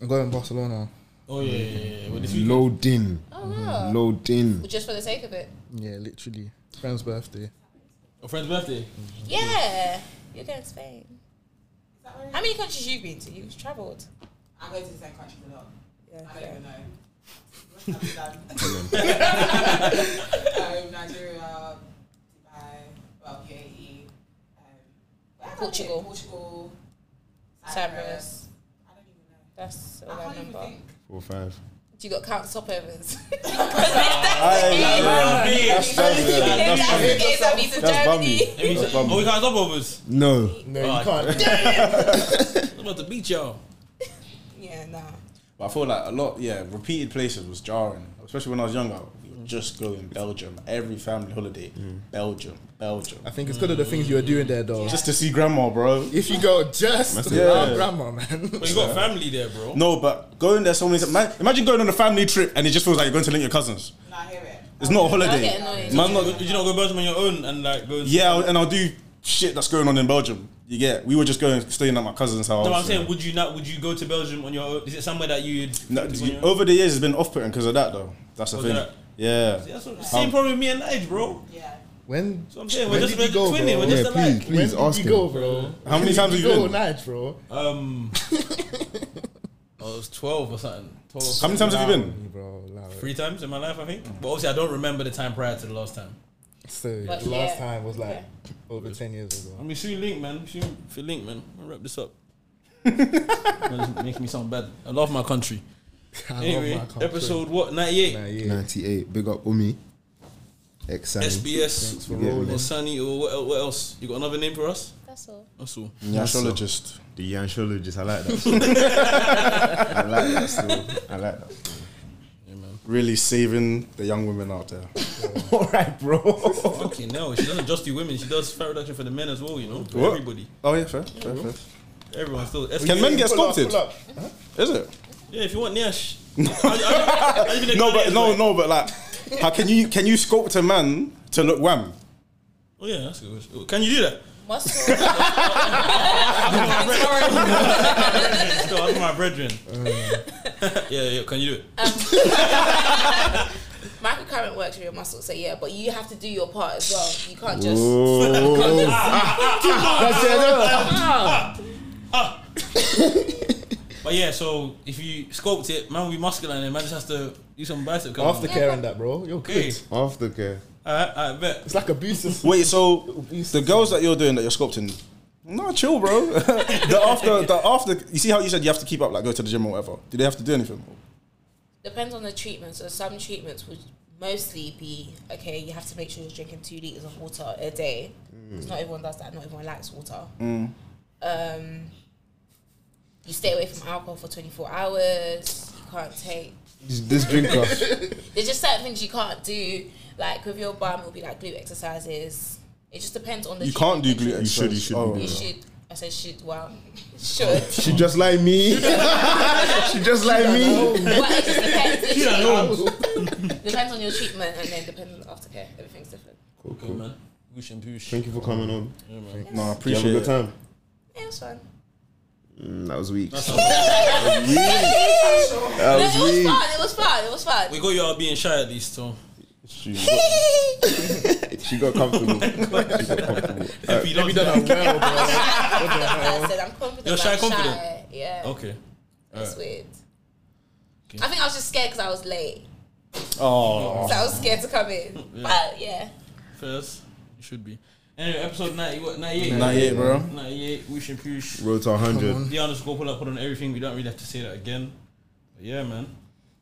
I'm going to Barcelona.
oh yeah, yeah, yeah. yeah. Well, this weekend.
Load in.
Oh, wow.
Load in.
Well, just for the sake of it.
Yeah, literally. Friend's birthday.
A friend's birthday.
Yeah. You're going to Spain. How many countries you've been to? You've travelled.
I go to the same countries a lot.
Yeah.
I don't even know. I've done. um, Nigeria, Dubai, well, UAE, um, where have I been?
Portugal.
Portugal,
Cyprus.
I don't even know.
That's all
I
I,
can't even
remember.
think.
Four or five.
Do you got count stopovers?
That's that's- yeah, that's
That's
funny.
the case, I've been to Germany.
That's bummy.
Hey, we- oh, we can't stop overs.
No.
No,
Alright.
you can't.
I'm about to beat y'all.
Yeah, nah.
But I feel like a lot, yeah, repeated places was jarring, especially when I was younger. We would just go in Belgium every family holiday,
Mm.
Belgium, Belgium,
I think it's because of the things you were doing there, though.
just to see grandma, bro.
if you go just
Yeah.
around grandma, man.
But you got family there, bro.
No, but going there so many times. man- Imagine going on a family trip and it just feels like you're going to link your cousins.
No, I hear it.
It's not a
I'll
holiday.
get annoyed.
Man's not,
Did you not go Belgium on your own and like go?
yeah, I'll- and I'll do shit that's going on in Belgium. You get? We were just going staying at my cousin's house.
No, I'm saying, would you not? Would you go to Belgium on your own? Is it somewhere that you'd?
No,
on
you-
your own?
over the years, it's been off putting because of that, though. That's the
Oh,
thing.
that-
Yeah.
That's what, same problem with me and Nige, bro.
Yeah.
When
So I'm saying
When
we're just
did
we're
you go,
twinning.
bro?
We're
Yeah,
just alike.
please, please
when
ask
did
him.
you go, bro?
How many times have you
go,
been?
Nige, bro?
Um, I was 12 or something. 12.
How many times have you been?
Bro, loud.
Three times in my life, I think. But obviously, I don't remember the time prior to the last time.
So
But
the last
yeah.
time was like
Yeah.
over ten years
I
ago.
mean, soon link, man. Soon feel link, man. I'm gonna wrap this up. It's making me sound bad. I love my country.
I love
anyway,
my country.
episode what? 98.
Nah, yeah.
98. Big up Umi. Ex Sammy.
SBS.
for
Yeah,
rolling.
Or Sunny. Or what el- what else? You got another name for us?
That's all.
That's all.
Nationologist.
The Yansologist. I like that. still. I like that still. I like that. still.
Really saving the young women out there.
All right, bro.
Fucking hell. She doesn't just do women. She does fat reduction for the men as well, you know? For
What?
everybody.
Oh yeah, fair, fair, fair.
Everyone still.
Can men get
Pull up,
sculpted?
pull up.
Is it?
Yeah, if you want Nyash.
No, but no, no, but like, how can you can you sculpt a man to look wham?
Oh, yeah, that's good. Can you do that?
Muscle.
Still, that's my brethren.
Uh.
yeah, yeah, can you do it?
Microcurrent works with your muscles, so yeah, but you have to do your part as well. You can't just.
But yeah, so if you sculpt it, man will be muscular and man just has to do some bicep curls.
After caring that, bro, you're good.
Okay.
Aftercare.
Alright, alright, bet.
It's like abusive.
Wait, so the girls that you're doing that you're sculpting, nah, chill, bro. the after, the after, you see how you said you have to keep up, like go to the gym or whatever. Do they have to do anything?
Depends on the treatment. So some treatments would mostly be okay. You have to make sure you're drinking two liters of water a day. 'Cause not everyone does that. Not everyone likes water. Um, you stay away from alcohol for 24 hours. You can't take.
This drinker.
There's just certain things you can't do. Like with your bum, it'll be like glute exercises. It just depends on the.
You can't do Oh,
treatment.
glute.
You should, you should be
You
doing
should.
I said, should, well, should.
She just like me. she just like me.
But it just depends. It
Yeah, no.
depends on your treatment and then depends on the aftercare. Everything's different.
Cool,
Good,
cool.
man. Whoosh and poosh.
Thank you for coming on.
No, I
Did you
appreciate
have a
it.
good time?
It was fun.
Mm, that was weak.
No,
That
it
was
was
weak.
fun. It was fun. It was fun.
We got y'all being shy at least, so.
She got, she got comfortable. She got comfortable.
If you don't,
I said I'm confident.
You're
but
shy
I'm
confident?
Shy. Yeah.
okay.
It's weird. I think I was just scared because I was late.
Oh,
So I was scared to come in. But yeah.
First, you should be. Anyway, episode 90, what, 98?
98, bro.
98, whoosh and poosh.
Road to 100.
The underscore pull up, put on everything. We don't really have to say that again. But yeah, man.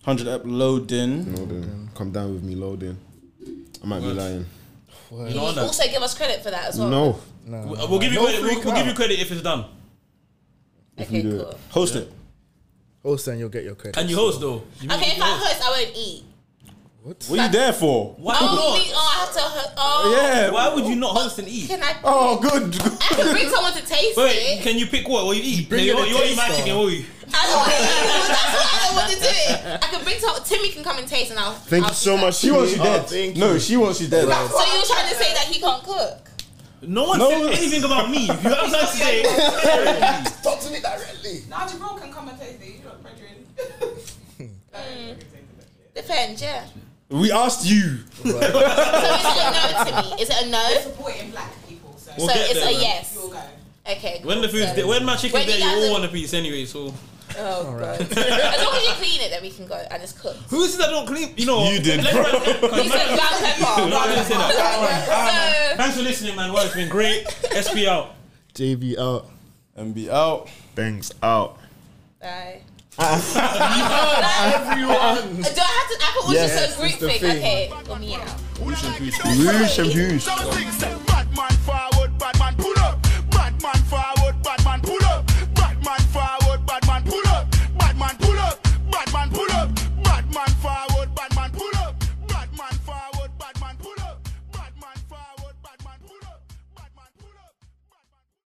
100 uploading.
Loading. Come down with me, loading. I might be
What?
lying.
You
You
know that.
also give us credit for that as well.
No.
We- We'll give you
No
credit. We'll,
freak
we'll give
out.
you credit if it's done.
Okay,
do it.
cool.
Host it.
Host and you'll get your credit.
And you host though. You
Okay, if I
host.
host, I won't eat.
What are you there for?
Why
Oh,
not?
we, oh, I have to host. Oh,
Yeah.
Why would you not host and eat?
Can I?
Oh, good.
I can bring someone to taste
Wait,
it.
can you pick what? What you eat?
bring
you
in
want-
a
you want to eat
taster.
my chicken, will you?
I don't want to eat. it. That's why I don't want to do it. I can bring someone. Timmy can come and taste, and I'll.
Thank
I'll do
you so
that.
much.
She wants you
Oh,
dead. No, she wants you dead.
So you're trying to say that he can't cook?
No one
No.
said anything about me. You have something to say.
Talk to me directly.
Now Jabril can come and taste it. You look brethren.
Mm.
Depends, yeah.
We asked you.
So is it a no to me? Is it a no?
Supporting black people, so
We'll
so
get
it's
there,
a
man.
yes.
you'll go.
Okay.
When the
cool.
food's
So-
there, when my chicken's
When you
there, you
guys
all
are-
want a piece anyway. So
Oh god. as long as you clean it, then we can go and it's cooked.
who is it that don't clean? You know,
You did,
let's
bro.
run it, 'cause
You
man-
said black pepper.
No, I didn't say that.
So-
Thanks for listening, man. Well, it's been great. SP out.
JV out.
And be out.
Thanks. Out.
Bye. everyone. Do I have to? I thought it was
Yes,
just a group
it's the
thing.
thing.
Okay, let me out.
Who the like it, don't pull up.
Whoosh and poosh.
Some things say bad man forward,